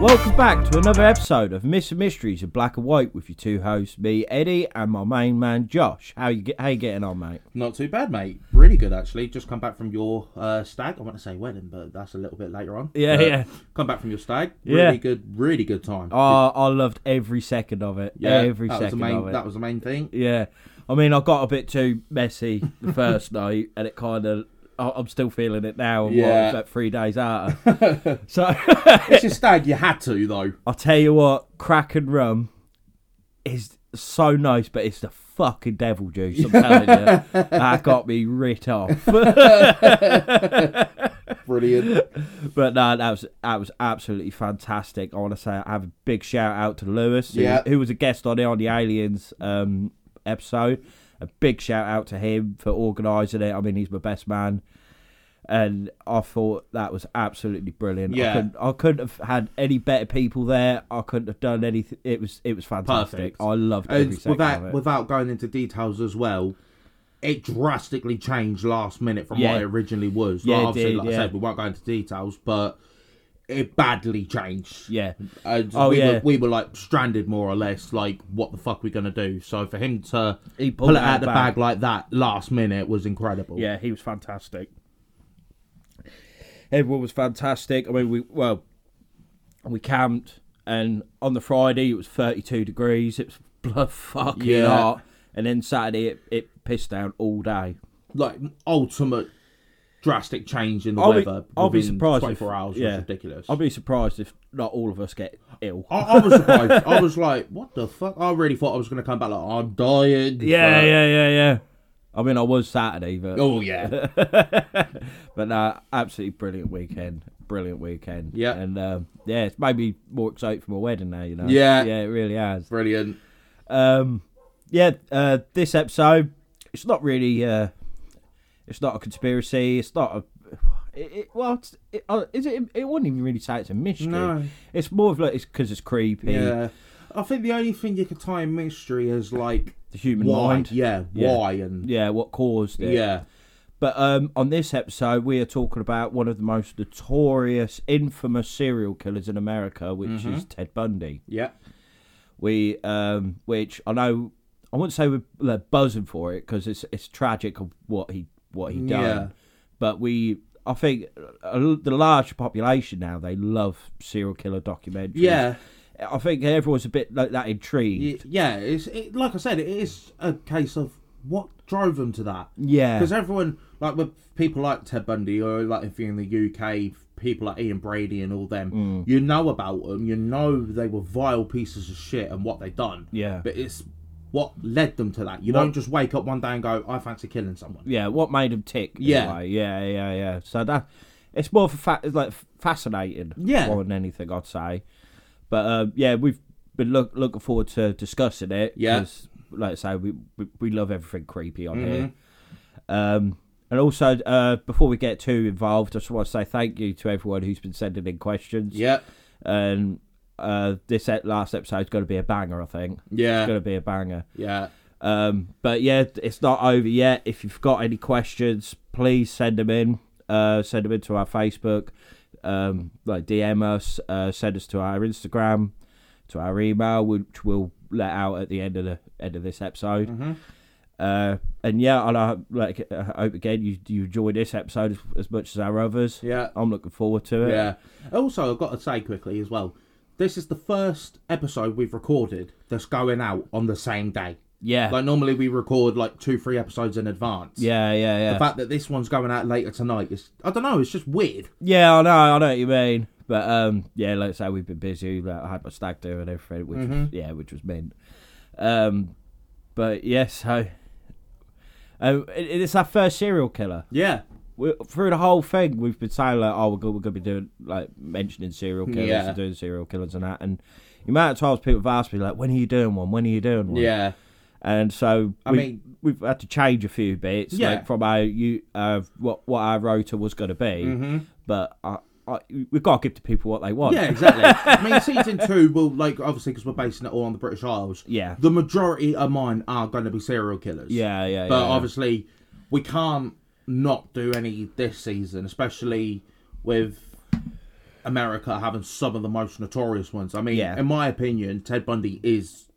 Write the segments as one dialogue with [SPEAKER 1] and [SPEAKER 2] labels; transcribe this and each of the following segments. [SPEAKER 1] Welcome back to another episode of Mr. Mysteries of Black and White with your two hosts, me Eddie, and my main man Josh. How you get? How you getting on, mate?
[SPEAKER 2] Not too bad, mate. Really good, actually. Just come back from your uh, stag. I want to say wedding, but that's a little bit later on.
[SPEAKER 1] Yeah,
[SPEAKER 2] Uh,
[SPEAKER 1] yeah.
[SPEAKER 2] Come back from your stag.
[SPEAKER 1] Yeah.
[SPEAKER 2] Really good, really good time.
[SPEAKER 1] Oh, I loved every second of it. every
[SPEAKER 2] that
[SPEAKER 1] second
[SPEAKER 2] was the main,
[SPEAKER 1] of it.
[SPEAKER 2] That was the main thing.
[SPEAKER 1] Yeah, I mean, I got a bit too messy the first night, and it kind of. I'm still feeling it now, and what
[SPEAKER 2] Yeah.
[SPEAKER 1] was that three days out? so
[SPEAKER 2] it's your stag. You had to though.
[SPEAKER 1] I'll tell you what, crack and rum is so nice, but it's the fucking devil juice. I'm telling you, that got me writ off.
[SPEAKER 2] Brilliant.
[SPEAKER 1] But no, that was that was absolutely fantastic. I want to say I have a big shout out to Lewis, who,
[SPEAKER 2] Yeah.
[SPEAKER 1] who was a guest on the on the Aliens um, episode. A big shout out to him for organising it. I mean, he's my best man, and I thought that was absolutely brilliant. I
[SPEAKER 2] Yeah.
[SPEAKER 1] couldn't, I couldn't have had any better people there. I couldn't have done anything. It was it was fantastic.
[SPEAKER 2] Perfect.
[SPEAKER 1] I loved
[SPEAKER 2] And
[SPEAKER 1] every second of
[SPEAKER 2] without
[SPEAKER 1] it.
[SPEAKER 2] without going into details as well, it drastically changed last minute from
[SPEAKER 1] Yeah.
[SPEAKER 2] what it originally was.
[SPEAKER 1] Yeah, it
[SPEAKER 2] like, obviously,
[SPEAKER 1] did,
[SPEAKER 2] like
[SPEAKER 1] yeah.
[SPEAKER 2] I said, we won't go into details, but it badly changed.
[SPEAKER 1] yeah,
[SPEAKER 2] And
[SPEAKER 1] Oh,
[SPEAKER 2] we
[SPEAKER 1] yeah.
[SPEAKER 2] Were, we were like stranded more or less. Like, what the fuck are we gonna do? So for him to
[SPEAKER 1] He pulled
[SPEAKER 2] pull it
[SPEAKER 1] it out
[SPEAKER 2] out of the
[SPEAKER 1] bag.
[SPEAKER 2] bag like that last minute was incredible.
[SPEAKER 1] Yeah, he was fantastic. Everyone was fantastic. I mean, we well, we camped, and on the Friday it was thirty-two degrees. It was blood fucking
[SPEAKER 2] Yeah.
[SPEAKER 1] hot. And then Saturday it, it pissed down all day.
[SPEAKER 2] Like ultimate drastic change in the
[SPEAKER 1] I'll be-
[SPEAKER 2] weather.
[SPEAKER 1] I'll be
[SPEAKER 2] within
[SPEAKER 1] surprised if-
[SPEAKER 2] 24 hours
[SPEAKER 1] yeah.
[SPEAKER 2] was ridiculous.
[SPEAKER 1] I'd be surprised if not all of us get ill.
[SPEAKER 2] I, I was surprised. I was like, "What the fuck?" I really thought I was gonna come back like, "I'm dying."
[SPEAKER 1] Yeah,
[SPEAKER 2] but-
[SPEAKER 1] yeah, yeah, yeah. I mean, I was Saturday, but
[SPEAKER 2] Oh yeah.
[SPEAKER 1] but no, absolutely brilliant weekend, brilliant weekend.
[SPEAKER 2] Yeah.
[SPEAKER 1] and um, yeah, it's made me more excited for my wedding now. You know.
[SPEAKER 2] Yeah.
[SPEAKER 1] yeah, it really has.
[SPEAKER 2] Brilliant.
[SPEAKER 1] um, yeah, uh, this episode, it's not really, uh, it's not a conspiracy. It's not a, it, it, well, it's, it, uh, is it? It wouldn't even really say it's a mystery.
[SPEAKER 2] No.
[SPEAKER 1] It's more of like it's because it's creepy.
[SPEAKER 2] Yeah. I think the only thing you could tie in mystery is like
[SPEAKER 1] The human
[SPEAKER 2] why.
[SPEAKER 1] mind.
[SPEAKER 2] Yeah,
[SPEAKER 1] Yeah.
[SPEAKER 2] Why and
[SPEAKER 1] Yeah, what caused it?
[SPEAKER 2] yeah.
[SPEAKER 1] But um, on this episode, we are talking about one of the most notorious, infamous serial killers in America, which
[SPEAKER 2] Mm-hmm.
[SPEAKER 1] is Ted Bundy.
[SPEAKER 2] Yeah.
[SPEAKER 1] we um which I know I wouldn't say we're like, buzzing for it because it's it's tragic of what he what he done,
[SPEAKER 2] Yeah.
[SPEAKER 1] but we I think uh, the large population now they love serial killer documentaries.
[SPEAKER 2] Yeah.
[SPEAKER 1] I think everyone's a bit like that
[SPEAKER 2] Y-
[SPEAKER 1] intrigued.
[SPEAKER 2] Yeah, it's it, like I said, it is a case of what drove them to that.
[SPEAKER 1] Yeah,
[SPEAKER 2] Because everyone, like with people like Ted Bundy, or like if you're in the UK, people like Ian Brady and all them,
[SPEAKER 1] Mm.
[SPEAKER 2] you know about them, you know they were vile pieces of shit and what they done.
[SPEAKER 1] Yeah.
[SPEAKER 2] But it's what led them to that. You don't just wake up one day and go, I fancy killing someone.
[SPEAKER 1] yeah. What made him tick? in a
[SPEAKER 2] Yeah.
[SPEAKER 1] way. yeah, yeah, yeah. So that it's more for fa- it's like fascinating,
[SPEAKER 2] Yeah.
[SPEAKER 1] more than anything I'd say. But um, yeah, we've been look, looking forward to discussing it.
[SPEAKER 2] Yeah.
[SPEAKER 1] 'cause, like I say, we we, we love everything creepy on here.
[SPEAKER 2] Mm-hmm.
[SPEAKER 1] Um, and also, uh, before we get too involved, I just want to say thank you to everyone who's been sending in questions.
[SPEAKER 2] Yeah.
[SPEAKER 1] And uh, this e- last episode's going to be a banger, I think. It's
[SPEAKER 2] Yeah.
[SPEAKER 1] going to be a banger.
[SPEAKER 2] Yeah.
[SPEAKER 1] Um, but yeah, it's not over yet. If you've got any questions, please send them in. Uh, send them into our Facebook, um, like DM us, uh, send us to our Instagram, to our email, which we'll let out at the end of the end of this episode.
[SPEAKER 2] Mm-hmm.
[SPEAKER 1] Uh, and yeah, and I hope- like I hope again you you enjoy this episode as, as much as our others.
[SPEAKER 2] Yeah.
[SPEAKER 1] I'm looking forward to it.
[SPEAKER 2] Yeah. Also, I've got to say quickly as well, this is the first episode we've recorded that's going out on the same day.
[SPEAKER 1] yeah,
[SPEAKER 2] Like normally we record like two, three episodes in advance.
[SPEAKER 1] yeah, yeah, yeah.
[SPEAKER 2] The fact that this one's going out later tonight is I don't know, it's just weird.
[SPEAKER 1] Yeah, I know, I know what you mean. But um, yeah, like I say, we've been busy. Like, I had my stag do and everything, which was, yeah, which was mint. Um, oh, but yeah, so um, it, it's our first serial killer.
[SPEAKER 2] Yeah.
[SPEAKER 1] we, through the whole thing, we've been saying like, oh, we're going to be doing like mentioning serial killers
[SPEAKER 2] Yeah.
[SPEAKER 1] and doing serial killers and that. And the amount of times people have asked me like, when are you doing one? When are you doing one?
[SPEAKER 2] Yeah.
[SPEAKER 1] And so
[SPEAKER 2] I
[SPEAKER 1] we,
[SPEAKER 2] mean-
[SPEAKER 1] we've had to change a few bits,
[SPEAKER 2] Yeah.
[SPEAKER 1] like from our you uh, what what our rotor was going to be. But I, I, we've got to give the people what they want.
[SPEAKER 2] Mm-hmm. Yeah, exactly. I mean, season two will like obviously because we're basing it all on the British Isles.
[SPEAKER 1] Yeah.
[SPEAKER 2] the majority of mine are going to be serial killers.
[SPEAKER 1] yeah, yeah.
[SPEAKER 2] but
[SPEAKER 1] yeah.
[SPEAKER 2] obviously we can't not do any this season, especially with America having some of the most notorious ones. I mean,
[SPEAKER 1] Yeah.
[SPEAKER 2] in my opinion, Ted Bundy is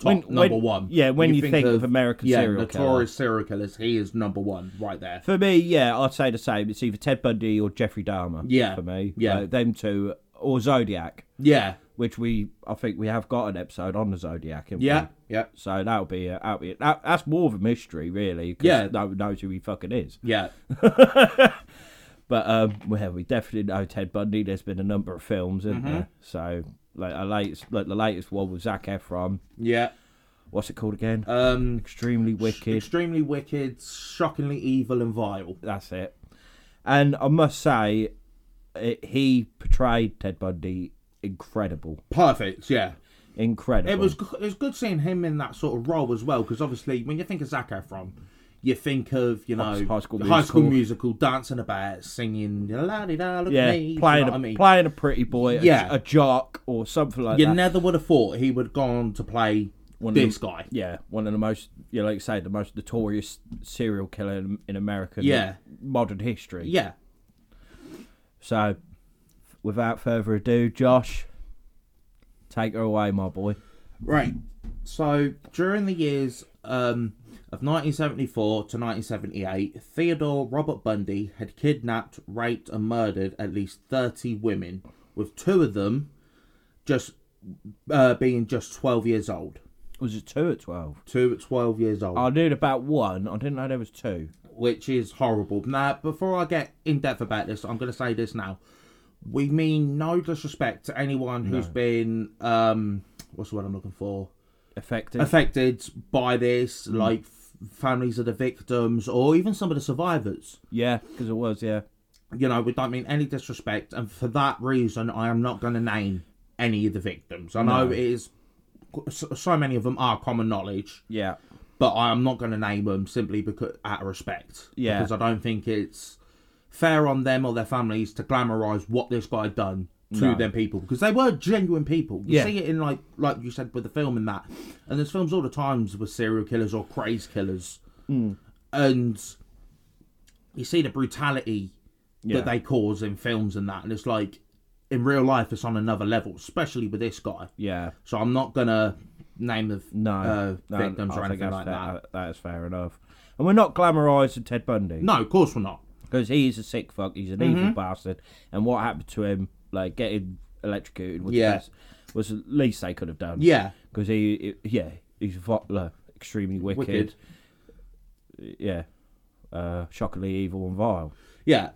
[SPEAKER 2] top
[SPEAKER 1] When-
[SPEAKER 2] number
[SPEAKER 1] when-
[SPEAKER 2] one.
[SPEAKER 1] yeah, when you think of American
[SPEAKER 2] yeah,
[SPEAKER 1] serial killer.
[SPEAKER 2] notorious serial killers, he is number one right there.
[SPEAKER 1] For me, yeah, I'd say the same. It's either Ted Bundy or Jeffrey Dahmer.
[SPEAKER 2] Yeah.
[SPEAKER 1] for me,
[SPEAKER 2] Yeah.
[SPEAKER 1] Like, them two or Zodiac,
[SPEAKER 2] Yeah,
[SPEAKER 1] which we I think we have got an episode on the Zodiac. haven't we?
[SPEAKER 2] yeah, yeah,
[SPEAKER 1] So that'll be uh, that'll be that, that's more of a mystery, really. 'cause
[SPEAKER 2] Yeah.
[SPEAKER 1] no one knows who he fucking is.
[SPEAKER 2] yeah,
[SPEAKER 1] But um, well, we definitely know Ted Bundy. There's been a number of films, isn't
[SPEAKER 2] Mm-hmm.
[SPEAKER 1] there? So like a latest, like the latest one with Zac Efron.
[SPEAKER 2] yeah.
[SPEAKER 1] What's it called again?
[SPEAKER 2] Um,
[SPEAKER 1] Extremely Wicked.
[SPEAKER 2] extremely wicked, shockingly evil and vile.
[SPEAKER 1] That's it. And I must say, it, he portrayed Ted Bundy incredible,
[SPEAKER 2] Perfect, yeah.
[SPEAKER 1] incredible.
[SPEAKER 2] It was g- it was good seeing him in that sort of role as well because obviously when you think of Zac Efron, you think of you know
[SPEAKER 1] High School
[SPEAKER 2] High
[SPEAKER 1] Musical.
[SPEAKER 2] School Musical, dancing about, singing la di da, look at
[SPEAKER 1] yeah,
[SPEAKER 2] me, do you
[SPEAKER 1] playing
[SPEAKER 2] know
[SPEAKER 1] a,
[SPEAKER 2] what I mean?
[SPEAKER 1] playing a pretty boy, a-
[SPEAKER 2] Yeah.
[SPEAKER 1] a, jock or something like
[SPEAKER 2] You
[SPEAKER 1] that.
[SPEAKER 2] never would have thought he would have gone to play
[SPEAKER 1] One of
[SPEAKER 2] this
[SPEAKER 1] them-
[SPEAKER 2] guy.
[SPEAKER 1] yeah, one of the most, you know, like you say, the most notorious serial killer in, in American
[SPEAKER 2] Yeah.
[SPEAKER 1] modern history.
[SPEAKER 2] Yeah,
[SPEAKER 1] So, without further ado, Josh, take her away, my boy.
[SPEAKER 2] right. So during the years um, of 1974 to 1978, Theodore Robert Bundy had kidnapped, raped, and murdered at least 30 women, with two of them just uh, being just 12 years old.
[SPEAKER 1] Was it two at twelve?
[SPEAKER 2] two at 12 years old,
[SPEAKER 1] I knew about one. I didn't know there was two.
[SPEAKER 2] which is horrible. Now, before I get in depth about this, I'm going to say this now. We mean no disrespect to anyone who's been, um, what's the word I'm looking for?
[SPEAKER 1] Effective.
[SPEAKER 2] Affected by this, like f- families of the victims or even some of the survivors.
[SPEAKER 1] Yeah, because it was. Yeah.
[SPEAKER 2] You know, we don't mean any disrespect, and for that reason, I am not going to name any of the victims. I know it is. so- So many of them are common knowledge.
[SPEAKER 1] Yeah.
[SPEAKER 2] but I'm not going to name them simply because out of respect.
[SPEAKER 1] Yeah.
[SPEAKER 2] Because I don't think it's fair on them or their families to glamorize what this guy done to
[SPEAKER 1] No.
[SPEAKER 2] them people because they were genuine people. You
[SPEAKER 1] Yeah.
[SPEAKER 2] see it in like like you said with the film and that, and there's films all the times with serial killers or craze killers,
[SPEAKER 1] Hmm.
[SPEAKER 2] and you see the brutality
[SPEAKER 1] Yeah.
[SPEAKER 2] that they cause in films and that, and it's like in real life it's on another level, especially with this guy.
[SPEAKER 1] Yeah.
[SPEAKER 2] So I'm not gonna name the
[SPEAKER 1] No.
[SPEAKER 2] uh,
[SPEAKER 1] no,
[SPEAKER 2] victims
[SPEAKER 1] I
[SPEAKER 2] or
[SPEAKER 1] think
[SPEAKER 2] anything
[SPEAKER 1] that's
[SPEAKER 2] like
[SPEAKER 1] fair-
[SPEAKER 2] that.
[SPEAKER 1] That is fair enough. And we're not glamorising Ted Bundy
[SPEAKER 2] No, Mm-hmm. of course we're not.
[SPEAKER 1] because he is a sick fuck. He's an evil bastard. And what happened to him, like getting electrocuted, was
[SPEAKER 2] Yeah.
[SPEAKER 1] was, was the least they could have done.
[SPEAKER 2] Yeah,
[SPEAKER 1] Because he, he- yeah, he's vo- like, extremely wicked.
[SPEAKER 2] Wicked.
[SPEAKER 1] Yeah. Uh, shockingly evil and vile.
[SPEAKER 2] yeah.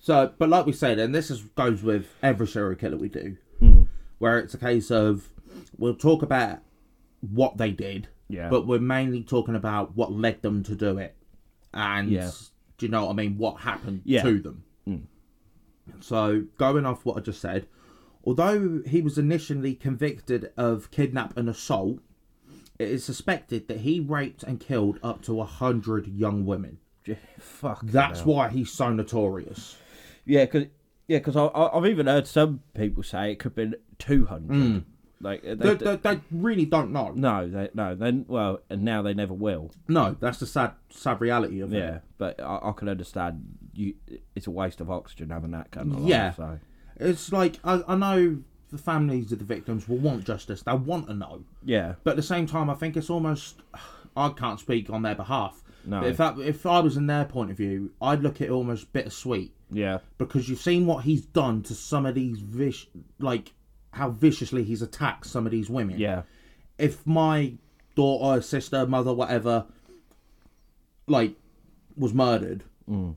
[SPEAKER 2] So, but like we said, and this is, goes with every serial killer we do,
[SPEAKER 1] Hmm.
[SPEAKER 2] where it's a case of we'll talk about what they did,
[SPEAKER 1] Yeah.
[SPEAKER 2] but we're mainly talking about what led them to do it, and
[SPEAKER 1] Yeah.
[SPEAKER 2] do you know what I mean? What happened
[SPEAKER 1] Yeah. Hmm.
[SPEAKER 2] to them? So, going off what I just said, although he was initially convicted of kidnap and assault, it is suspected that he raped and killed up to a hundred young women.
[SPEAKER 1] J- Fuck.
[SPEAKER 2] That's why he's so notorious.
[SPEAKER 1] Yeah, because yeah, 'cause I, I, I've even heard some people say it could have been 200.
[SPEAKER 2] Mm.
[SPEAKER 1] Like, they,
[SPEAKER 2] They, they, they really don't know. No.
[SPEAKER 1] no, they, no, then well, and now they never will.
[SPEAKER 2] that's the sad, sad reality of
[SPEAKER 1] Yeah, but I, I can understand you. It's a waste of oxygen having that kind of life,
[SPEAKER 2] Yeah.
[SPEAKER 1] So
[SPEAKER 2] it. It's like I, I know the families of the victims will want justice. They want to know,
[SPEAKER 1] yeah,
[SPEAKER 2] but at the same time, I think it's almost I can't speak on their behalf.
[SPEAKER 1] No.
[SPEAKER 2] But if that, if I was in their point of view, I'd look at it almost bittersweet
[SPEAKER 1] yeah,
[SPEAKER 2] because you've seen what he's done to some of these vish, like how viciously he's attacked some of these women.
[SPEAKER 1] yeah,
[SPEAKER 2] if my daughter, sister, mother, whatever, like, was murdered,
[SPEAKER 1] Mm.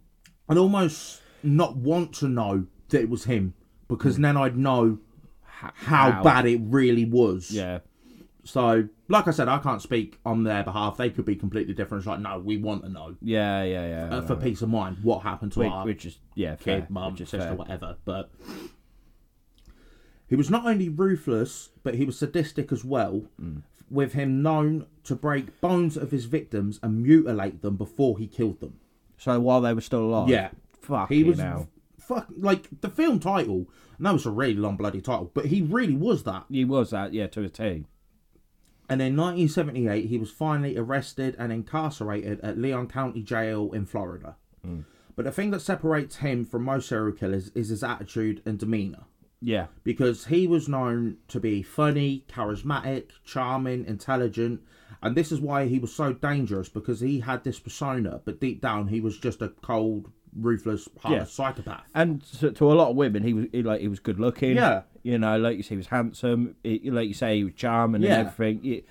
[SPEAKER 2] I'd almost not want to know that it was him because then I'd know how,
[SPEAKER 1] Mm. how.
[SPEAKER 2] bad it really was.
[SPEAKER 1] yeah,
[SPEAKER 2] So, like I said, I can't speak on their behalf. They could be completely different. It's like, no, we want to know
[SPEAKER 1] Yeah, yeah, yeah.
[SPEAKER 2] uh, for peace of mind what happened to
[SPEAKER 1] which,
[SPEAKER 2] our
[SPEAKER 1] which is yeah, fair,
[SPEAKER 2] kid, mum,
[SPEAKER 1] which is
[SPEAKER 2] sister,
[SPEAKER 1] fair.
[SPEAKER 2] whatever. But he was not only ruthless, but he was sadistic as well,
[SPEAKER 1] Mm.
[SPEAKER 2] with him known to break bones of his victims and mutilate them before he killed them.
[SPEAKER 1] So while they were still alive,
[SPEAKER 2] Yeah.
[SPEAKER 1] fuck,
[SPEAKER 2] He was
[SPEAKER 1] now.
[SPEAKER 2] fuck like the film title. And that was a really long bloody title, but he really was that.
[SPEAKER 1] He was that, yeah, to a T.
[SPEAKER 2] And in 1978, he was finally arrested and incarcerated at Leon County Jail in Florida.
[SPEAKER 1] Mm.
[SPEAKER 2] But the thing that separates him from most serial killers is his attitude and demeanor.
[SPEAKER 1] Yeah,
[SPEAKER 2] because he was known to be funny, charismatic, charming, intelligent, and this is why he was so dangerous because he had this persona, but deep down he was just a cold, ruthless, heartless psychopath.
[SPEAKER 1] and to, to a lot of women, he was he, like he was good looking.
[SPEAKER 2] Yeah.
[SPEAKER 1] you know, like you say, he was handsome. He, like you say, he was charming
[SPEAKER 2] Yeah.
[SPEAKER 1] and everything. You,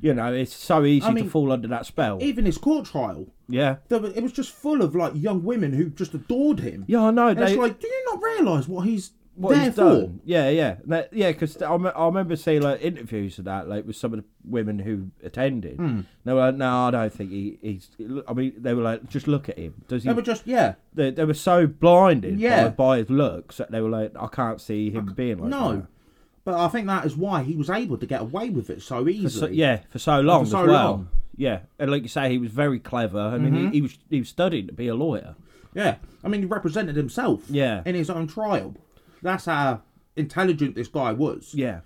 [SPEAKER 1] you know, it's so easy
[SPEAKER 2] mean,
[SPEAKER 1] to fall under that spell.
[SPEAKER 2] Even his court trial,
[SPEAKER 1] yeah,
[SPEAKER 2] there was, it was just full of like young women who just adored him.
[SPEAKER 1] yeah, I know.
[SPEAKER 2] and
[SPEAKER 1] They,
[SPEAKER 2] it's like, do you not realise what he's
[SPEAKER 1] what
[SPEAKER 2] there
[SPEAKER 1] he's
[SPEAKER 2] for?
[SPEAKER 1] done. Yeah, yeah, that, yeah. Because I, me- I remember seeing like interviews of that, like with some of the women who attended. They were like, "No, I don't think he, he's." I mean, they were like, "Just look at him. Does he?"
[SPEAKER 2] They were just yeah,
[SPEAKER 1] they, they were so blinded by,
[SPEAKER 2] Yeah.
[SPEAKER 1] by his looks that they were like, "I can't see him being like
[SPEAKER 2] no.
[SPEAKER 1] that."
[SPEAKER 2] But I think that is why he was able to get away with it so
[SPEAKER 1] So,
[SPEAKER 2] easily.
[SPEAKER 1] yeah, for so long
[SPEAKER 2] so
[SPEAKER 1] as well.
[SPEAKER 2] long. Mm-hmm.
[SPEAKER 1] Yeah, and like you say, he was very clever. I mean, he, he was he was studying to be a lawyer.
[SPEAKER 2] Yeah, I mean, he represented himself.
[SPEAKER 1] Yeah.
[SPEAKER 2] in his own trial. That's how intelligent this guy was.
[SPEAKER 1] Yeah,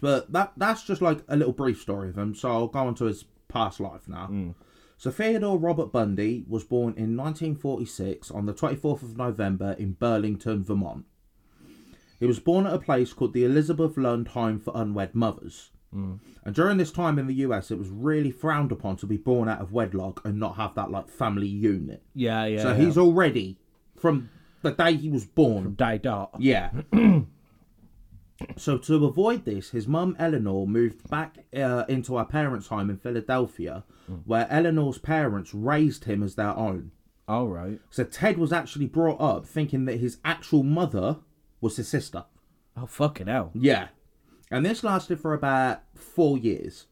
[SPEAKER 2] But that that's just like a little brief story of him. So I'll go on to his past life now.
[SPEAKER 1] Mm.
[SPEAKER 2] So Theodore Robert Bundy was born in 1946 on the 24th of November in Burlington, Vermont. He was born at a place called the Elizabeth Lund Home for Unwed Mothers.
[SPEAKER 1] Mm.
[SPEAKER 2] And during this time in the US, it was really frowned upon to be born out of wedlock and not have that like family unit.
[SPEAKER 1] yeah, yeah.
[SPEAKER 2] So
[SPEAKER 1] yeah.
[SPEAKER 2] he's already from the day he was born.
[SPEAKER 1] day dot.
[SPEAKER 2] Yeah. so to avoid this, his mum Eleanor moved back uh, into her parents' home in Philadelphia, where Eleanor's parents raised him as their own.
[SPEAKER 1] All right.
[SPEAKER 2] So Ted was actually brought up thinking that his actual mother was his sister.
[SPEAKER 1] Oh fucking hell.
[SPEAKER 2] Yeah. And this lasted for about four years.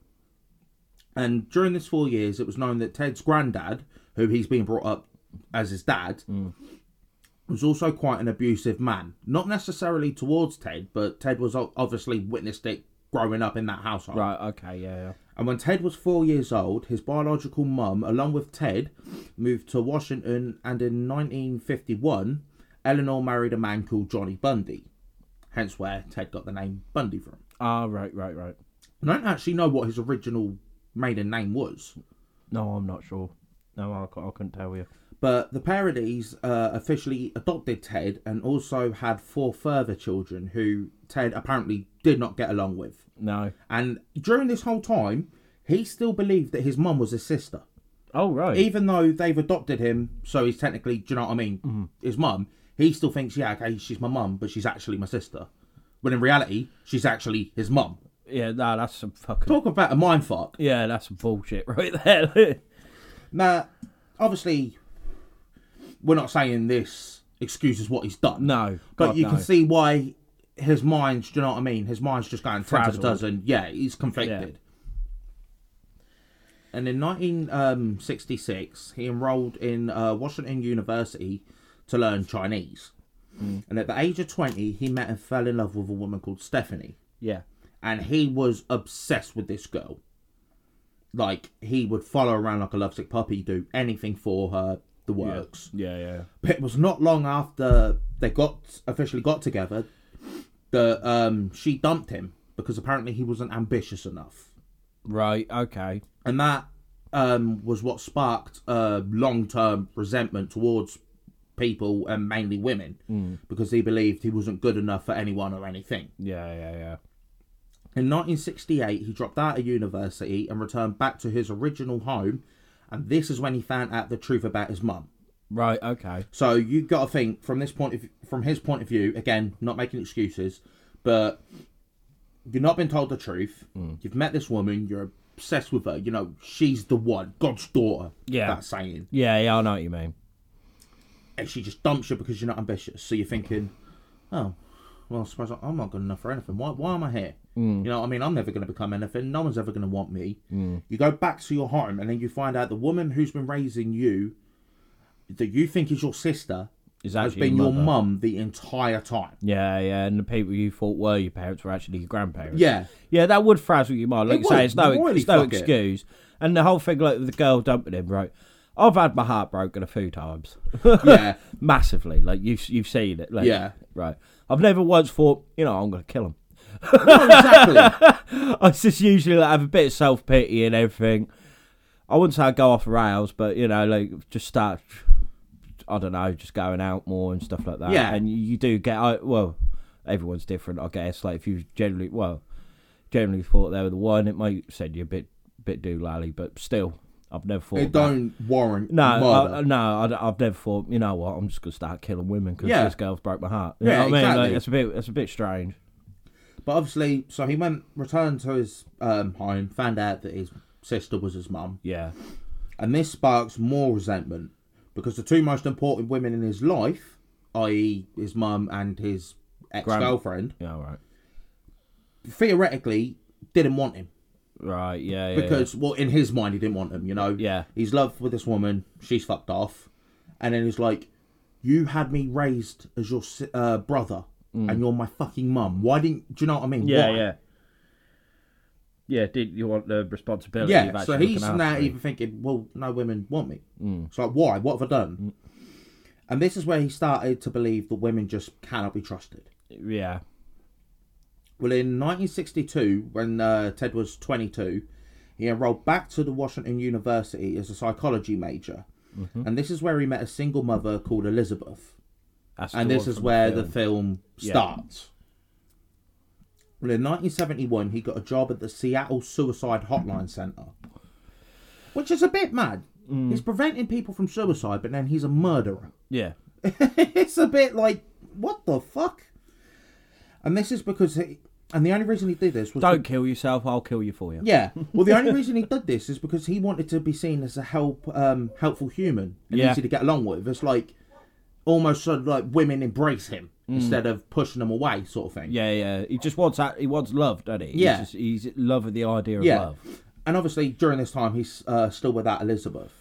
[SPEAKER 2] And during this four years, it was known that Ted's granddad, who he's been brought up as his dad, was also quite an abusive man. Not necessarily towards Ted, but Ted was o- obviously witnessed it growing up in that household.
[SPEAKER 1] Right. Okay. Yeah. yeah.
[SPEAKER 2] And when Ted was four years old, his biological mum, along with Ted, moved to Washington. And in 1951, Eleanor married a man called Johnny Bundy, hence where Ted got the name Bundy from.
[SPEAKER 1] Ah. right. Right. Right.
[SPEAKER 2] I don't actually know what his original maiden name was,
[SPEAKER 1] No, I'm not sure. No, I, cou- I couldn't tell you.
[SPEAKER 2] but the Parodies uh, officially adopted Ted and also had four further children who Ted apparently did not get along with.
[SPEAKER 1] No.
[SPEAKER 2] And during this whole time, he still believed that his mum was his sister.
[SPEAKER 1] Oh right.
[SPEAKER 2] even though they've adopted him, so he's technically, do you know what I mean? His mum, he still thinks, yeah, okay, she's my mum, but she's actually my sister. When in reality, she's actually his mum.
[SPEAKER 1] yeah. No, that's some fucking.
[SPEAKER 2] Talk about a mind fuck.
[SPEAKER 1] Yeah, that's some bullshit right there.
[SPEAKER 2] Now, obviously, we're not saying this excuses what he's done.
[SPEAKER 1] no.
[SPEAKER 2] but
[SPEAKER 1] God,
[SPEAKER 2] you
[SPEAKER 1] no.
[SPEAKER 2] can see why his mind's, do you know what I mean? His mind's just going ten to the
[SPEAKER 1] Frazzled.
[SPEAKER 2] dozen. Yeah, he's conflicted. And in 1966, he enrolled in uh, Washington University to learn Chinese.
[SPEAKER 1] Hmm.
[SPEAKER 2] And at the age of 20, he met and fell in love with a woman called Stephanie.
[SPEAKER 1] Yeah.
[SPEAKER 2] And he was obsessed with this girl. Like, he would follow around like a lovesick puppy, do anything for her, the works.
[SPEAKER 1] Yeah. Yeah.
[SPEAKER 2] But it was not long after they got officially got together that um, she dumped him because apparently he wasn't ambitious enough,
[SPEAKER 1] Right. Okay.
[SPEAKER 2] and that um, was what sparked uh, long term resentment towards people and mainly women because he believed he wasn't good enough for anyone or anything.
[SPEAKER 1] Yeah. Yeah. Yeah.
[SPEAKER 2] In 1968, he dropped out of university and returned back to his original home, and this is when he found out the truth about his mum.
[SPEAKER 1] Right. Okay.
[SPEAKER 2] So you got to think from this point of from his point of view. Again, not making excuses, but you've not been told the truth. You've met this woman. You're obsessed with her. You know she's the one, God's daughter.
[SPEAKER 1] Yeah.
[SPEAKER 2] that saying.
[SPEAKER 1] Yeah. Yeah. I know what you mean.
[SPEAKER 2] And she just dumps you because you're not ambitious. So you're thinking, oh, well, I suppose I'm not good enough for anything. Why? Why am I here?
[SPEAKER 1] Mm.
[SPEAKER 2] You know, what I mean, I'm never going to become anything. No one's ever going to want me. You go back to your home, and then you find out the woman who's been raising you, that you think is your sister,
[SPEAKER 1] Is
[SPEAKER 2] has
[SPEAKER 1] actually
[SPEAKER 2] been your
[SPEAKER 1] mother.
[SPEAKER 2] mum the entire time.
[SPEAKER 1] Yeah, yeah, and the people you thought were your parents were actually your grandparents.
[SPEAKER 2] Yeah.
[SPEAKER 1] yeah, that would frazzle your mind. Like
[SPEAKER 2] It
[SPEAKER 1] you say,
[SPEAKER 2] would.
[SPEAKER 1] it's no,
[SPEAKER 2] Royally
[SPEAKER 1] it's no
[SPEAKER 2] fuck it.
[SPEAKER 1] excuse. And the whole thing, like with the girl dumping him, right? I've had my heart broken a few times,
[SPEAKER 2] Yeah.
[SPEAKER 1] massively. Like you've you've seen it. Like,
[SPEAKER 2] Yeah.
[SPEAKER 1] right. I've never once thought, you know, I'm gonna kill him.
[SPEAKER 2] exactly.
[SPEAKER 1] I just usually like, have a bit of self pity and everything. I wouldn't say I go off rails, but you know, like just start. I don't know, just going out more and stuff like that.
[SPEAKER 2] Yeah.
[SPEAKER 1] and you, you do get. I, well, everyone's different, I guess. Like if you generally, well, generally thought they were the one, it might send you a bit, bit doolally, but still, I've never thought.
[SPEAKER 2] It
[SPEAKER 1] about-
[SPEAKER 2] don't warrant
[SPEAKER 1] No,
[SPEAKER 2] murder.
[SPEAKER 1] I, no, I, have never thought. You know what? I'm just gonna start killing women because
[SPEAKER 2] Yeah.
[SPEAKER 1] this girl's broke my heart. You
[SPEAKER 2] Yeah,
[SPEAKER 1] know what I mean? Like,
[SPEAKER 2] exactly.
[SPEAKER 1] it's a bit, it's a bit strange.
[SPEAKER 2] But obviously, so he went, returned to his um, home, found out that his sister was his mum,
[SPEAKER 1] Yeah,
[SPEAKER 2] and this sparks more resentment because the two most important women in his life, i.e., his mum and his ex girlfriend,
[SPEAKER 1] yeah, all right,
[SPEAKER 2] theoretically didn't want him
[SPEAKER 1] right, yeah, yeah, yeah.
[SPEAKER 2] because, well, in his mind, he didn't want him. You know,
[SPEAKER 1] Yeah.
[SPEAKER 2] he's loved with this woman, she's fucked off, and then he's like, "You had me raised as your si- uh, brother." And you're my fucking mum. Why didn't? Do you know what I mean?
[SPEAKER 1] Mm. Yeah,
[SPEAKER 2] Why?
[SPEAKER 1] yeah. Yeah, did you want the responsibility? of
[SPEAKER 2] Yeah,
[SPEAKER 1] actually
[SPEAKER 2] so he's
[SPEAKER 1] looking after
[SPEAKER 2] now
[SPEAKER 1] me?
[SPEAKER 2] even thinking, well, no women want me.
[SPEAKER 1] Mm.
[SPEAKER 2] It's like, why? What have I done? And this is where he started to believe that women just cannot be trusted.
[SPEAKER 1] Yeah,
[SPEAKER 2] Well, in 1962, when uh, Ted was 22, he enrolled back to the Washington University as a psychology major.
[SPEAKER 1] Mm-hmm.
[SPEAKER 2] And this is where he met a single mother called Elizabeth.
[SPEAKER 1] that's
[SPEAKER 2] And
[SPEAKER 1] the
[SPEAKER 2] this
[SPEAKER 1] one
[SPEAKER 2] is
[SPEAKER 1] from
[SPEAKER 2] where
[SPEAKER 1] film.
[SPEAKER 2] the film starts. Well, in 1971, he got a job at the Seattle Suicide Hotline Center, which is a bit mad.
[SPEAKER 1] Mm.
[SPEAKER 2] He's preventing people from suicide, but then he's a murderer.
[SPEAKER 1] yeah,
[SPEAKER 2] it's a bit like, what the fuck? And this is because he. And the only reason he did this was.
[SPEAKER 1] don't kill yourself. I'll kill you for you.
[SPEAKER 2] yeah. Well, the only reason he did this is because he wanted to be seen as a help, um, helpful human and
[SPEAKER 1] Yeah.
[SPEAKER 2] easy to get along with. It's like almost sort of like women embrace him instead of pushing him away, sort of thing.
[SPEAKER 1] Mm. yeah, yeah. He just wants that. He wants love, doesn't he? He's
[SPEAKER 2] Yeah.
[SPEAKER 1] just- he's in love with the idea of
[SPEAKER 2] Yeah.
[SPEAKER 1] love.
[SPEAKER 2] And obviously, during this time, he's uh, still without Elizabeth.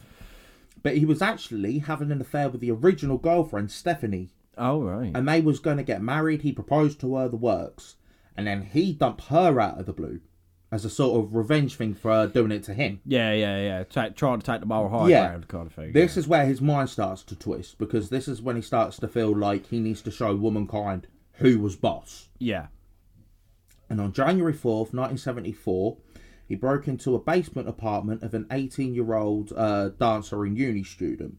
[SPEAKER 2] But he was actually having an affair with the original girlfriend, Stephanie,
[SPEAKER 1] All right.
[SPEAKER 2] and they was going to get married. He proposed to her, the works, and then he dumped her out of the blue as a sort of revenge thing for her doing it to him.
[SPEAKER 1] yeah, yeah, yeah. Ta trying to take the moral high
[SPEAKER 2] Yeah.
[SPEAKER 1] ground, kind of thing.
[SPEAKER 2] This is where his mind starts to twist because this is when he starts to feel like he needs to show womankind who was boss.
[SPEAKER 1] yeah.
[SPEAKER 2] And on January 4th, 1974, he broke into a basement apartment of an 18 year old uh, dancer and uni student.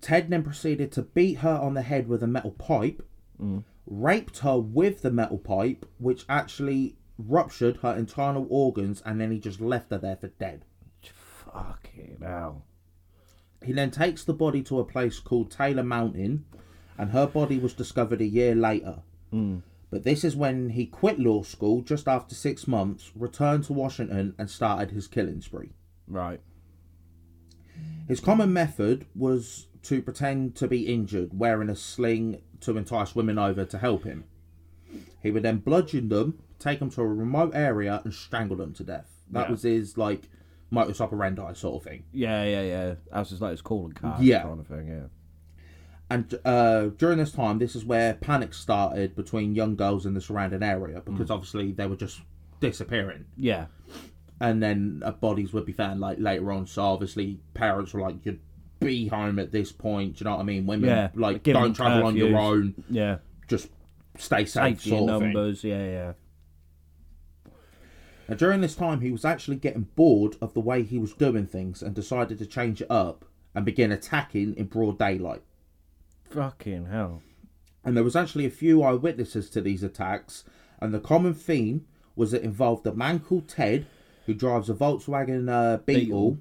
[SPEAKER 2] Ted then proceeded to beat her on the head with a metal pipe, raped her with the metal pipe, which actually ruptured her internal organs, and then he just left her there for dead.
[SPEAKER 1] Fucking hell.
[SPEAKER 2] He then takes the body to a place called Taylor Mountain, and her body was discovered a year later. But this is when he quit law school just after six months, returned to Washington, and started his killing spree.
[SPEAKER 1] Right.
[SPEAKER 2] His common method was to pretend to be injured, wearing a sling to entice women over to help him. He would then bludgeon them, take them to a remote area, and strangle them to death. That
[SPEAKER 1] Yeah.
[SPEAKER 2] was his like modus operandi sort of thing.
[SPEAKER 1] Yeah, yeah, yeah. That's just like his calling card,
[SPEAKER 2] Yeah.
[SPEAKER 1] kind of thing. Yeah.
[SPEAKER 2] And uh, during this time, this is where panic started between young girls in the surrounding area because
[SPEAKER 1] Mm.
[SPEAKER 2] obviously they were just disappearing.
[SPEAKER 1] Yeah.
[SPEAKER 2] And then uh, bodies would be found like later on. So obviously parents were like, "You'd be home at this point." Do you know what I mean? Women
[SPEAKER 1] Yeah,
[SPEAKER 2] like
[SPEAKER 1] give them
[SPEAKER 2] don't travel on your
[SPEAKER 1] curfews.
[SPEAKER 2] own.
[SPEAKER 1] Yeah.
[SPEAKER 2] Just stay safe,
[SPEAKER 1] Safety
[SPEAKER 2] sort of thing.
[SPEAKER 1] numbers. Yeah, yeah.
[SPEAKER 2] Now, during this time, he was actually getting bored of the way he was doing things and decided to change it up and begin attacking in broad daylight.
[SPEAKER 1] Fucking hell.
[SPEAKER 2] and there was actually a few eyewitnesses to these attacks and the common theme was it involved a man called ted who drives a volkswagen uh, beetle,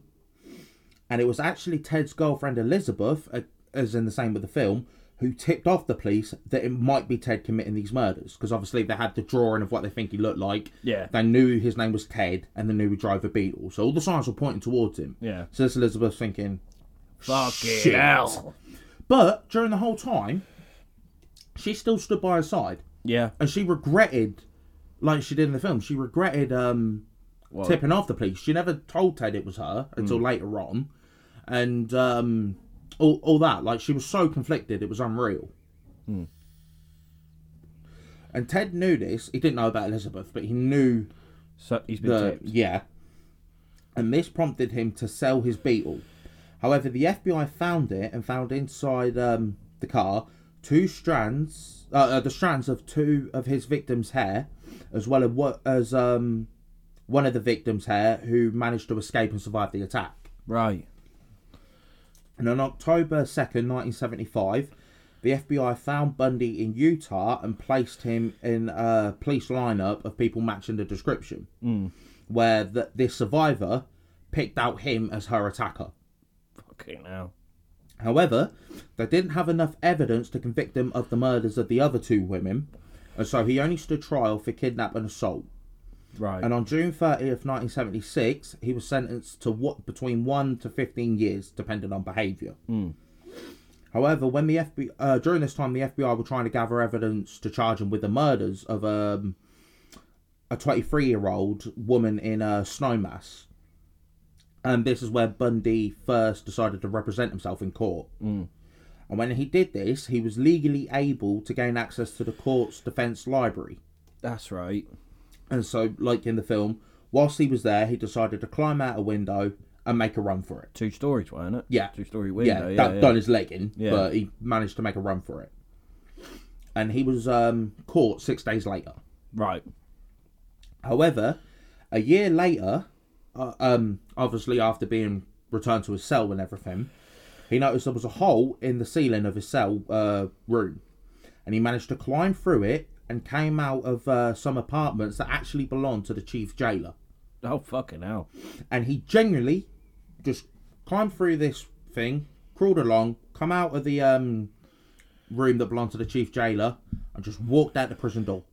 [SPEAKER 2] and it was actually ted's girlfriend elizabeth uh, as in the same with the film who tipped off the police that it might be ted committing these murders because obviously they had the drawing of what they think he looked like
[SPEAKER 1] Yeah.
[SPEAKER 2] they knew his name was ted and they knew he drove a beetle so all the signs were pointing towards him
[SPEAKER 1] Yeah.
[SPEAKER 2] so this elizabeth's thinking
[SPEAKER 1] Fucking
[SPEAKER 2] Shit.
[SPEAKER 1] hell.
[SPEAKER 2] but during the whole time she still stood by his side
[SPEAKER 1] Yeah.
[SPEAKER 2] and she regretted like she did in the film. She regretted um,
[SPEAKER 1] Well-
[SPEAKER 2] tipping off the police. She never told Ted it was her until later on, and um, all all that. Like she was so conflicted, it was unreal. And Ted knew this. He didn't know about Elizabeth, but he knew
[SPEAKER 1] So he's been
[SPEAKER 2] the
[SPEAKER 1] tipped.
[SPEAKER 2] yeah. And this prompted him to sell his Beetle. However, the FBI found it and found inside um, the car two strands, uh, uh, the strands of two of his victims' hair, as well as what as um, one of the victims' hair who managed to escape and survive the attack.
[SPEAKER 1] Right.
[SPEAKER 2] And on October 2nd, 1975, the FBI found Bundy in Utah and placed him in a police lineup of people matching the description, mm. where th this survivor picked out him as her attacker.
[SPEAKER 1] Fucking hell.
[SPEAKER 2] However, they didn't have enough evidence to convict him of the murders of the other two women, and so he only stood trial for kidnap and assault.
[SPEAKER 1] Right.
[SPEAKER 2] And on June 30th, 1976, he was sentenced to what between 1 to 15 years, depending on behaviour. However, when the FBI uh, during this time, the FBI were trying to gather evidence to charge him with the murders of um, a 23 year old woman in a snowmass. And this is where Bundy first decided to represent himself in court. And when he did this, he was legally able to gain access to the court's defense library.
[SPEAKER 1] That's right.
[SPEAKER 2] And so, like in the film, whilst he was there, he decided to climb out a window and make a run for it.
[SPEAKER 1] Two stories, weren't it?
[SPEAKER 2] Yeah.
[SPEAKER 1] Two story
[SPEAKER 2] Yeah,
[SPEAKER 1] window. Yeah.
[SPEAKER 2] that
[SPEAKER 1] yeah.
[SPEAKER 2] done his legging,
[SPEAKER 1] Yeah.
[SPEAKER 2] but he managed to make a run for it. And he was um, caught six days later.
[SPEAKER 1] Right.
[SPEAKER 2] However, a year later, uh, um, obviously after being returned to his cell and everything, he noticed there was a hole in the ceiling of his cell uh, room, and he managed to climb through it and came out of uh, some apartments that actually belonged to the chief jailer.
[SPEAKER 1] Oh fucking hell.
[SPEAKER 2] and he genuinely just climbed through this thing, crawled along, come out of the um, room that belonged to the chief jailer, and just walked out the prison door.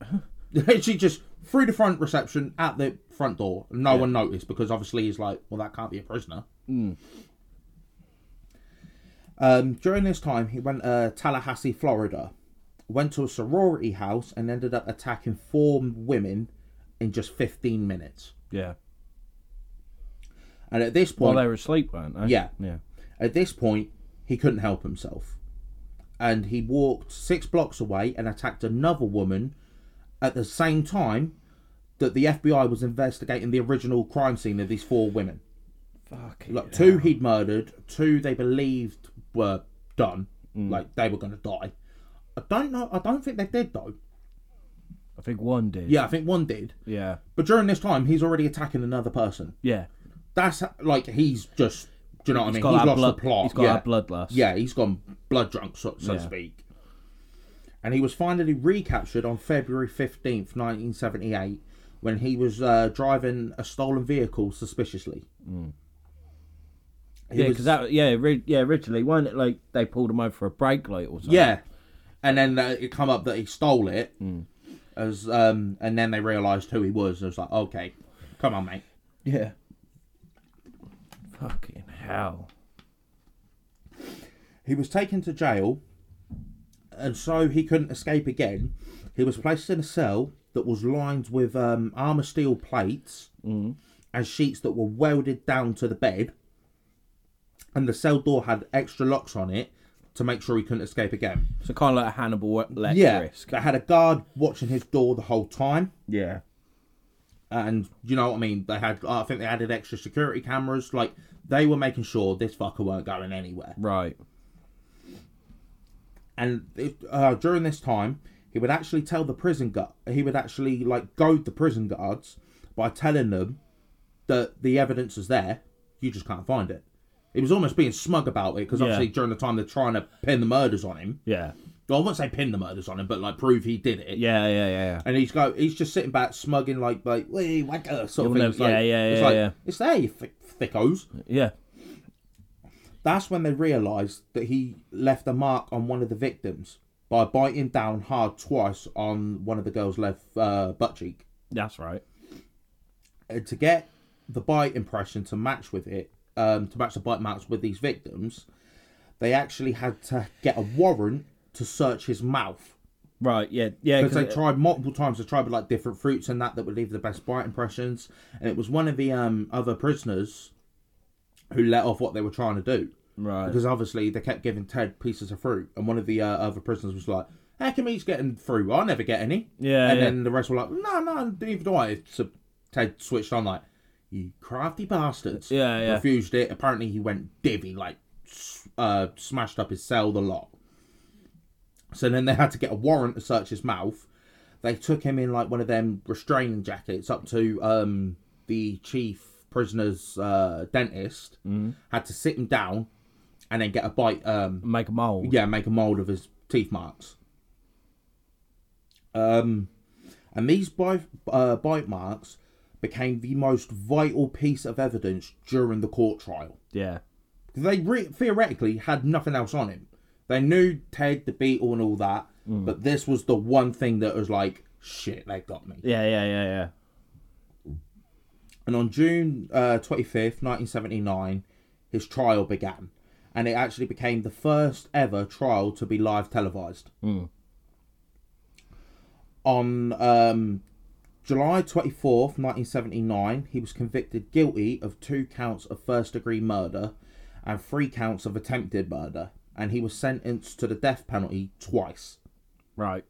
[SPEAKER 2] Literally just through the front reception at the front door. No one noticed because obviously he's like, well, that can't be a prisoner. Um, during this time, he went to Tallahassee, Florida, went to a sorority house, and ended up attacking four women in just 15 minutes.
[SPEAKER 1] Yeah.
[SPEAKER 2] And at this point,
[SPEAKER 1] Well, they were asleep, weren't they?
[SPEAKER 2] Yeah.
[SPEAKER 1] Yeah.
[SPEAKER 2] At this point, he couldn't help himself. And he walked six blocks away and attacked another woman at the same time that the FBI was investigating the original crime scene of these four women.
[SPEAKER 1] Fucking.
[SPEAKER 2] Like, two he'd murdered, two they believed were done,
[SPEAKER 1] Mm.
[SPEAKER 2] like they were going to die. I don't know, I don't think they did though.
[SPEAKER 1] I think one did.
[SPEAKER 2] Yeah, I think one did.
[SPEAKER 1] Yeah.
[SPEAKER 2] But during this time, he's already attacking another person.
[SPEAKER 1] Yeah.
[SPEAKER 2] That's like, he's just, do you know what I mean?
[SPEAKER 1] Got
[SPEAKER 2] He's
[SPEAKER 1] that
[SPEAKER 2] lost
[SPEAKER 1] blood,
[SPEAKER 2] the plot.
[SPEAKER 1] He's got
[SPEAKER 2] yeah.
[SPEAKER 1] that bloodlust.
[SPEAKER 2] Yeah, he's gone blood drunk, so, so to
[SPEAKER 1] Yeah.
[SPEAKER 2] speak. And he was finally recaptured on February 15th, 1978, when he was uh, driving a stolen vehicle suspiciously. He
[SPEAKER 1] Mm. Yeah,
[SPEAKER 2] was-
[SPEAKER 1] because that yeah, ri- yeah, originally, weren't it like they pulled him over for a brake light or something?
[SPEAKER 2] Yeah. And then uh, it come up that he stole it,
[SPEAKER 1] Mm.
[SPEAKER 2] as um, and then they realised who he was. And it was like, okay, come on, mate.
[SPEAKER 1] Yeah. Fucking hell.
[SPEAKER 2] He was taken to jail, and so he couldn't escape again. He was placed in a cell that was lined with um, armor steel plates and sheets that were welded down to the bed, and the cell door had extra locks on it to make sure he couldn't escape again.
[SPEAKER 1] So kind of like a Hannibal Lecter
[SPEAKER 2] Yeah,
[SPEAKER 1] risk.
[SPEAKER 2] they had a guard watching his door the whole time,
[SPEAKER 1] Yeah.
[SPEAKER 2] and you know what I mean. They had, I think they added extra security cameras. Like they were making sure this fucker weren't going anywhere.
[SPEAKER 1] Right.
[SPEAKER 2] and it, uh, during this time he would actually tell the prison guard he would actually like goad the prison guards by telling them that the evidence is there you just can't find it he was almost being smug about it because
[SPEAKER 1] Yeah.
[SPEAKER 2] obviously during the time they're trying to pin the murders on him
[SPEAKER 1] Yeah.
[SPEAKER 2] well, i wouldn't say pin the murders on him but like prove he did it
[SPEAKER 1] Yeah. Yeah. Yeah.
[SPEAKER 2] and he's go he's just sitting back smugging like like "Wee, wagger," sort of
[SPEAKER 1] You'll
[SPEAKER 2] thing
[SPEAKER 1] never-
[SPEAKER 2] It's like-
[SPEAKER 1] yeah, yeah,
[SPEAKER 2] it's
[SPEAKER 1] yeah,
[SPEAKER 2] like,
[SPEAKER 1] yeah.
[SPEAKER 2] it's there you thick, thickos
[SPEAKER 1] Yeah. Yeah.
[SPEAKER 2] that's when they realised that he left a mark on one of the victims by biting down hard twice on one of the girl's left uh, butt cheek.
[SPEAKER 1] That's right.
[SPEAKER 2] And to get the bite impression to match with it, um, to match the bite marks with these victims, they actually had to get a warrant to search his mouth
[SPEAKER 1] Right, yeah, yeah.
[SPEAKER 2] because
[SPEAKER 1] 'cause
[SPEAKER 2] they
[SPEAKER 1] it-
[SPEAKER 2] tried multiple times. They tried with like different fruits and that that would leave the best bite impressions. And it was one of the um other prisoners who let off what they were trying to do
[SPEAKER 1] right.
[SPEAKER 2] because obviously they kept giving Ted pieces of fruit. And one of the uh, other prisoners was like, "How come he's getting fruit? I never get any."
[SPEAKER 1] Yeah,
[SPEAKER 2] And
[SPEAKER 1] yeah.
[SPEAKER 2] then the rest were like, "No, no, neither do I." So Ted switched on like, "You crafty bastards!"
[SPEAKER 1] Yeah, yeah.
[SPEAKER 2] Refused it. Apparently he went divvy like s- uh, smashed up his cell the lot. So then they had to get a warrant to search his mouth. They took him in like one of them restraining jackets up to um, the chief prisoner's uh, dentist.
[SPEAKER 1] Mm-hmm.
[SPEAKER 2] Mm. Had to sit him down and then get a bite. Um,
[SPEAKER 1] Make a mold.
[SPEAKER 2] yeah, make a mold of his teeth marks. Um, and these bite, uh, bite marks became the most vital piece of evidence during the court trial.
[SPEAKER 1] Yeah,
[SPEAKER 2] They re- theoretically had nothing else on him. They knew Ted the Beetle and all that, but this was the one thing that was like, shit, they got me.
[SPEAKER 1] yeah, yeah, yeah, yeah.
[SPEAKER 2] And on June uh, 25th, 1979, his trial began. And it actually became the first ever trial to be live televised. On um, July 24th, 1979, he was convicted guilty of two counts of first degree murder and three counts of attempted murder. And he was sentenced to the death penalty twice.
[SPEAKER 1] Right.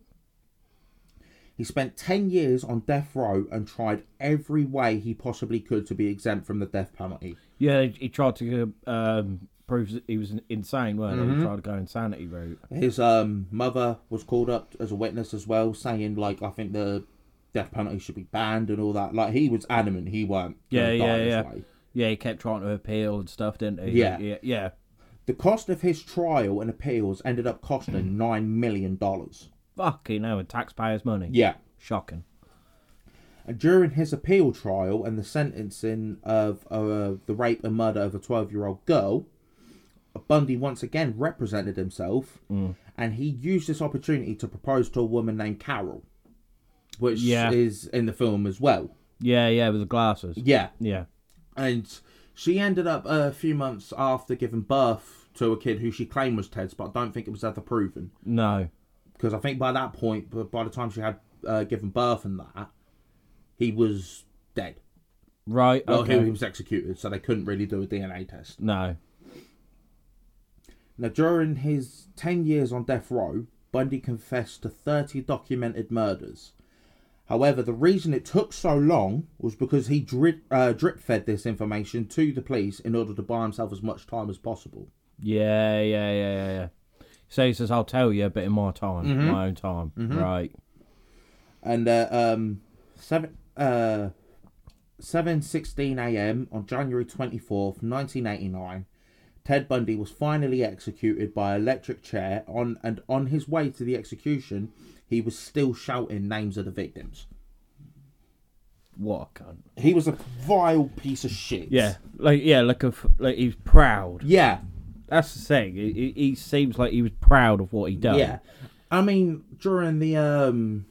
[SPEAKER 2] He spent 10 years on death row and tried every way he possibly could to be exempt from the death penalty.
[SPEAKER 1] Yeah, he tried to um, prove that he was insane, weren't
[SPEAKER 2] Mm-hmm.
[SPEAKER 1] he? He tried to go insanity route.
[SPEAKER 2] His um, mother was called up as a witness as well, saying, like, I think the death penalty should be banned and all that. Like, he was adamant he weren't.
[SPEAKER 1] Yeah,
[SPEAKER 2] gonna die
[SPEAKER 1] yeah,
[SPEAKER 2] this
[SPEAKER 1] yeah.
[SPEAKER 2] way.
[SPEAKER 1] Yeah, he kept trying to appeal and stuff, didn't he?
[SPEAKER 2] Yeah.
[SPEAKER 1] yeah, yeah.
[SPEAKER 2] The cost of his trial and appeals ended up
[SPEAKER 1] Hmm.
[SPEAKER 2] costing $9 million.
[SPEAKER 1] Fucking hell, with taxpayers' money.
[SPEAKER 2] Yeah.
[SPEAKER 1] Shocking.
[SPEAKER 2] And during his appeal trial and the sentencing of uh, the rape and murder of a 12 year old girl, Bundy once again represented himself
[SPEAKER 1] Hmm.
[SPEAKER 2] and he used this opportunity to propose to a woman named Carol, which
[SPEAKER 1] Yeah.
[SPEAKER 2] is in the film as well.
[SPEAKER 1] Yeah, yeah, with the glasses.
[SPEAKER 2] Yeah.
[SPEAKER 1] Yeah.
[SPEAKER 2] And she ended up a few months after giving birth to a kid who she claimed was Ted's, but I don't think it was ever proven.
[SPEAKER 1] No.
[SPEAKER 2] Because I think by that point, b- by the time she had uh, given birth and that, he was dead.
[SPEAKER 1] Right.
[SPEAKER 2] Well,
[SPEAKER 1] okay.
[SPEAKER 2] he was executed, so they couldn't really do a DNA test.
[SPEAKER 1] No.
[SPEAKER 2] Now, during his 10 years on death row, Bundy confessed to 30 documented murders. However, the reason it took so long was because he drip, uh, drip fed this information to the police in order to buy himself as much time as possible.
[SPEAKER 1] Yeah, yeah, yeah, yeah, yeah. So he says, "I'll tell you, but in my time,
[SPEAKER 2] Mm-hmm.
[SPEAKER 1] my own time." Right.
[SPEAKER 2] And uh, um, 7 uh, 7:16 a.m. on January 24th, 1989, Ted Bundy was finally executed by electric chair on and on his way to the execution, he was still shouting names of the victims.
[SPEAKER 1] What a cunt.
[SPEAKER 2] He was a vile piece of shit.
[SPEAKER 1] Yeah, like yeah, like a f- like he's proud.
[SPEAKER 2] Yeah.
[SPEAKER 1] That's the thing. He, he- he seems like he was proud of what he done.
[SPEAKER 2] Yeah. I mean, during the um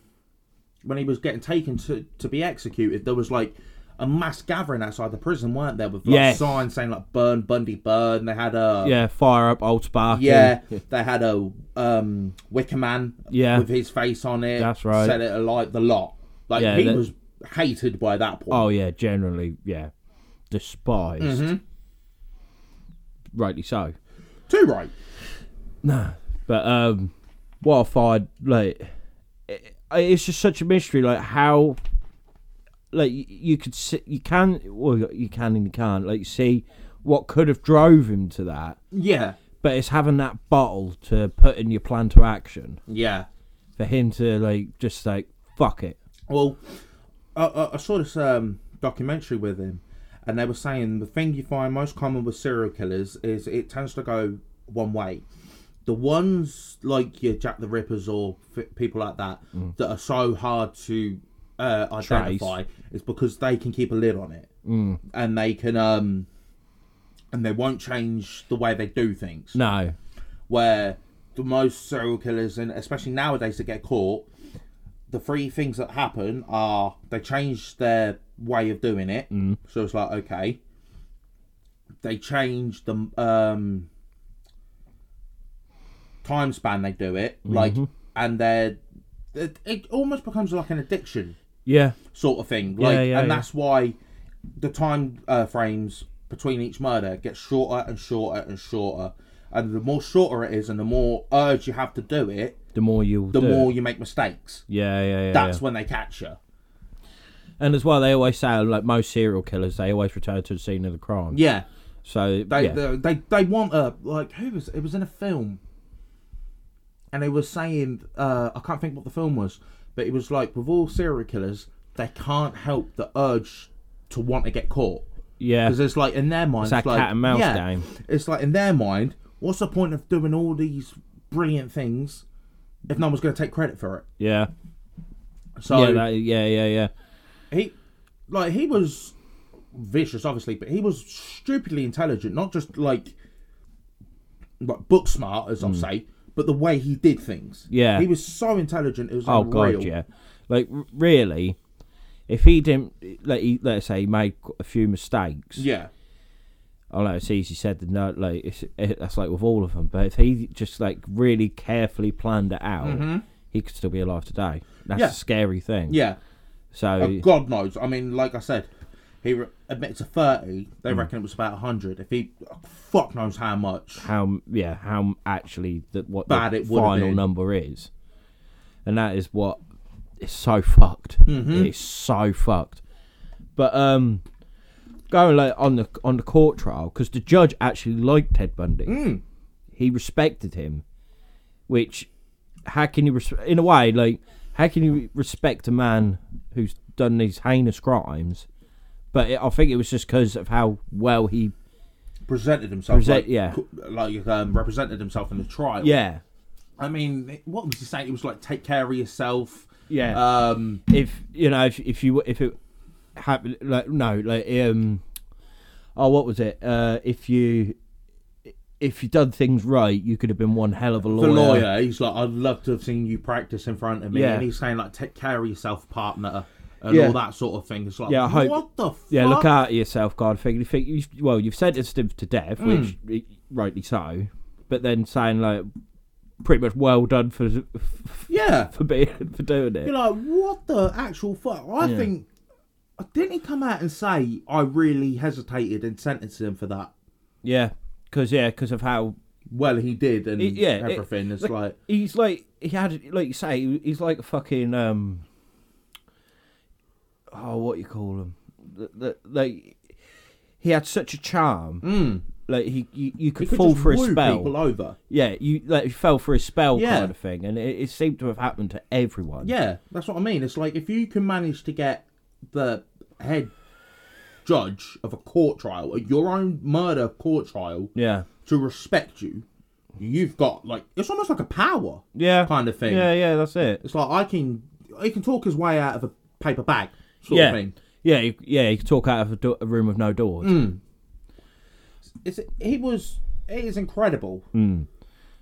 [SPEAKER 2] when he was getting taken to to be executed, there was like a mass gathering outside the prison, weren't there? With like
[SPEAKER 1] Yes.
[SPEAKER 2] signs saying like "Burn Bundy, burn." They had a
[SPEAKER 1] yeah. Fire up, old Sparky.
[SPEAKER 2] yeah, they had a um Wicker Man
[SPEAKER 1] Yeah.
[SPEAKER 2] with his face on it.
[SPEAKER 1] That's right.
[SPEAKER 2] Set it alight the lot. Like
[SPEAKER 1] Yeah,
[SPEAKER 2] he
[SPEAKER 1] that-
[SPEAKER 2] was hated by that point.
[SPEAKER 1] Oh yeah, generally yeah, despised.
[SPEAKER 2] Mm-hmm.
[SPEAKER 1] Rightly so.
[SPEAKER 2] Too right.
[SPEAKER 1] No, but um, what I find like it, it's just such a mystery, like how like you, you could see, you can well you can and you can't like see what could have drove him to that,
[SPEAKER 2] Yeah.
[SPEAKER 1] but it's having that bottle to put in your plan to action
[SPEAKER 2] Yeah.
[SPEAKER 1] for him to like just like fuck it.
[SPEAKER 2] Well, I, I, I saw this um, documentary with him, and they were saying the thing you find most common with serial killers is it tends to go one way. The ones like your Jack the Rippers or f- people like that that are so hard to uh, identify is because they can keep a lid on it, mm. and they can um, and they won't change the way they do things
[SPEAKER 1] No,
[SPEAKER 2] where the most serial killers and especially nowadays that get caught the three things that happen are they change their way of doing it so it's like okay they change the um time span they do it like and they're it, it almost becomes like an addiction
[SPEAKER 1] Yeah.
[SPEAKER 2] sort of thing.
[SPEAKER 1] Yeah,
[SPEAKER 2] Like,
[SPEAKER 1] yeah,
[SPEAKER 2] and
[SPEAKER 1] yeah.
[SPEAKER 2] that's why the time uh, frames between each murder get shorter and shorter and shorter. And the more shorter it is, and the more urge you have to do it,
[SPEAKER 1] The more you'll
[SPEAKER 2] the
[SPEAKER 1] do.
[SPEAKER 2] more you make mistakes.
[SPEAKER 1] yeah, yeah, yeah.
[SPEAKER 2] That's
[SPEAKER 1] yeah.
[SPEAKER 2] when they catch you.
[SPEAKER 1] And as well, they always say, like most serial killers, they always return to the scene of the crime.
[SPEAKER 2] Yeah,
[SPEAKER 1] So
[SPEAKER 2] they
[SPEAKER 1] yeah.
[SPEAKER 2] they, they they want a like who was it was in a film, and they were saying uh, I can't think what the film was, but it was like with all serial killers they can't help the urge to want to get caught
[SPEAKER 1] yeah.
[SPEAKER 2] because it's like in their mind it's,
[SPEAKER 1] that
[SPEAKER 2] like,
[SPEAKER 1] cat and mouse
[SPEAKER 2] yeah,
[SPEAKER 1] game.
[SPEAKER 2] It's like in their mind, what's the point of doing all these brilliant things if no one's going to take credit for it?
[SPEAKER 1] Yeah.
[SPEAKER 2] So
[SPEAKER 1] yeah, that, yeah, yeah, yeah.
[SPEAKER 2] he like he was vicious obviously but he was stupidly intelligent not just like like book smart as i say but the way he did things
[SPEAKER 1] Mm. Yeah.
[SPEAKER 2] he was so intelligent it was
[SPEAKER 1] Oh
[SPEAKER 2] unreal.
[SPEAKER 1] god, yeah. Like r- really, if he didn't, like, he, let's say, he made a few mistakes.
[SPEAKER 2] yeah
[SPEAKER 1] I know it's easy said than done. Like it's, it, that's like with all of them. But if he just like really carefully planned it out, he could still be alive today. That's
[SPEAKER 2] Mm-hmm. Yeah.
[SPEAKER 1] a scary thing.
[SPEAKER 2] yeah
[SPEAKER 1] So
[SPEAKER 2] Oh, god knows i mean like i said he re- admitted to 30 they
[SPEAKER 1] Hmm.
[SPEAKER 2] reckon it was about 100 if he fuck knows how much
[SPEAKER 1] how yeah how actually that what
[SPEAKER 2] Bad
[SPEAKER 1] the
[SPEAKER 2] it would've
[SPEAKER 1] final
[SPEAKER 2] been.
[SPEAKER 1] number is, and that is what it's so fucked.
[SPEAKER 2] Mm-hmm.
[SPEAKER 1] It's so fucked. But um, going like on the on the court trial because the judge actually liked Ted Bundy.
[SPEAKER 2] Mm.
[SPEAKER 1] He respected him, which how can you res- in a way like how can you respect a man who's done these heinous crimes? But it, I think it was just because of how well he
[SPEAKER 2] presented himself
[SPEAKER 1] Present-
[SPEAKER 2] like,
[SPEAKER 1] yeah.
[SPEAKER 2] co- like um, represented himself in the trial
[SPEAKER 1] yeah
[SPEAKER 2] i mean what was he saying it was like take care of yourself
[SPEAKER 1] yeah
[SPEAKER 2] um
[SPEAKER 1] if you know if if you if it happened like no like um oh what was it uh if you if you done things right you could have been one hell of a
[SPEAKER 2] the
[SPEAKER 1] lawyer,
[SPEAKER 2] lawyer, he's like, I'd love to have seen you practice in front of me.
[SPEAKER 1] Yeah.
[SPEAKER 2] And he's saying, like, take care of yourself, partner, and
[SPEAKER 1] Yeah.
[SPEAKER 2] all that sort of thing. It's like,
[SPEAKER 1] Yeah, I hope-
[SPEAKER 2] what the fuck?
[SPEAKER 1] yeah look out for yourself god thing you think you well you've sentenced him to death
[SPEAKER 2] Hmm.
[SPEAKER 1] which rightly so but then saying like pretty much well done for
[SPEAKER 2] Yeah.
[SPEAKER 1] for being for doing it
[SPEAKER 2] You're like, what the actual fuck? I think, didn't he come out and say, I really hesitated and sentenced him for that?
[SPEAKER 1] yeah because yeah because of how
[SPEAKER 2] Well, he did, and
[SPEAKER 1] It- yeah, it-
[SPEAKER 2] everything. it's like,
[SPEAKER 1] he's like he had like you say he's like a fucking um oh what you call him Th- th- like he had such a charm like he you, you
[SPEAKER 2] Hmm. he
[SPEAKER 1] could,
[SPEAKER 2] could
[SPEAKER 1] fall
[SPEAKER 2] just
[SPEAKER 1] for his
[SPEAKER 2] woo
[SPEAKER 1] spell
[SPEAKER 2] people over.
[SPEAKER 1] yeah you like you fell for his spell
[SPEAKER 2] Yeah.
[SPEAKER 1] kind of thing and it, it seemed to have happened to everyone
[SPEAKER 2] Yeah, that's what I mean. It's like, if you can manage to get the head judge of a court trial, your own murder court trial,
[SPEAKER 1] yeah
[SPEAKER 2] to respect you, you've got like it's almost like a power
[SPEAKER 1] yeah
[SPEAKER 2] kind of thing.
[SPEAKER 1] yeah yeah that's it
[SPEAKER 2] It's like I can he can talk his way out of a paper bag sort
[SPEAKER 1] yeah
[SPEAKER 2] of thing.
[SPEAKER 1] yeah you, yeah you could talk out of a, do- a room with no doors
[SPEAKER 2] It's he was it is incredible.
[SPEAKER 1] Hmm.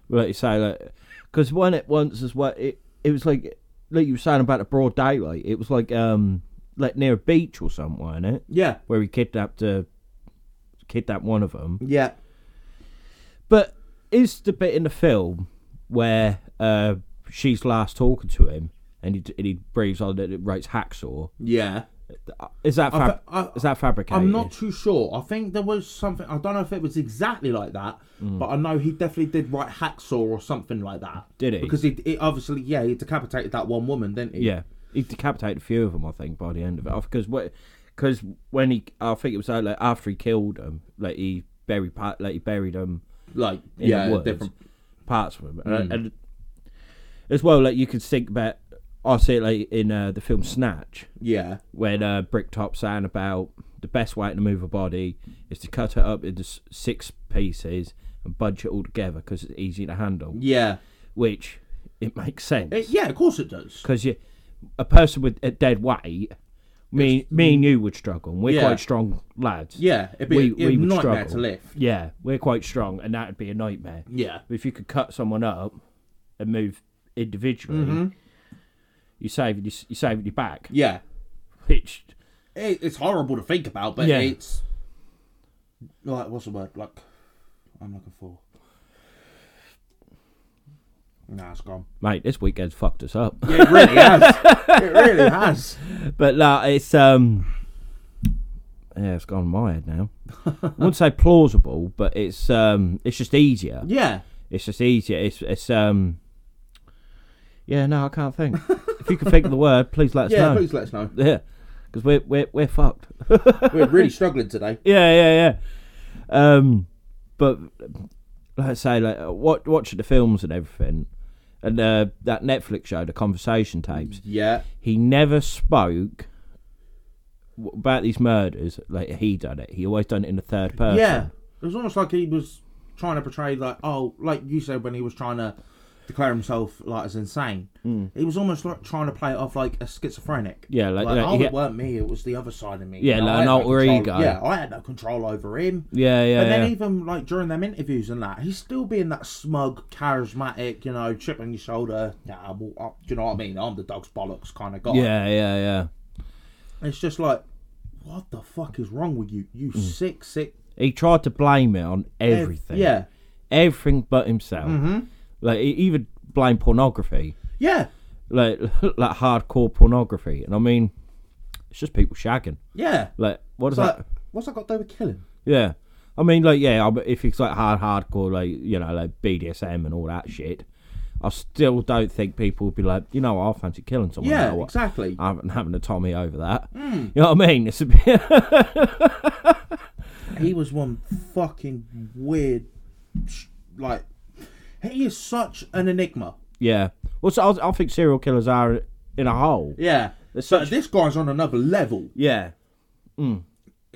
[SPEAKER 1] like you say, like because when it once as well, it it was like like you were saying about the broad daylight. It was like um like near a beach or somewhere, in it
[SPEAKER 2] Yeah,
[SPEAKER 1] where he kidnapped uh, kidnapped one of them.
[SPEAKER 2] yeah,
[SPEAKER 1] But is the bit in the film where uh she's last talking to him and he and he breathes on it, it writes hacksaw.
[SPEAKER 2] yeah.
[SPEAKER 1] Is that fab-
[SPEAKER 2] I- I-
[SPEAKER 1] is that fabricated?
[SPEAKER 2] I'm not too sure. I think there was something. I don't know if it was exactly like that,
[SPEAKER 1] Hmm.
[SPEAKER 2] but I know he definitely did write hacksaw or something like that.
[SPEAKER 1] Did he?
[SPEAKER 2] Because he, he obviously, yeah, he decapitated that one woman, didn't he?
[SPEAKER 1] Yeah, he decapitated a few of them, I think, by the end of it. Because because when he, I think it was uh, like after he killed them, like he buried part, like he buried them
[SPEAKER 2] like
[SPEAKER 1] in
[SPEAKER 2] yeah,
[SPEAKER 1] the woods,
[SPEAKER 2] different. Hmm.
[SPEAKER 1] parts of them, and, and as well, like you could think about. I see it like in uh, the film Snatch
[SPEAKER 2] Yeah,
[SPEAKER 1] when uh, Bricktop's saying about the best way to move a body is to cut it up into s- six pieces and bunch it all together because it's easy to handle,
[SPEAKER 2] yeah,
[SPEAKER 1] which it makes sense
[SPEAKER 2] Mm. It- yeah. Of course it does.
[SPEAKER 1] because you a person with a dead weight me me and you would struggle and we're
[SPEAKER 2] Yeah.
[SPEAKER 1] quite strong lads
[SPEAKER 2] Yeah, it'd be
[SPEAKER 1] we,
[SPEAKER 2] it'd
[SPEAKER 1] we
[SPEAKER 2] be
[SPEAKER 1] would
[SPEAKER 2] nightmare
[SPEAKER 1] struggle
[SPEAKER 2] to lift.
[SPEAKER 1] yeah we're quite strong and that'd be a nightmare
[SPEAKER 2] Yeah,
[SPEAKER 1] if you could cut someone up and move individually
[SPEAKER 2] Mm-hmm.
[SPEAKER 1] you save you, you save your back
[SPEAKER 2] yeah.
[SPEAKER 1] which
[SPEAKER 2] It, it's horrible to think about, but
[SPEAKER 1] Yeah.
[SPEAKER 2] it's like what's the word? Like I'm looking for Nah, it's gone.
[SPEAKER 1] Mate, this weekend's fucked us up.
[SPEAKER 2] Yeah, it really has. It really has.
[SPEAKER 1] But no, it's um, yeah, it's gone my head now. I wouldn't say plausible, but it's um, it's just easier.
[SPEAKER 2] Yeah.
[SPEAKER 1] It's just easier. It's it's um, yeah. No, I can't think. if you can think of the word, please let us
[SPEAKER 2] Yeah,
[SPEAKER 1] know.
[SPEAKER 2] please let us know.
[SPEAKER 1] Yeah, because we're we're we're fucked.
[SPEAKER 2] We're really struggling today.
[SPEAKER 1] Yeah, yeah, yeah. Um, but like I say, like uh, wa watching the films and everything, and uh, that Netflix show, the conversation tapes.
[SPEAKER 2] Yeah.
[SPEAKER 1] He never spoke w- about these murders. Like he done it. He always done it in the third person.
[SPEAKER 2] Yeah. It was almost like he was trying to portray like oh, like you said when he was trying to declare himself like as insane. He was almost like trying to play it off like a schizophrenic.
[SPEAKER 1] Hmm. Yeah, like-
[SPEAKER 2] like
[SPEAKER 1] like,
[SPEAKER 2] oh,
[SPEAKER 1] he-
[SPEAKER 2] it weren't me. It was the other side of me.
[SPEAKER 1] Yeah,
[SPEAKER 2] You know,
[SPEAKER 1] like
[SPEAKER 2] I
[SPEAKER 1] an
[SPEAKER 2] had no
[SPEAKER 1] alter
[SPEAKER 2] control-
[SPEAKER 1] ego.
[SPEAKER 2] Yeah, I had no control over him.
[SPEAKER 1] yeah, yeah.
[SPEAKER 2] And
[SPEAKER 1] yeah.
[SPEAKER 2] then even like during them interviews and that, he's still being that smug, charismatic, you know, chip on your shoulder. Nah, well, I, do you know what I mean? I'm the dog's bollocks kind of guy.
[SPEAKER 1] yeah, yeah, yeah.
[SPEAKER 2] It's just like, what the fuck is wrong with you? You sick, sick.
[SPEAKER 1] He tried to blame it on Mm. everything.
[SPEAKER 2] Yeah.
[SPEAKER 1] everything but himself.
[SPEAKER 2] Mm-hmm.
[SPEAKER 1] Like he even blamed pornography,
[SPEAKER 2] Yeah.
[SPEAKER 1] like like hardcore pornography. And I mean, it's just people shagging.
[SPEAKER 2] Yeah.
[SPEAKER 1] Like what is
[SPEAKER 2] But
[SPEAKER 1] that?
[SPEAKER 2] what's that got to do with killing?
[SPEAKER 1] Yeah. I mean, like, yeah, I- if it's like hard, hardcore, like, you know, like BDSM and all that shit, I still don't think people would be like, you know, what, I fancy killing someone.
[SPEAKER 2] Yeah,
[SPEAKER 1] now, what?
[SPEAKER 2] exactly. Hmm.
[SPEAKER 1] I'm having, having a Tommy over that. You know what I mean? It's a bit,
[SPEAKER 2] He was one fucking weird, sh- like, he is such an enigma.
[SPEAKER 1] yeah. Well, so I, I think serial killers are in a hole.
[SPEAKER 2] Yeah.
[SPEAKER 1] There's
[SPEAKER 2] So
[SPEAKER 1] such-
[SPEAKER 2] this guy's on another level.
[SPEAKER 1] Yeah.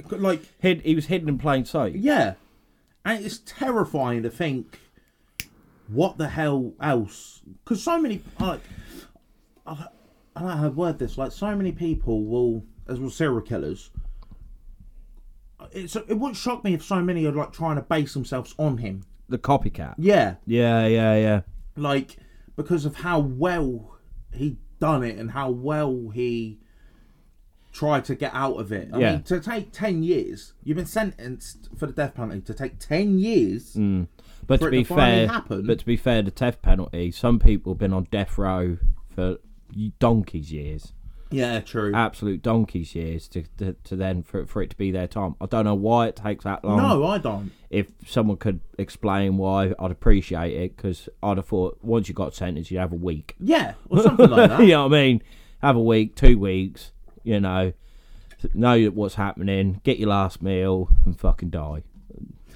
[SPEAKER 2] Like,
[SPEAKER 1] Hid, he was hidden in plain sight.
[SPEAKER 2] Yeah. And it's terrifying to think what the hell else. Because so many, like, I, I don't know how to word this, like, so many people will, as well, serial killers. It's, it wouldn't shock me if so many are like trying to base themselves on him.
[SPEAKER 1] The copycat.
[SPEAKER 2] Yeah,
[SPEAKER 1] Yeah, yeah, yeah.
[SPEAKER 2] like because of how well he done it and how well he tried to get out of it. I
[SPEAKER 1] Yeah.
[SPEAKER 2] mean, to take ten years, you've been sentenced for the death penalty. To take ten years,
[SPEAKER 1] Mm. But
[SPEAKER 2] For
[SPEAKER 1] to
[SPEAKER 2] it
[SPEAKER 1] be
[SPEAKER 2] to
[SPEAKER 1] fair,
[SPEAKER 2] finally happen.
[SPEAKER 1] but to be fair, the death penalty. Some people have been on death row for donkey's years.
[SPEAKER 2] yeah, true.
[SPEAKER 1] absolute donkey's years to, to, to then for, for it to be their time. I don't know why it takes that long.
[SPEAKER 2] no, I don't.
[SPEAKER 1] If someone could explain why, I'd appreciate it because I'd have thought once you got sentenced, you'd have a week.
[SPEAKER 2] Yeah, or something like
[SPEAKER 1] you
[SPEAKER 2] that.
[SPEAKER 1] know what I mean? Have a week, two weeks, you know, know what's happening, get your last meal, and fucking die.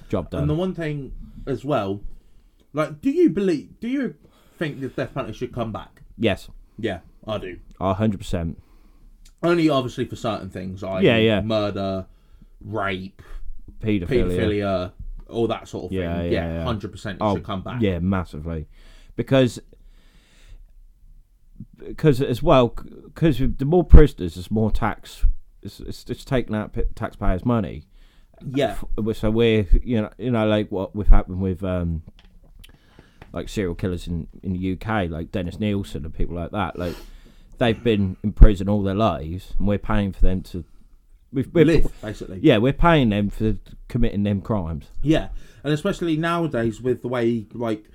[SPEAKER 1] Job done.
[SPEAKER 2] And the one thing as well, like, do you believe? Do you think the death penalty should come back?
[SPEAKER 1] yes,
[SPEAKER 2] Yeah, I do.
[SPEAKER 1] a 100%.
[SPEAKER 2] Only obviously for certain things, like
[SPEAKER 1] Yeah, yeah.
[SPEAKER 2] murder, rape,
[SPEAKER 1] Paedophilia.
[SPEAKER 2] paedophilia, all that sort of
[SPEAKER 1] Yeah, yeah,
[SPEAKER 2] thing. Yeah,
[SPEAKER 1] yeah. Oh,
[SPEAKER 2] hundred percent. It should come back.
[SPEAKER 1] Yeah, massively, because because as well, because the more prisoners, there's more tax. It's, it's, it's taking out p- taxpayers' money.
[SPEAKER 2] yeah,
[SPEAKER 1] So we're you know you know like what we've happened with um like serial killers in in the UK, like Dennis Nielsen and people like that. Like they've been in prison all their lives, and we're paying for them to. We've, we're,
[SPEAKER 2] live basically.
[SPEAKER 1] Yeah, we're paying them for committing them crimes.
[SPEAKER 2] Yeah, and especially nowadays with the way like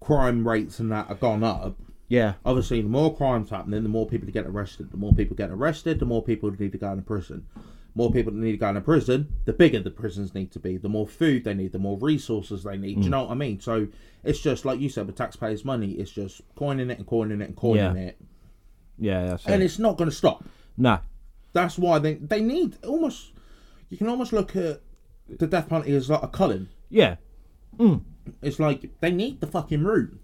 [SPEAKER 2] crime rates and that are gone up.
[SPEAKER 1] Yeah,
[SPEAKER 2] Obviously, the more crimes happening, the more people get arrested. The more people get arrested, the more people need to go into prison. More people that need to go into prison, the bigger the prisons need to be. The more food they need, the more resources they need. Do
[SPEAKER 1] Mm.
[SPEAKER 2] you know what I mean? So it's just like you said with taxpayers' money. It's just coining it and coining it and coining
[SPEAKER 1] Yeah.
[SPEAKER 2] it,
[SPEAKER 1] yeah, that's
[SPEAKER 2] and
[SPEAKER 1] it.
[SPEAKER 2] it's not going to stop.
[SPEAKER 1] No,
[SPEAKER 2] That's why they they need almost. You can almost look at the death penalty as like a culling.
[SPEAKER 1] yeah,
[SPEAKER 2] It's like they need the fucking root.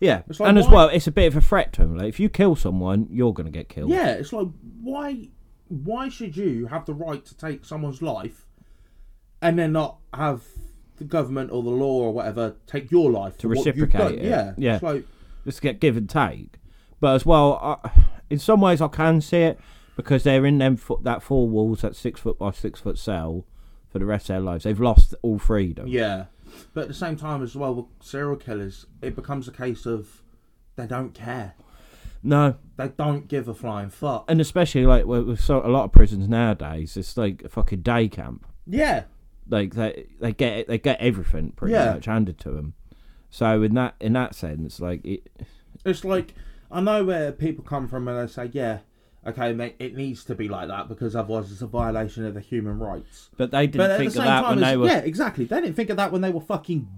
[SPEAKER 1] Yeah,
[SPEAKER 2] like,
[SPEAKER 1] and as
[SPEAKER 2] why-
[SPEAKER 1] well, it's a bit of a threat to him. Like, if you kill someone, you're going to get killed.
[SPEAKER 2] Yeah, it's like why why should you have the right to take someone's life, and then not have the government or the law or whatever take your life to
[SPEAKER 1] reciprocate it.
[SPEAKER 2] Yeah,
[SPEAKER 1] Yeah.
[SPEAKER 2] It's like
[SPEAKER 1] Just get give and take. But as well, I, in some ways, I can see it because they're in them fo- that four walls, that six foot by six foot cell, for the rest of their lives. They've lost all freedom.
[SPEAKER 2] yeah, but at the same time as well with serial killers, it becomes a case of they don't care.
[SPEAKER 1] No,
[SPEAKER 2] They don't give a flying fuck.
[SPEAKER 1] and especially like with, with so, a lot of prisons nowadays, it's like a fucking day camp.
[SPEAKER 2] Yeah,
[SPEAKER 1] Like they they get they get everything pretty
[SPEAKER 2] Yeah.
[SPEAKER 1] much handed to them. So in that in that sense, like it,
[SPEAKER 2] It's like I know where people come from and they say, "Yeah, okay, mate, it needs to be like that because otherwise it's a violation of the human rights."
[SPEAKER 1] but they
[SPEAKER 2] But
[SPEAKER 1] didn't
[SPEAKER 2] at the
[SPEAKER 1] think of
[SPEAKER 2] same
[SPEAKER 1] that when
[SPEAKER 2] time,
[SPEAKER 1] they
[SPEAKER 2] it's-
[SPEAKER 1] were
[SPEAKER 2] yeah, exactly. They didn't think of that when they were fucking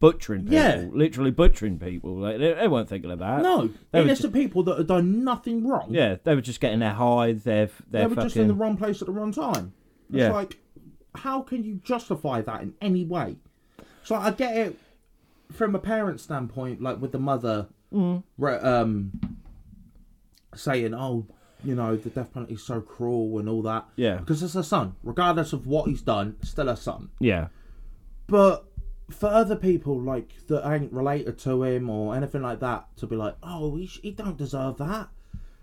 [SPEAKER 1] butchering people,
[SPEAKER 2] Yeah.
[SPEAKER 1] literally butchering people. Like they, they weren't thinking of that.
[SPEAKER 2] no.
[SPEAKER 1] they
[SPEAKER 2] They
[SPEAKER 1] were
[SPEAKER 2] list of people that have done nothing wrong.
[SPEAKER 1] Yeah, they were just getting their hide, their
[SPEAKER 2] they
[SPEAKER 1] their
[SPEAKER 2] were
[SPEAKER 1] fucking.
[SPEAKER 2] just in the wrong place at the wrong time. It's
[SPEAKER 1] Yeah.
[SPEAKER 2] like, how can you justify that in any way? So I get it from a parent's standpoint, like with the mother,
[SPEAKER 1] Mm.
[SPEAKER 2] re- um, saying, "Oh, you know, the death penalty is so cruel and all that."
[SPEAKER 1] Yeah.
[SPEAKER 2] because it's her son, regardless of what he's done, it's still her son.
[SPEAKER 1] yeah,
[SPEAKER 2] But for other people like that ain't related to him or anything like that, to be like, "Oh, he, sh- he don't deserve that."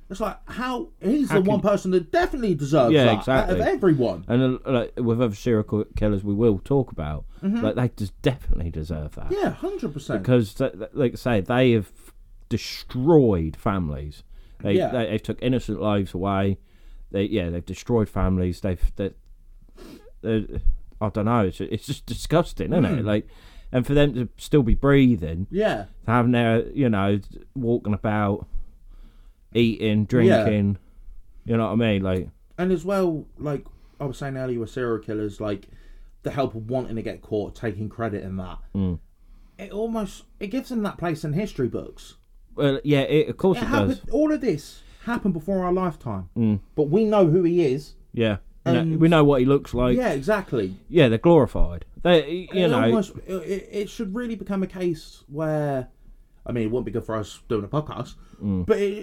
[SPEAKER 2] It's like how he's the
[SPEAKER 1] can-
[SPEAKER 2] one person that definitely deserves
[SPEAKER 1] Yeah,
[SPEAKER 2] that
[SPEAKER 1] exactly.
[SPEAKER 2] out of everyone.
[SPEAKER 1] and uh, like with other serial ki- killers, we will talk about. Like they just definitely deserve that
[SPEAKER 2] Mm-hmm. Yeah, hundred percent.
[SPEAKER 1] because, th- th- like I say, they have destroyed families. They,
[SPEAKER 2] Yeah.
[SPEAKER 1] they they took innocent lives away. They yeah they've destroyed families. They've they, they- I don't know. It's it's just disgusting, isn't
[SPEAKER 2] Mm.
[SPEAKER 1] it? Like, and for them to still be breathing,
[SPEAKER 2] Yeah,
[SPEAKER 1] having their you know walking about, eating, drinking. You know what I mean? Like
[SPEAKER 2] and as well, like I was saying earlier with serial killers, like the help of wanting to get caught, taking credit in that.
[SPEAKER 1] Mm.
[SPEAKER 2] It almost it gives them that place in history books.
[SPEAKER 1] Well, yeah, it, of course
[SPEAKER 2] It
[SPEAKER 1] it, does. Mm.
[SPEAKER 2] happened. All of this happened before our lifetime, but we know who he is.
[SPEAKER 1] Yeah, You know,
[SPEAKER 2] And-
[SPEAKER 1] we know what he looks like. Yeah,
[SPEAKER 2] Yeah, exactly.
[SPEAKER 1] they're glorified. They, you
[SPEAKER 2] it
[SPEAKER 1] know,
[SPEAKER 2] almost it, it it should really become a case where, I mean, it wouldn't be good for us doing a podcast,
[SPEAKER 1] Mm.
[SPEAKER 2] but it,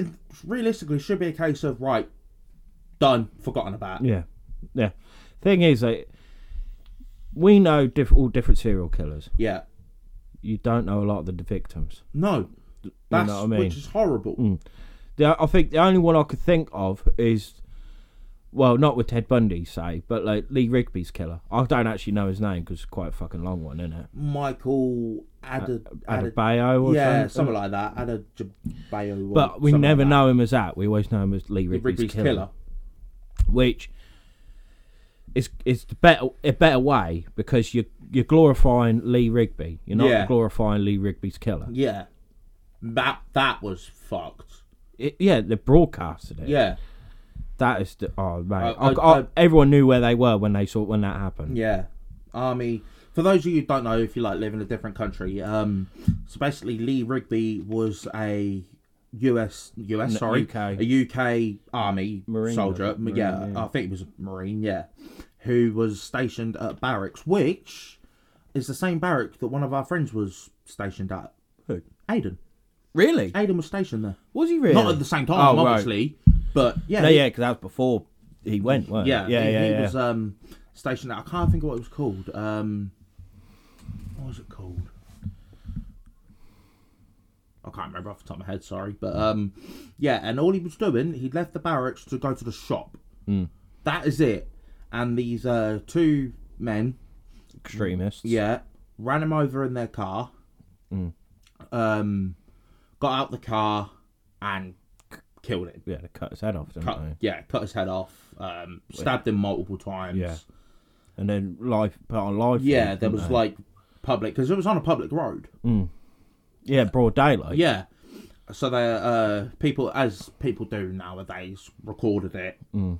[SPEAKER 2] it realistically should be a case of right, done, forgotten about.
[SPEAKER 1] yeah, yeah. Thing is, like, we know diff- all different serial killers.
[SPEAKER 2] Yeah.
[SPEAKER 1] You don't know a lot of the victims.
[SPEAKER 2] No. That's
[SPEAKER 1] what I mean? Mm.
[SPEAKER 2] which is horrible.
[SPEAKER 1] The, I think the only one I could think of is, well, not with Ted Bundy, say, but like Lee Rigby's killer. I don't actually know his name because it's quite a fucking long one, isn't it?
[SPEAKER 2] Michael Adad, Adad,
[SPEAKER 1] Adebayo or
[SPEAKER 2] yeah,
[SPEAKER 1] something. Mm.
[SPEAKER 2] something like that. Adabayo. or
[SPEAKER 1] But we
[SPEAKER 2] something
[SPEAKER 1] never
[SPEAKER 2] like
[SPEAKER 1] know him as that. We always know him as Lee
[SPEAKER 2] that.
[SPEAKER 1] Rigby's,
[SPEAKER 2] Rigby's killer.
[SPEAKER 1] killer. which is is the better a better way because you you're glorifying Lee Rigby. You're not
[SPEAKER 2] Yeah.
[SPEAKER 1] glorifying Lee Rigby's killer.
[SPEAKER 2] Yeah, that that was fucked.
[SPEAKER 1] It- yeah, they broadcasted it.
[SPEAKER 2] Yeah,
[SPEAKER 1] that is the oh mate.
[SPEAKER 2] I-
[SPEAKER 1] I-
[SPEAKER 2] I-
[SPEAKER 1] I- everyone knew where they were when they saw when that happened.
[SPEAKER 2] yeah. Army. For those of you who don't know, if you like live in a different country, um, so basically Lee Rigby was a US US sorry
[SPEAKER 1] UK.
[SPEAKER 2] a UK army
[SPEAKER 1] Marine,
[SPEAKER 2] soldier.
[SPEAKER 1] wasn't it?
[SPEAKER 2] yeah,
[SPEAKER 1] Marine,
[SPEAKER 2] I think it was a Marine. Yeah, who was stationed at barracks, which is the same barrack that one of our friends was stationed at.
[SPEAKER 1] Who?
[SPEAKER 2] Aiden.
[SPEAKER 1] Really?
[SPEAKER 2] Aiden was stationed there.
[SPEAKER 1] Was he really?
[SPEAKER 2] Not at the same time,
[SPEAKER 1] Oh, right.
[SPEAKER 2] obviously, but yeah,
[SPEAKER 1] No,
[SPEAKER 2] he-
[SPEAKER 1] yeah, because that was before he went. Weren't
[SPEAKER 2] yeah,
[SPEAKER 1] it? yeah,
[SPEAKER 2] he,
[SPEAKER 1] yeah,
[SPEAKER 2] he
[SPEAKER 1] yeah.
[SPEAKER 2] was um, stationed at. I can't think of what it was called. Um, what was it called? I can't remember off the top of my head. Sorry, but um, yeah, and all he was doing, he left the barracks to go to the shop.
[SPEAKER 1] Mm.
[SPEAKER 2] That is it. And these uh, two men,
[SPEAKER 1] Extremists.
[SPEAKER 2] yeah, ran him over in their car.
[SPEAKER 1] Mm.
[SPEAKER 2] Um, got out the car and c- killed him
[SPEAKER 1] yeah, they cut his head off, didn't
[SPEAKER 2] cut,
[SPEAKER 1] they?
[SPEAKER 2] yeah, cut his head off, um, stabbed him multiple times.
[SPEAKER 1] Yeah. And then life put on life.
[SPEAKER 2] Yeah,
[SPEAKER 1] feed,
[SPEAKER 2] there
[SPEAKER 1] didn't Mm.
[SPEAKER 2] was
[SPEAKER 1] they?
[SPEAKER 2] like public because it was on a public road.
[SPEAKER 1] yeah, broad daylight.
[SPEAKER 2] Yeah, so they uh, people as people do nowadays recorded it,
[SPEAKER 1] Mm.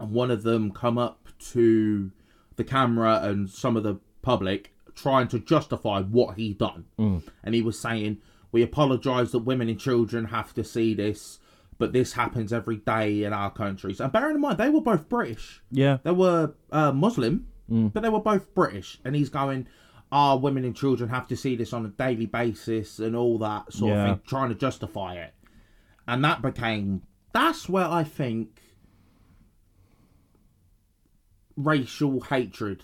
[SPEAKER 2] and one of them come up to the camera and some of the public trying to justify what he done,
[SPEAKER 1] Mm.
[SPEAKER 2] and he was saying, "We apologise that women and children have to see this." But this happens every day in our countries. And bearing in mind, they were both British.
[SPEAKER 1] yeah,
[SPEAKER 2] They were uh, Muslim,
[SPEAKER 1] Mm.
[SPEAKER 2] but they were both British. And he's going, our women and children have to see this on a daily basis and all that sort
[SPEAKER 1] Yeah.
[SPEAKER 2] of thing, trying to justify it. And that became, that's where I think racial hatred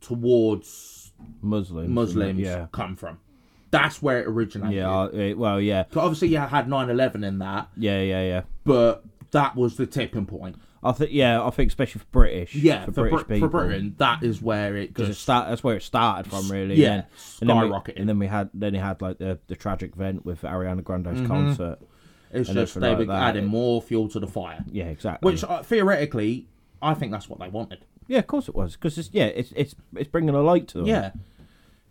[SPEAKER 2] towards
[SPEAKER 1] Muslims. and-
[SPEAKER 2] Muslims
[SPEAKER 1] Yeah,
[SPEAKER 2] come from. That's where it originated.
[SPEAKER 1] yeah. I- it- well, yeah,
[SPEAKER 2] So obviously, you had 9 11 in that,
[SPEAKER 1] yeah, yeah, yeah.
[SPEAKER 2] but that was the tipping point.
[SPEAKER 1] I think yeah, I think especially for British,
[SPEAKER 2] Yeah,
[SPEAKER 1] for,
[SPEAKER 2] for,
[SPEAKER 1] British
[SPEAKER 2] Brit-
[SPEAKER 1] people,
[SPEAKER 2] for Britain, that is where it
[SPEAKER 1] Because it
[SPEAKER 2] just
[SPEAKER 1] start, that's where it started from, really.
[SPEAKER 2] yeah,
[SPEAKER 1] and then, and then we,
[SPEAKER 2] skyrocketed.
[SPEAKER 1] and then we had, then you had like the, the tragic event with Ariana Grande's
[SPEAKER 2] Mm-hmm.
[SPEAKER 1] concert.
[SPEAKER 2] It's
[SPEAKER 1] and
[SPEAKER 2] just
[SPEAKER 1] everything
[SPEAKER 2] they
[SPEAKER 1] like
[SPEAKER 2] were
[SPEAKER 1] that.
[SPEAKER 2] adding more fuel to the fire,
[SPEAKER 1] Yeah, exactly.
[SPEAKER 2] which uh, theoretically, I think that's what they wanted.
[SPEAKER 1] yeah, of course it was, because it's yeah, it's it's it's bringing a light to them.
[SPEAKER 2] Yeah,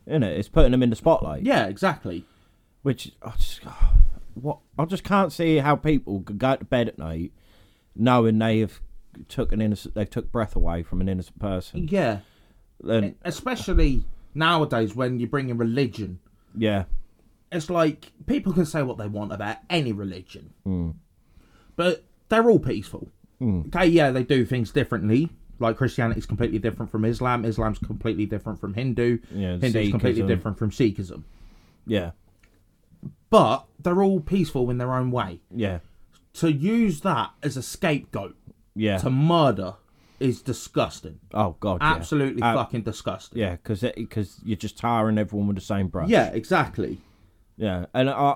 [SPEAKER 1] isn't it? It's putting them in the spotlight.
[SPEAKER 2] Yeah, exactly.
[SPEAKER 1] Which I just ah, what I just can't see how people could go to bed at night knowing they have took an innocent they took breath away from an innocent person.
[SPEAKER 2] Yeah,
[SPEAKER 1] And
[SPEAKER 2] especially nowadays when you bring in religion.
[SPEAKER 1] yeah,
[SPEAKER 2] It's like people can say what they want about any religion,
[SPEAKER 1] Mm.
[SPEAKER 2] but they're all peaceful. Okay, yeah, they do things differently. Like Christianity is completely different from Islam. Islam's completely different from Hindu.
[SPEAKER 1] Yeah, and
[SPEAKER 2] Hindu's completely
[SPEAKER 1] Sikhism.
[SPEAKER 2] different from Sikhism.
[SPEAKER 1] yeah,
[SPEAKER 2] But they're all peaceful in their own way.
[SPEAKER 1] yeah,
[SPEAKER 2] To use that as a scapegoat
[SPEAKER 1] yeah.
[SPEAKER 2] to murder is disgusting.
[SPEAKER 1] oh god, yeah.
[SPEAKER 2] Absolutely
[SPEAKER 1] Uh,
[SPEAKER 2] fucking disgusting.
[SPEAKER 1] Yeah, because because you're just tiring everyone with the same brush.
[SPEAKER 2] Yeah, exactly.
[SPEAKER 1] yeah, and I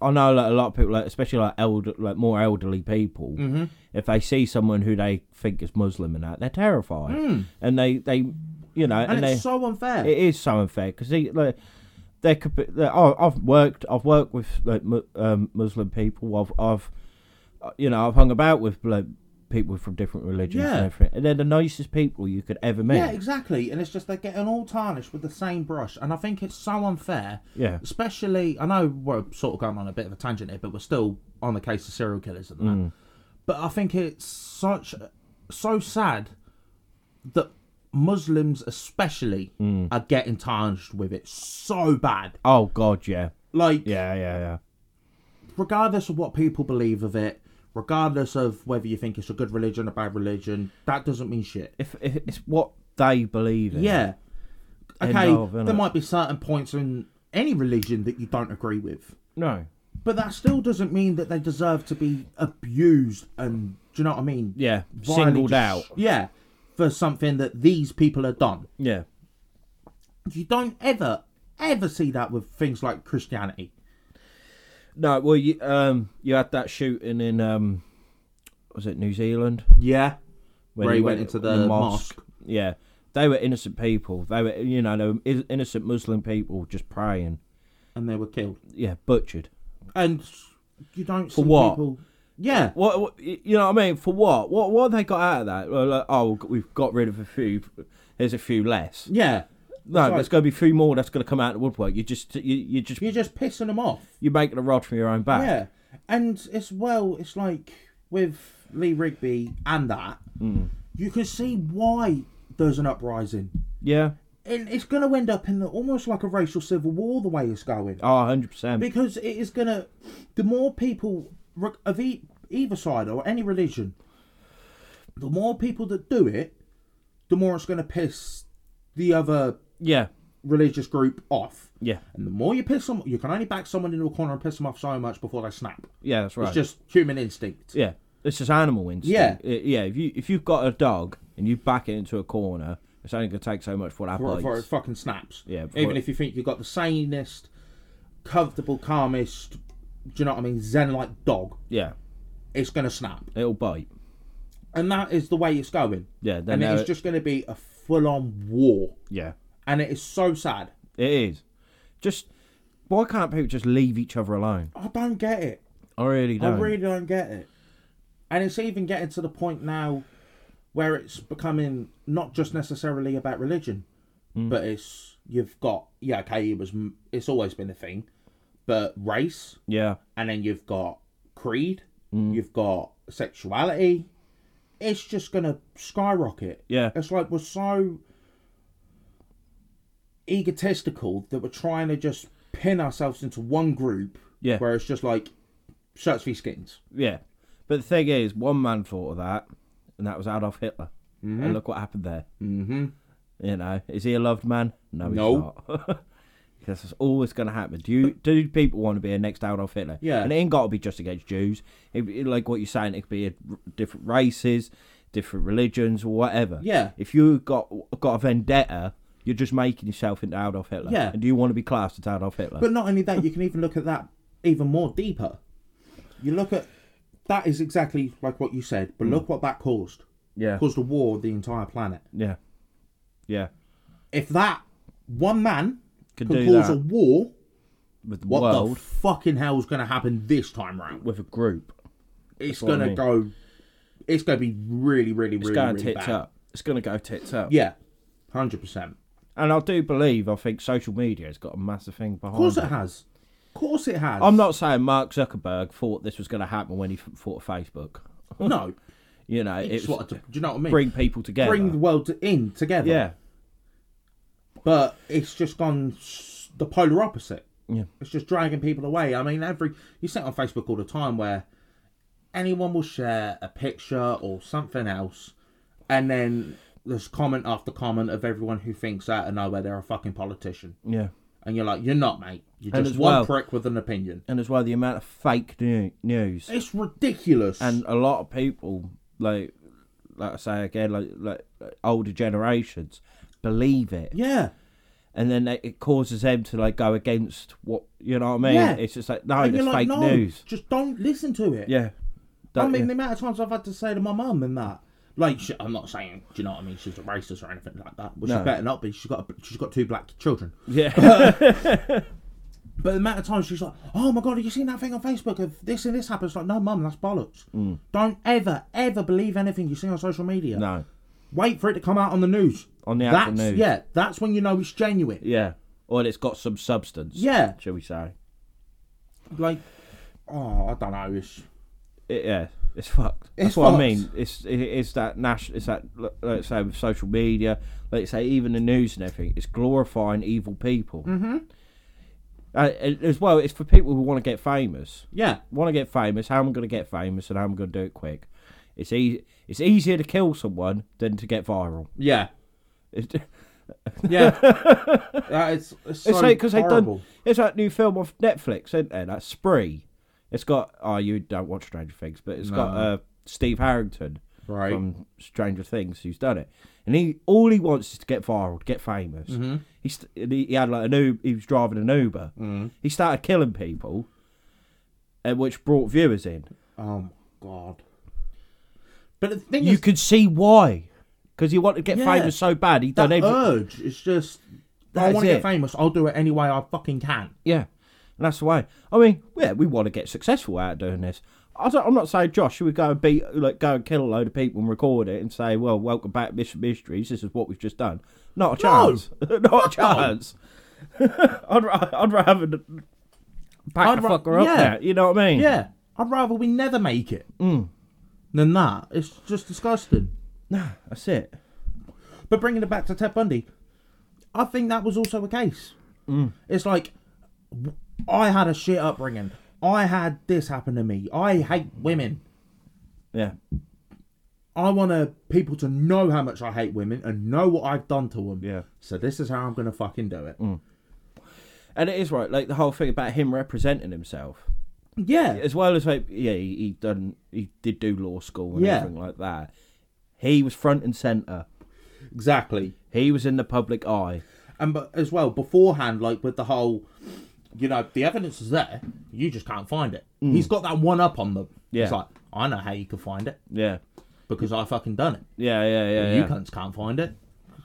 [SPEAKER 1] I know like a lot of people, like, especially like elder, like more elderly people,
[SPEAKER 2] Mm-hmm.
[SPEAKER 1] if they see someone who they think is Muslim and that, they're terrified, and they they you know and,
[SPEAKER 2] Mm. And,
[SPEAKER 1] they
[SPEAKER 2] it's so unfair.
[SPEAKER 1] it is so unfair because like there could be there, I- I've worked I've worked with like mu- um, Muslim people I've I've uh, you know I've hung about with like people from different religions
[SPEAKER 2] Yeah.
[SPEAKER 1] and everything and they're the nicest people you could ever meet
[SPEAKER 2] yeah, exactly. And it's just they're getting all tarnished with the same brush. And I think it's so unfair.
[SPEAKER 1] Yeah.
[SPEAKER 2] Especially, I know we're sort of going on a bit of a tangent here, but we're still on the case of serial killers and that.
[SPEAKER 1] Mm.
[SPEAKER 2] But I think it's such, so sad that Muslims, especially,
[SPEAKER 1] Mm.
[SPEAKER 2] are getting tarnished with it so bad.
[SPEAKER 1] oh god yeah
[SPEAKER 2] Like,
[SPEAKER 1] yeah yeah yeah
[SPEAKER 2] regardless of what people believe of it, regardless of whether you think it's a good religion, a bad religion, that doesn't mean shit.
[SPEAKER 1] if, if it's what they believe in
[SPEAKER 2] Yeah.
[SPEAKER 1] End
[SPEAKER 2] Okay,
[SPEAKER 1] of, innit?
[SPEAKER 2] there might be certain points in any religion that you don't agree with,
[SPEAKER 1] no
[SPEAKER 2] but that still doesn't mean that they deserve to be abused and, do you know what I mean?
[SPEAKER 1] yeah
[SPEAKER 2] Vilely
[SPEAKER 1] singled out
[SPEAKER 2] just- Yeah, for something that these people have done.
[SPEAKER 1] yeah
[SPEAKER 2] You don't ever, ever see that with things like Christianity.
[SPEAKER 1] no well you um you had that shooting in um was it New Zealand
[SPEAKER 2] Yeah. Where
[SPEAKER 1] he
[SPEAKER 2] he went into the mosque.
[SPEAKER 1] Yeah, they were innocent people. They were, you know, they were i- innocent Muslim people just praying.
[SPEAKER 2] And they were killed.
[SPEAKER 1] Yeah, butchered.
[SPEAKER 2] And you don't see
[SPEAKER 1] what?
[SPEAKER 2] people. Yeah.
[SPEAKER 1] What, what y- you know? What I mean, for what? What? What they got out of that? Well, like, oh, we've got rid of a few. There's a few less.
[SPEAKER 2] Yeah.
[SPEAKER 1] No,
[SPEAKER 2] That's right.
[SPEAKER 1] there's going to be three more that's going to come out of the woodwork. You just, you, you just,
[SPEAKER 2] You're just pissing them off.
[SPEAKER 1] you're making a rod from your own back.
[SPEAKER 2] Yeah, and as well, it's like with Lee Rigby and that, you can see why there's an uprising,
[SPEAKER 1] Yeah.
[SPEAKER 2] and it's going to end up in the, almost like a racial civil war the way it's going,
[SPEAKER 1] Oh, 100 percent.
[SPEAKER 2] because it is going to. The more people re- of e- either side or any religion, the more people that do it, the more it's going to piss the other
[SPEAKER 1] Yeah.
[SPEAKER 2] religious group off.
[SPEAKER 1] Yeah.
[SPEAKER 2] And the more you piss them, you can only back someone into a corner and piss them off so much before they snap.
[SPEAKER 1] Yeah. That's right.
[SPEAKER 2] It's just human instinct.
[SPEAKER 1] Yeah, it's just animal instinct. Yeah, yeah. If you if you've got a dog and you back it into a corner, it's only gonna take so much for that
[SPEAKER 2] before,
[SPEAKER 1] bite.
[SPEAKER 2] before it fucking snaps.
[SPEAKER 1] Yeah, before
[SPEAKER 2] Even
[SPEAKER 1] it-
[SPEAKER 2] if you think you've got the sanest, comfortable, calmest, do you know what I mean, zen like dog,
[SPEAKER 1] Yeah,
[SPEAKER 2] it's going to snap.
[SPEAKER 1] it'll bite.
[SPEAKER 2] And that is the way it's going.
[SPEAKER 1] Yeah, then
[SPEAKER 2] And
[SPEAKER 1] now
[SPEAKER 2] it's
[SPEAKER 1] it-
[SPEAKER 2] just going to be a full on war.
[SPEAKER 1] Yeah,
[SPEAKER 2] And it is so sad.
[SPEAKER 1] it is. Just why can't people just leave each other alone?
[SPEAKER 2] I don't get it.
[SPEAKER 1] I really don't.
[SPEAKER 2] I really don't get it. And it's even getting to the point now where it's becoming not just necessarily about religion, but it's you've got yeah okay it was m- it's always been a thing, but race
[SPEAKER 1] Yeah,
[SPEAKER 2] and then you've got creed, you've got sexuality. It's just gonna skyrocket.
[SPEAKER 1] Yeah.
[SPEAKER 2] it's like we're so egotistical that we're trying to just pin ourselves into one group.
[SPEAKER 1] Yeah.
[SPEAKER 2] where it's just like shirts v skins.
[SPEAKER 1] yeah. But the thing is, one man thought of that, and that was Adolf Hitler. And look what happened there.
[SPEAKER 2] Mm-hmm.
[SPEAKER 1] You know, is he a loved man? No, he's
[SPEAKER 2] No.
[SPEAKER 1] not. Because it's always going to happen. Do you, do people want to be a next Adolf Hitler?
[SPEAKER 2] Yeah.
[SPEAKER 1] And it ain't got to be just against Jews. It, it- like what you're saying, it could be a, different races, different religions, or whatever.
[SPEAKER 2] Yeah.
[SPEAKER 1] If you got got a vendetta, you're just making yourself into Adolf Hitler.
[SPEAKER 2] Yeah.
[SPEAKER 1] And do you want to be classed as Adolf Hitler?
[SPEAKER 2] But not only that, you can even look at that even more deeper. You look at that is exactly like what you said, but look what that caused.
[SPEAKER 1] yeah.
[SPEAKER 2] Caused a war on the entire planet.
[SPEAKER 1] Yeah. Yeah.
[SPEAKER 2] If that one man
[SPEAKER 1] Could
[SPEAKER 2] can
[SPEAKER 1] do
[SPEAKER 2] cause
[SPEAKER 1] that
[SPEAKER 2] a war,
[SPEAKER 1] with the
[SPEAKER 2] what
[SPEAKER 1] world,
[SPEAKER 2] the fucking hell's going to happen this time round?
[SPEAKER 1] with a group.
[SPEAKER 2] It's
[SPEAKER 1] what
[SPEAKER 2] going
[SPEAKER 1] I
[SPEAKER 2] to
[SPEAKER 1] mean.
[SPEAKER 2] go. It's going to be really, really,
[SPEAKER 1] It's
[SPEAKER 2] really,
[SPEAKER 1] going
[SPEAKER 2] really
[SPEAKER 1] tits
[SPEAKER 2] bad.
[SPEAKER 1] up. It's going to go tits up.
[SPEAKER 2] Yeah, hundred percent.
[SPEAKER 1] And I do believe I think social media has got a massive thing behind.
[SPEAKER 2] Of course
[SPEAKER 1] it.
[SPEAKER 2] it has. Of course it has.
[SPEAKER 1] I'm not saying Mark Zuckerberg thought this was going to happen when he f- thought of Facebook.
[SPEAKER 2] No.
[SPEAKER 1] You know,
[SPEAKER 2] It's
[SPEAKER 1] it was
[SPEAKER 2] what, do you know what I mean?
[SPEAKER 1] bring people together.
[SPEAKER 2] Bring the world to, in together.
[SPEAKER 1] yeah,
[SPEAKER 2] But it's just gone s- the polar opposite.
[SPEAKER 1] yeah,
[SPEAKER 2] It's just dragging people away. I mean, every you see it on Facebook all the time where anyone will share a picture or something else, and then there's comment after comment of everyone who thinks out of nowhere they're a fucking politician,
[SPEAKER 1] yeah.
[SPEAKER 2] and you're like, you're not, mate. You're
[SPEAKER 1] And
[SPEAKER 2] just
[SPEAKER 1] as
[SPEAKER 2] one
[SPEAKER 1] well-
[SPEAKER 2] prick with an opinion.
[SPEAKER 1] And as well, the amount of fake new- news
[SPEAKER 2] It's ridiculous.
[SPEAKER 1] and a lot of people, like, like I say again, like, like like older generations, believe it,
[SPEAKER 2] yeah,
[SPEAKER 1] and then it- it causes them to like go against what you know what I mean.
[SPEAKER 2] Yeah.
[SPEAKER 1] It's just like no,
[SPEAKER 2] and
[SPEAKER 1] it's
[SPEAKER 2] you're like,
[SPEAKER 1] fake
[SPEAKER 2] no,
[SPEAKER 1] news.
[SPEAKER 2] just don't listen to it.
[SPEAKER 1] Yeah,
[SPEAKER 2] I
[SPEAKER 1] Don't-
[SPEAKER 2] mean, the
[SPEAKER 1] yeah.
[SPEAKER 2] amount of times I've had to say to my mum and that, like, she, I'm not saying, do you know what I mean? She's a racist or anything like that. Well,
[SPEAKER 1] No.
[SPEAKER 2] she better not be. She's got, a, she's got two black children.
[SPEAKER 1] yeah.
[SPEAKER 2] But the amount of times she's like, "Oh my god, have you seen that thing on Facebook of this and this happens?" Like, no, mum, that's bollocks. Don't ever, ever believe anything you see on social media.
[SPEAKER 1] Mm. no,
[SPEAKER 2] Wait for it to come out on the news.
[SPEAKER 1] On the
[SPEAKER 2] that's,
[SPEAKER 1] actual news.
[SPEAKER 2] Yeah, that's when you know it's genuine.
[SPEAKER 1] yeah, or it's got some substance.
[SPEAKER 2] Yeah,
[SPEAKER 1] shall we say?
[SPEAKER 2] like, oh, I don't know. It's,
[SPEAKER 1] it, yeah, it's fucked. That's
[SPEAKER 2] It's
[SPEAKER 1] what
[SPEAKER 2] fucked.
[SPEAKER 1] I mean. It's it, it's that national. It's that l- let's say with social media, let's say even the news and everything. It's glorifying evil people. Mm-hmm. Uh, and as well, it's for people who want to get famous.
[SPEAKER 2] yeah,
[SPEAKER 1] Want to get famous? How am I going to get famous? And how am I going to do it quick? It's easy. It's easier to kill someone than to get viral.
[SPEAKER 2] yeah,
[SPEAKER 1] It's,
[SPEAKER 2] yeah. that is, it's so
[SPEAKER 1] it's like because they
[SPEAKER 2] horrible.
[SPEAKER 1] done. It's that new film off Netflix, isn't it? That Spree. It's got. Oh, you don't watch Stranger Things, but it's got
[SPEAKER 2] No.
[SPEAKER 1] uh, Steve Harrington.
[SPEAKER 2] Right.
[SPEAKER 1] from Stranger Things who's done it, and he all he wants is to get viral, to get famous.
[SPEAKER 2] Mm-hmm.
[SPEAKER 1] He, st- and he he had like an Uber. He was driving an Uber.
[SPEAKER 2] Mm-hmm.
[SPEAKER 1] He started killing people, and which brought viewers in.
[SPEAKER 2] Oh my god. But the thing
[SPEAKER 1] You
[SPEAKER 2] is,
[SPEAKER 1] could see why, because he wanted to get
[SPEAKER 2] Yeah.
[SPEAKER 1] famous so bad. He
[SPEAKER 2] that
[SPEAKER 1] done everything.
[SPEAKER 2] urge. It's just, I
[SPEAKER 1] That's
[SPEAKER 2] want to
[SPEAKER 1] it.
[SPEAKER 2] get famous. I'll do it any way I fucking can.
[SPEAKER 1] Yeah, and that's the way. I mean, yeah, we want to get successful out of doing this. I don't, I'm not saying, Josh, should we go and beat, like, go and kill a load of people and record it and say, well, welcome back, Mission Mysteries. This is what we've just done. Not a
[SPEAKER 2] No.
[SPEAKER 1] chance. not a chance. I'd, ra- I'd rather n- pack
[SPEAKER 2] I'd
[SPEAKER 1] the
[SPEAKER 2] ra-
[SPEAKER 1] fucker up
[SPEAKER 2] yeah.
[SPEAKER 1] there. You know what I mean?
[SPEAKER 2] Yeah, I'd rather we never make it
[SPEAKER 1] Mm.
[SPEAKER 2] than that. It's just disgusting.
[SPEAKER 1] That's it.
[SPEAKER 2] But bringing it back to Ted Bundy, I think that was also a case.
[SPEAKER 1] Mm.
[SPEAKER 2] It's like w- I had a shit upbringing. I had this happen to me. I hate women.
[SPEAKER 1] Yeah.
[SPEAKER 2] I want to people to know how much I hate women and know what I've done to them.
[SPEAKER 1] Yeah. Mm.
[SPEAKER 2] So this is how I'm gonna fucking do it.
[SPEAKER 1] And it is right, like the whole thing about him representing himself.
[SPEAKER 2] Yeah.
[SPEAKER 1] as well as like yeah, he, he done he did do law school and
[SPEAKER 2] Yeah.
[SPEAKER 1] everything like that. He was front and center.
[SPEAKER 2] Exactly.
[SPEAKER 1] He was in the public eye.
[SPEAKER 2] And but as well beforehand, like with the whole, you know, the evidence is there. You just can't find it. He's got that one up on them.
[SPEAKER 1] Mm. Yeah.
[SPEAKER 2] It's like I know how you can find it
[SPEAKER 1] Yeah,
[SPEAKER 2] because I fucking done it.
[SPEAKER 1] yeah, yeah, yeah.
[SPEAKER 2] You
[SPEAKER 1] yeah.
[SPEAKER 2] cunts can't find it.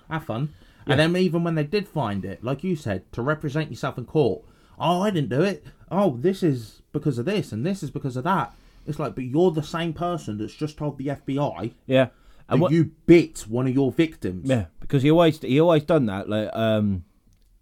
[SPEAKER 2] Have fun. And then even when they did find it, like you said, to represent yourself in court. Oh, I didn't do it. Oh, this is because of this, and this is because of that. It's like, but you're the same person that's just told the FBI
[SPEAKER 1] yeah. And
[SPEAKER 2] that
[SPEAKER 1] what,
[SPEAKER 2] you bit one of your victims.
[SPEAKER 1] yeah, because he always he always done that like um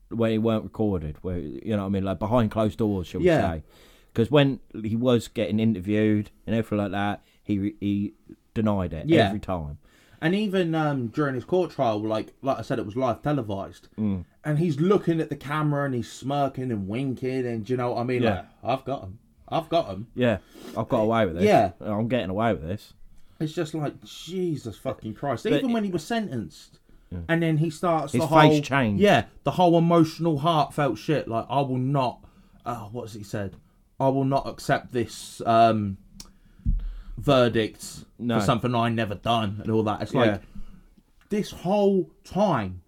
[SPEAKER 1] when he weren't recorded, where you know what I mean, like behind closed doors, shall we
[SPEAKER 2] Yeah.
[SPEAKER 1] say? Because when he was getting interviewed and everything like that, he he denied it
[SPEAKER 2] Yeah.
[SPEAKER 1] every time.
[SPEAKER 2] And even um, during his court trial, like like I said, it was live televised,
[SPEAKER 1] Mm.
[SPEAKER 2] and he's looking at the camera and he's smirking and winking, and do you know what I mean?
[SPEAKER 1] Yeah.
[SPEAKER 2] Like, I've got him. I've got him.
[SPEAKER 1] Yeah, I've got away with this.
[SPEAKER 2] Yeah.
[SPEAKER 1] I'm getting away with this.
[SPEAKER 2] It's just like Jesus fucking Christ.
[SPEAKER 1] But-
[SPEAKER 2] Even when he was sentenced, and then he starts
[SPEAKER 1] His
[SPEAKER 2] the
[SPEAKER 1] face
[SPEAKER 2] whole,
[SPEAKER 1] changed.
[SPEAKER 2] Yeah, the whole emotional, heartfelt shit. Like I will not. Oh, what's he said? I will not accept this um, verdict
[SPEAKER 1] No.
[SPEAKER 2] for something I never done and all that. It's
[SPEAKER 1] Yeah. Mm.
[SPEAKER 2] like this whole time.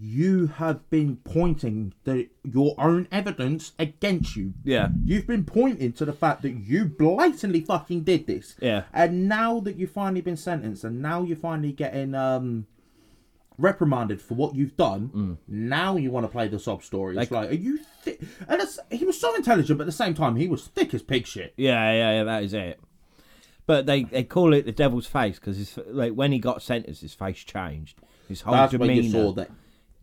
[SPEAKER 2] You have been pointing the, your own evidence against you.
[SPEAKER 1] Yeah.
[SPEAKER 2] You've been pointing to the fact that you blatantly fucking did this.
[SPEAKER 1] Yeah.
[SPEAKER 2] And now that you've finally been sentenced and now you're finally getting um reprimanded for what you've done,
[SPEAKER 1] Mm.
[SPEAKER 2] now you want to play the sob story. It's like, are you thi- And it's, he was so intelligent, but at the same time, he was thick as pig shit.
[SPEAKER 1] Yeah, yeah, yeah, that is it. But they, they call it the devil's face because like when he got sentenced, his face changed. His whole
[SPEAKER 2] That's
[SPEAKER 1] demeanor.
[SPEAKER 2] when you saw that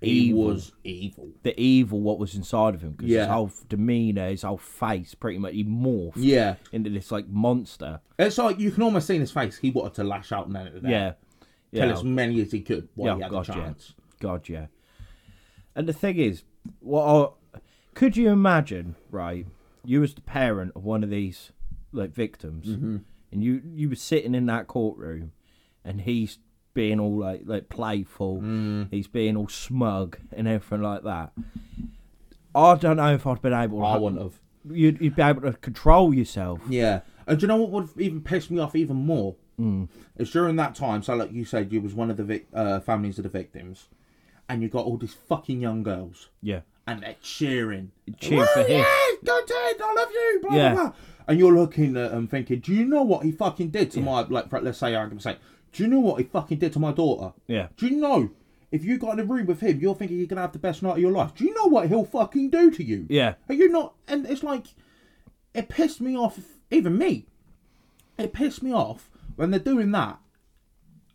[SPEAKER 2] He
[SPEAKER 1] evil.
[SPEAKER 2] was evil.
[SPEAKER 1] the evil what was inside of him because his
[SPEAKER 2] Yeah.
[SPEAKER 1] whole demeanor, his whole face, pretty much he morphed
[SPEAKER 2] Yeah.
[SPEAKER 1] into this like monster.
[SPEAKER 2] It's like you can almost see in his face he wanted to lash out and then and there.
[SPEAKER 1] Yeah, yeah,
[SPEAKER 2] Kill as many as he could while
[SPEAKER 1] yeah,
[SPEAKER 2] he had
[SPEAKER 1] God,
[SPEAKER 2] the
[SPEAKER 1] yeah,
[SPEAKER 2] chance.
[SPEAKER 1] God, yeah. And the thing is, what I, could you imagine? Right, you as the parent of one of these like victims,
[SPEAKER 2] Mm-hmm.
[SPEAKER 1] and you you were sitting in that courtroom, and he's being all like like playful,
[SPEAKER 2] Mm.
[SPEAKER 1] he's being all smug and everything like that. I don't know if I'd been able.
[SPEAKER 2] I
[SPEAKER 1] to
[SPEAKER 2] wouldn't have.
[SPEAKER 1] you'd, you'd be able to control yourself.
[SPEAKER 2] Yeah. And do you know what would have even pissed me off even more?
[SPEAKER 1] Hmm.
[SPEAKER 2] Mm. It's during that time, so like you said, you was one of the vic- uh, families of the victims, and you got all these fucking young girls,
[SPEAKER 1] Yeah.
[SPEAKER 2] and they're cheering.
[SPEAKER 1] Cheering for
[SPEAKER 2] "Woo,
[SPEAKER 1] him."
[SPEAKER 2] Yes, go Ted, I love you, blah,
[SPEAKER 1] Yeah.
[SPEAKER 2] blah, blah. And you're looking at them thinking, do you know what he fucking did to my, like, for- let's say, I'm going to say, do you know what he fucking did to my daughter?
[SPEAKER 1] Yeah.
[SPEAKER 2] Do you know, if you got in a room with him, you're thinking you're going to have the best night of your life. Do you know what he'll fucking do to you?
[SPEAKER 1] Yeah.
[SPEAKER 2] Are you not? And it's like, it pissed me off, even me. It pissed me off when they're doing that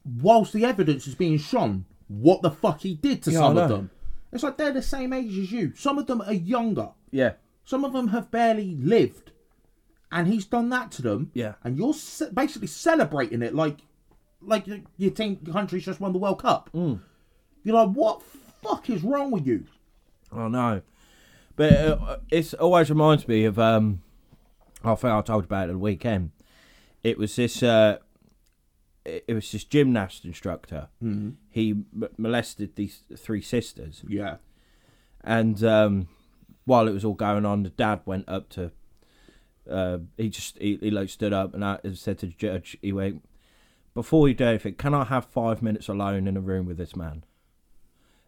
[SPEAKER 2] whilst the evidence is being shown what the fuck he did to
[SPEAKER 1] Yeah, I
[SPEAKER 2] some
[SPEAKER 1] know.
[SPEAKER 2] of them. It's like they're the same age as you. Some of them are younger.
[SPEAKER 1] Yeah.
[SPEAKER 2] Some of them have barely lived. And he's done that to them.
[SPEAKER 1] Yeah.
[SPEAKER 2] And you're ce- basically celebrating it like like your, your team your country's just won the World Cup.
[SPEAKER 1] Mm.
[SPEAKER 2] You're like, what fuck is wrong with you?
[SPEAKER 1] I know. But uh, it always reminds me of, um, I think I told you about it at the weekend. It was this, uh, it it was this gymnast instructor. Mm. He m- molested these three sisters.
[SPEAKER 2] Yeah.
[SPEAKER 1] and um, while it was all going on, the dad went up to. Uh, he just he, he like stood up and I and said to the judge, he went, "Before you do anything, can I have five minutes alone in a room with this man?"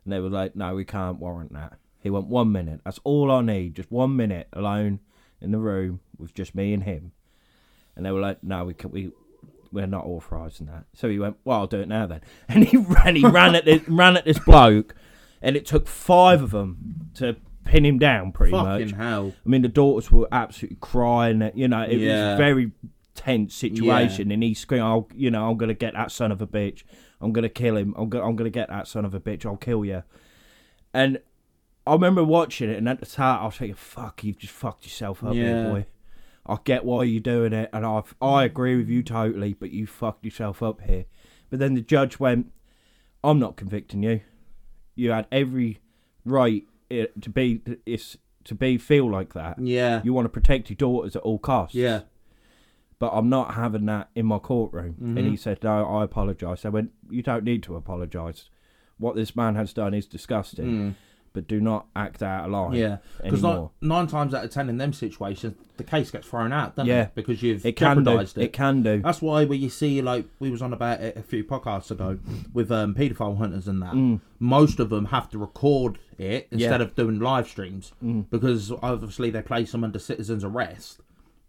[SPEAKER 1] And they were like, "No, we can't warrant that." He went, "One minute. That's all I need. Just one minute alone in the room with just me and him." And they were like, "No, we can we." We're not authorising that. So he went, "Well, I'll do it now then." And he ran, he ran at this, ran at this bloke, and it took five of them to pin him down. Pretty
[SPEAKER 2] Fucking
[SPEAKER 1] much.
[SPEAKER 2] hell.
[SPEAKER 1] I mean, the daughters were absolutely crying. You know, it was
[SPEAKER 2] Yeah.
[SPEAKER 1] a very tense situation, and he's screaming, "I'll, you know, I'm gonna get that son of a bitch. I'm gonna kill him. I'm gonna, I'm gonna get that son of a bitch. I'll kill you." And I remember watching it, and at the time I was thinking, "Fuck, you've just fucked yourself up, here,
[SPEAKER 2] Yeah.
[SPEAKER 1] boy." I get why you're doing it, and I I agree with you totally, but you fucked yourself up here. But then the judge went, "I'm not convicting you. You had every right eh, to be it's, to be feel like that.
[SPEAKER 2] Yeah.
[SPEAKER 1] You want to protect your daughters at all costs.
[SPEAKER 2] Yeah.
[SPEAKER 1] But I'm not having that in my courtroom. And he said, No, I apologise. I went, You don't need to apologise. What this man has done is disgusting. But do not act out of line
[SPEAKER 2] Yeah. Because
[SPEAKER 1] anymore.
[SPEAKER 2] nine times out of ten in them situations, the case gets thrown out, doesn't
[SPEAKER 1] Yeah.
[SPEAKER 2] it? Because you've
[SPEAKER 1] it can do.
[SPEAKER 2] jeopardised
[SPEAKER 1] It. can do.
[SPEAKER 2] That's why when you see like we was on about it a few podcasts ago with um paedophile hunters and that most of them have to record it instead
[SPEAKER 1] Mm. Yeah. Mm.
[SPEAKER 2] of doing live streams because obviously they place them under citizens arrest.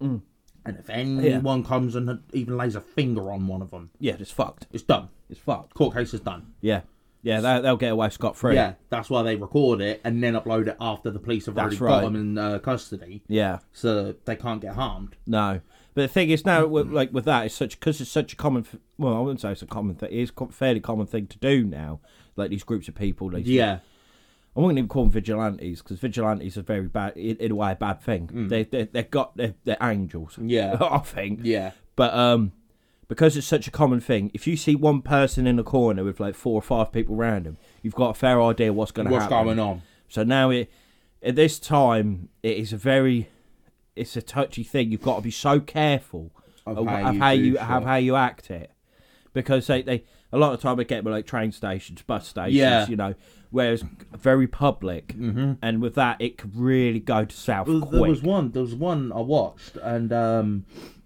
[SPEAKER 1] Mm.
[SPEAKER 2] And if anyone comes and even lays a finger on one of them,
[SPEAKER 1] Yeah, it's fucked.
[SPEAKER 2] it's done.
[SPEAKER 1] It's fucked.
[SPEAKER 2] Court case is done.
[SPEAKER 1] Yeah. Yeah, they, they'll get away scot free.
[SPEAKER 2] Yeah, that's why they record it and then upload it after the police have already
[SPEAKER 1] That's
[SPEAKER 2] got
[SPEAKER 1] right.
[SPEAKER 2] them in uh, custody,
[SPEAKER 1] Yeah.
[SPEAKER 2] so they can't get harmed.
[SPEAKER 1] No, but the thing is now, with, like with that, it's such because it's such a common. f- Well, I wouldn't say it's a common thing. It's a fairly common thing to do now. Like these groups of people. They,
[SPEAKER 2] Yeah,
[SPEAKER 1] I wouldn't even call them vigilantes because vigilantes are very bad. In, in a way, a bad thing. They they they've got they're, they're angels.
[SPEAKER 2] Mm. Yeah.
[SPEAKER 1] I think.
[SPEAKER 2] yeah,
[SPEAKER 1] But um, because it's such a common thing, if you see one person in a corner with like four or five people around them, you've got a fair idea what's going to
[SPEAKER 2] what's
[SPEAKER 1] happen.
[SPEAKER 2] going on?
[SPEAKER 1] So now it at this time it is a very it's a touchy thing. You've got to be so careful
[SPEAKER 2] Of
[SPEAKER 1] of,
[SPEAKER 2] how
[SPEAKER 1] of
[SPEAKER 2] you
[SPEAKER 1] how
[SPEAKER 2] do
[SPEAKER 1] you
[SPEAKER 2] shit.
[SPEAKER 1] have how you act it because they, they a lot of time they get like train stations, bus stations,
[SPEAKER 2] Yeah. Mm-hmm.
[SPEAKER 1] you know, whereas very public, and with that it could really go to south
[SPEAKER 2] Well,
[SPEAKER 1] quick.
[SPEAKER 2] There was one. There was one I watched, and um,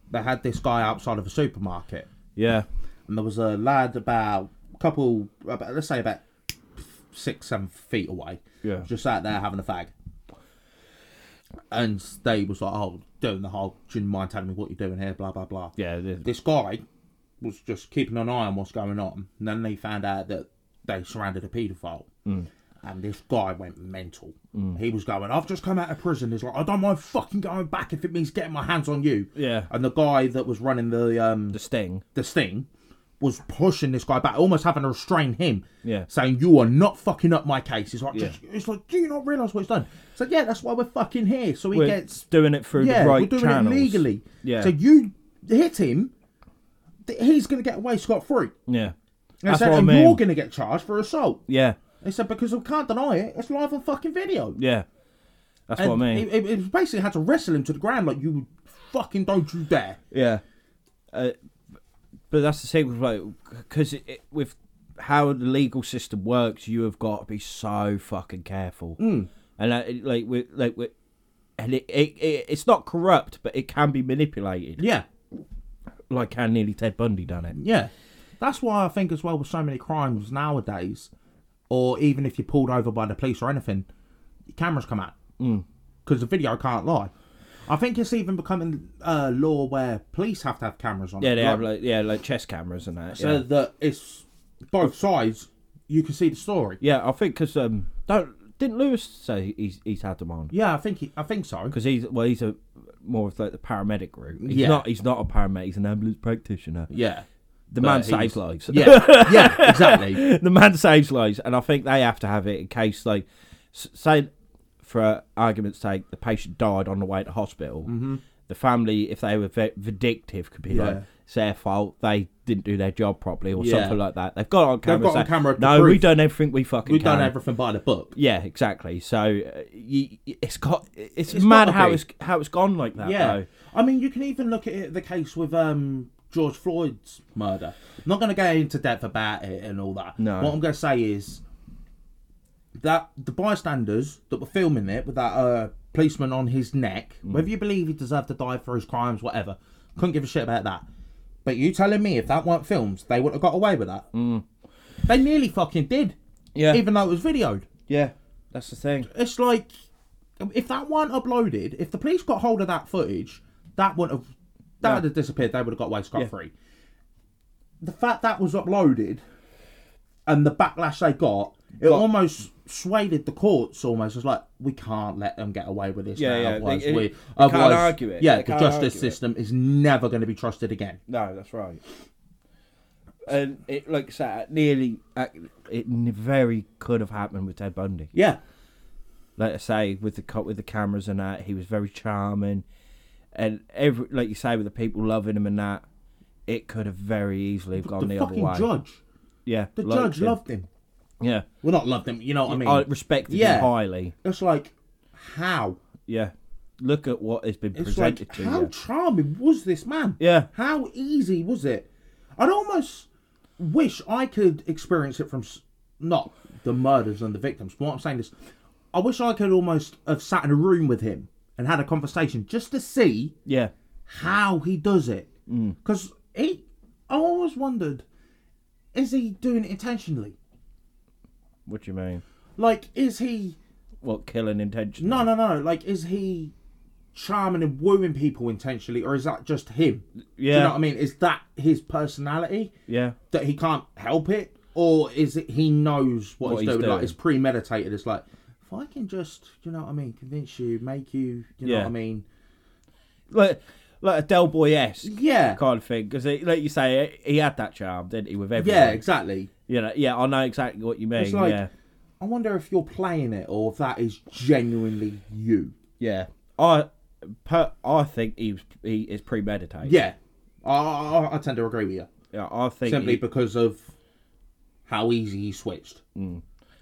[SPEAKER 2] they had this guy outside of a supermarket,
[SPEAKER 1] yeah,
[SPEAKER 2] and there was a lad about a couple, about, let's say about six, seven feet away.
[SPEAKER 1] Yeah.
[SPEAKER 2] just sat there having a fag, and they was like, "Oh, doing the whole, do you mind telling me what you're doing here?" Blah blah blah.
[SPEAKER 1] yeah, the-
[SPEAKER 2] This guy was just keeping an eye on what's going on, and then they found out that they surrounded a paedophile.
[SPEAKER 1] Mm.
[SPEAKER 2] And this guy went mental. He was going, I've just come out of prison. He's like, I don't mind fucking going back if it means getting my hands on you.
[SPEAKER 1] Yeah.
[SPEAKER 2] And the guy that was running the um
[SPEAKER 1] the sting.
[SPEAKER 2] the sting was pushing this guy back, almost having to restrain him.
[SPEAKER 1] Yeah.
[SPEAKER 2] Saying, You are not fucking up my case. It's like,
[SPEAKER 1] Yeah.
[SPEAKER 2] "Just- it's like, do you not realise what he's done? So yeah, that's why we're fucking here. So he
[SPEAKER 1] We're
[SPEAKER 2] gets
[SPEAKER 1] doing it through
[SPEAKER 2] Yeah,
[SPEAKER 1] the right
[SPEAKER 2] we're doing
[SPEAKER 1] channels.
[SPEAKER 2] it legally.
[SPEAKER 1] Yeah.
[SPEAKER 2] So you hit him, th- he's gonna get away scot free.
[SPEAKER 1] Yeah.
[SPEAKER 2] And,
[SPEAKER 1] That's
[SPEAKER 2] said,
[SPEAKER 1] what I
[SPEAKER 2] and
[SPEAKER 1] mean.
[SPEAKER 2] you're gonna get charged for assault.
[SPEAKER 1] Yeah.
[SPEAKER 2] They said, because we can't deny it, it's live on fucking video.
[SPEAKER 1] Yeah. That's what I mean.
[SPEAKER 2] It, it- it basically had to wrestle him to the ground like you fucking don't you dare.
[SPEAKER 1] Yeah, uh, but that's the thing, like, because it, it, with how the legal system works, you have got to be so fucking careful.
[SPEAKER 2] Hmm.
[SPEAKER 1] Mm. And uh, it- like, with, like, with, and it, it, it, it's not corrupt, but it can be manipulated.
[SPEAKER 2] Yeah,
[SPEAKER 1] Like how nearly Ted Bundy done it.
[SPEAKER 2] yeah. That's why I think as well with so many crimes nowadays, or even if you're pulled over by the police or anything, your cameras come out
[SPEAKER 1] Mm.
[SPEAKER 2] because the video can't lie. I think it's even becoming uh, law where police have to have cameras on.
[SPEAKER 1] Yeah, they
[SPEAKER 2] like,
[SPEAKER 1] have like yeah, like chess cameras and that.
[SPEAKER 2] so
[SPEAKER 1] yeah.
[SPEAKER 2] that it's both sides. You can see the story.
[SPEAKER 1] yeah, I think because um, don't didn't Lewis say he's he's had them on
[SPEAKER 2] Yeah, I think he, I think so.
[SPEAKER 1] because he's well he's a more of like the paramedic route. He's
[SPEAKER 2] Yeah.
[SPEAKER 1] not he's not a paramedic. He's an ambulance practitioner.
[SPEAKER 2] Yeah,
[SPEAKER 1] The man
[SPEAKER 2] But he's-
[SPEAKER 1] saves lives.
[SPEAKER 2] yeah, yeah, exactly.
[SPEAKER 1] the man saves lives, and I think they have to have it in case, like, s- say, for argument's sake, the patient died on the way to hospital. Mm-hmm. The family, if they were ve- vindictive, could be
[SPEAKER 2] Yeah.
[SPEAKER 1] like, it's their fault. They didn't do their job properly, or
[SPEAKER 2] Yeah.
[SPEAKER 1] something like that. They've got it on camera.
[SPEAKER 2] got
[SPEAKER 1] say,
[SPEAKER 2] on camera to
[SPEAKER 1] No,
[SPEAKER 2] prove.
[SPEAKER 1] we've done everything we fucking
[SPEAKER 2] We've
[SPEAKER 1] can.
[SPEAKER 2] done everything by the book.
[SPEAKER 1] Yeah, exactly. So uh, y y- it's got it's,
[SPEAKER 2] It's
[SPEAKER 1] mad
[SPEAKER 2] gotta
[SPEAKER 1] how
[SPEAKER 2] be.
[SPEAKER 1] it's how it's gone like that.
[SPEAKER 2] Yeah,
[SPEAKER 1] though.
[SPEAKER 2] I mean, you can even look at it, the case with um, George Floyd's murder. I'm not going to go into depth about it and all that.
[SPEAKER 1] No.
[SPEAKER 2] What I'm going to say is that the bystanders that were filming it with that uh, policeman on his neck,
[SPEAKER 1] Mm.
[SPEAKER 2] whether you believe he deserved to die for his crimes, whatever, couldn't give a shit about that. But you telling me if that weren't filmed, they wouldn't have got away with that. They nearly fucking did.
[SPEAKER 1] Mm. Yeah.
[SPEAKER 2] Even though it was videoed
[SPEAKER 1] yeah, that's the thing.
[SPEAKER 2] it's like if that weren't uploaded, if the police got hold of that footage, that wouldn't have that would have disappeared. They would have got away scot free. The fact that was uploaded and the backlash they got, it
[SPEAKER 1] Got-
[SPEAKER 2] almost swayed the courts. Almost it's like we can't let them get away with this.
[SPEAKER 1] Yeah,
[SPEAKER 2] now,
[SPEAKER 1] yeah, they-
[SPEAKER 2] Otherwise,
[SPEAKER 1] it-
[SPEAKER 2] we
[SPEAKER 1] they can't
[SPEAKER 2] otherwise,
[SPEAKER 1] argue it.
[SPEAKER 2] Yeah,
[SPEAKER 1] They
[SPEAKER 2] the
[SPEAKER 1] can't
[SPEAKER 2] justice
[SPEAKER 1] argue it.
[SPEAKER 2] system is never going to be trusted again.
[SPEAKER 1] No, that's right. And it, like I said, it nearly, it very could have happened with Ted Bundy.
[SPEAKER 2] Yeah,
[SPEAKER 1] Like I say, with the co- with the cameras and that, he was very charming, and every like you say, with the people loving him and that, it could have very easily have gone the,
[SPEAKER 2] the
[SPEAKER 1] other
[SPEAKER 2] fucking
[SPEAKER 1] way.
[SPEAKER 2] judge,
[SPEAKER 1] yeah,
[SPEAKER 2] the
[SPEAKER 1] liked
[SPEAKER 2] judge
[SPEAKER 1] him.
[SPEAKER 2] loved him.
[SPEAKER 1] Yeah,
[SPEAKER 2] Well, not loved him. You know what I mean?
[SPEAKER 1] I respected
[SPEAKER 2] Yeah.
[SPEAKER 1] him highly.
[SPEAKER 2] it's like how
[SPEAKER 1] Yeah, look at what has been
[SPEAKER 2] It's
[SPEAKER 1] presented
[SPEAKER 2] like,
[SPEAKER 1] to
[SPEAKER 2] how
[SPEAKER 1] you.
[SPEAKER 2] charming was this man?
[SPEAKER 1] Yeah.
[SPEAKER 2] How easy was it? I'd almost wish I could experience it from s- not the murders and the victims. But what I'm saying is, I wish I could almost have sat in a room with him and had a conversation just to see
[SPEAKER 1] Yeah,
[SPEAKER 2] how he does it.
[SPEAKER 1] Mm.
[SPEAKER 2] Because he, I always wondered, is he doing it intentionally?
[SPEAKER 1] what do you mean?
[SPEAKER 2] Like, is he?
[SPEAKER 1] What killing intention?
[SPEAKER 2] No, no, no. Like, is he charming and wooing people intentionally, or is that just him? Do you
[SPEAKER 1] Yeah.
[SPEAKER 2] know what I mean? Is that his personality
[SPEAKER 1] Yeah,
[SPEAKER 2] that he can't help it, or is it he knows what,
[SPEAKER 1] What he's
[SPEAKER 2] he's, doing? Like,
[SPEAKER 1] doing.
[SPEAKER 2] it's premeditated. It's like if I can just, you know what I mean, convince you, make you, you know
[SPEAKER 1] Yeah.
[SPEAKER 2] what I mean?
[SPEAKER 1] like like a Del Boy esque.
[SPEAKER 2] Yeah,
[SPEAKER 1] kind of thing because like you say he had that charm didn't he with everyone
[SPEAKER 2] yeah, exactly.
[SPEAKER 1] you know yeah i know exactly what you mean
[SPEAKER 2] It's like
[SPEAKER 1] yeah
[SPEAKER 2] I wonder if you're playing it or if that is genuinely you.
[SPEAKER 1] yeah i per, i think he was he is premeditated
[SPEAKER 2] Yeah, I, I, I tend to agree with you
[SPEAKER 1] Yeah, i think
[SPEAKER 2] simply
[SPEAKER 1] he-
[SPEAKER 2] because of how easy he switched.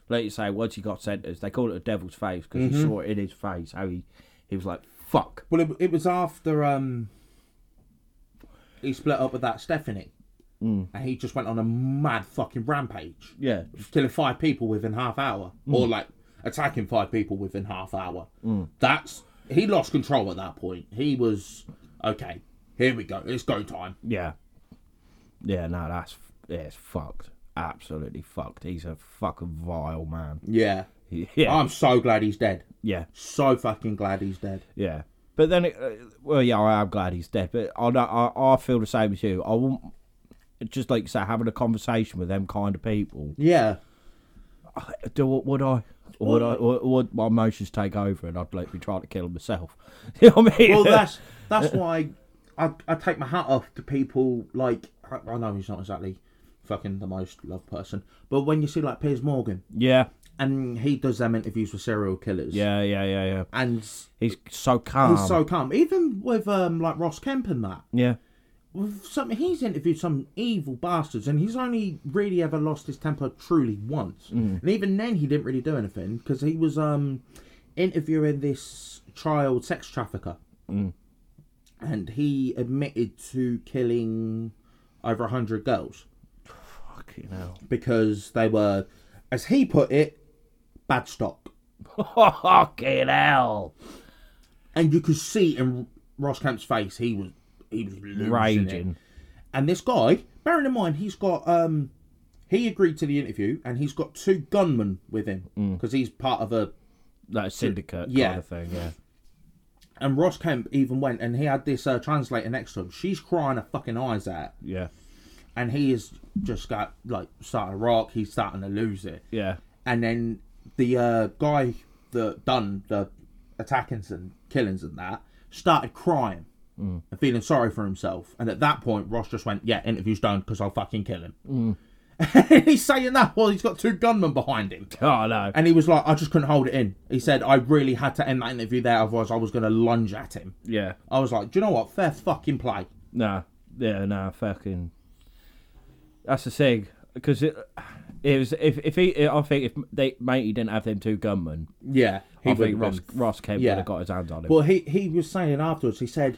[SPEAKER 1] like you say once he got sentenced they call it a devil's face because
[SPEAKER 2] Mm-hmm.
[SPEAKER 1] you saw it in his face how he he was like fuck
[SPEAKER 2] Well, it, it was after um he split up with that Stephanie, and he just went on a mad fucking rampage,
[SPEAKER 1] yeah
[SPEAKER 2] killing five people within half hour, or like attacking five people within half hour. That's he lost control at that point. He was okay. Here we go. It's go time.
[SPEAKER 1] yeah yeah no that's yeah, it's fucked absolutely fucked he's a fucking vile man
[SPEAKER 2] Yeah.
[SPEAKER 1] yeah
[SPEAKER 2] I'm so glad he's dead.
[SPEAKER 1] yeah
[SPEAKER 2] So fucking glad he's dead.
[SPEAKER 1] Yeah, but then, it, uh, well, yeah, I am glad he's dead. But I, don't- I, I feel the same as you. I want just like you say, having a conversation with them kind of people.
[SPEAKER 2] Yeah.
[SPEAKER 1] Do what would I? Or would I? Or, or would my emotions take over and I'd like be trying to kill myself?
[SPEAKER 2] Oh,
[SPEAKER 1] you know what I mean?
[SPEAKER 2] Well, that's that's why I, I take my hat off to people like I I know he's not exactly fucking the most loved person, but when you see like Piers Morgan
[SPEAKER 1] Yeah,
[SPEAKER 2] and he does them interviews with serial killers,
[SPEAKER 1] yeah, Um, yeah, yeah, yeah.
[SPEAKER 2] and
[SPEAKER 1] He's so calm.
[SPEAKER 2] he's so calm. Even with um like Ross Kemp and that,
[SPEAKER 1] yeah,
[SPEAKER 2] with some he's interviewed some evil bastards, and he's only really ever lost his temper truly once, and even then he didn't really do anything because he was um interviewing this child sex trafficker, and he admitted to killing over a hundred girls
[SPEAKER 1] fucking hell.
[SPEAKER 2] because they were, as he put it, bad stock.
[SPEAKER 1] fucking hell.
[SPEAKER 2] and you could see in Ross Kemp's face he was he was losing It.
[SPEAKER 1] Raging.
[SPEAKER 2] And this guy, bearing in mind he's got um he agreed to the interview and he's got two gunmen with him because he's part of a
[SPEAKER 1] That syndicate
[SPEAKER 2] Yeah.
[SPEAKER 1] kind of thing. Yeah.
[SPEAKER 2] and Ross Kemp even went and he had this uh, translator next to him. She's crying her fucking eyes out,
[SPEAKER 1] Yeah.
[SPEAKER 2] and he is just got like starting to rock. He's starting to lose it,
[SPEAKER 1] Yeah.
[SPEAKER 2] and then the uh, guy that done the attackings and killings and that started crying and feeling sorry for himself. And at that point, Ross just went, "Yeah, interview's done because I'll fucking kill him." he's saying that while he's got two gunmen behind him,
[SPEAKER 1] Oh no.
[SPEAKER 2] and he was like, "I just couldn't hold it in." He said, "I really had to end that interview there, otherwise I was going to lunge at him."
[SPEAKER 1] Yeah.
[SPEAKER 2] I was like, "Do you know what? Fair fucking play."
[SPEAKER 1] Nah. Yeah. Nah. Fucking. That's the thing, because it, it was if if he I think if they matey didn't have them two gunmen,
[SPEAKER 2] Yeah, he
[SPEAKER 1] I
[SPEAKER 2] would
[SPEAKER 1] think
[SPEAKER 2] have
[SPEAKER 1] Ross
[SPEAKER 2] been
[SPEAKER 1] Ross Kemp
[SPEAKER 2] Yeah.
[SPEAKER 1] would have got his hands on him.
[SPEAKER 2] Well, he he was saying afterwards. He said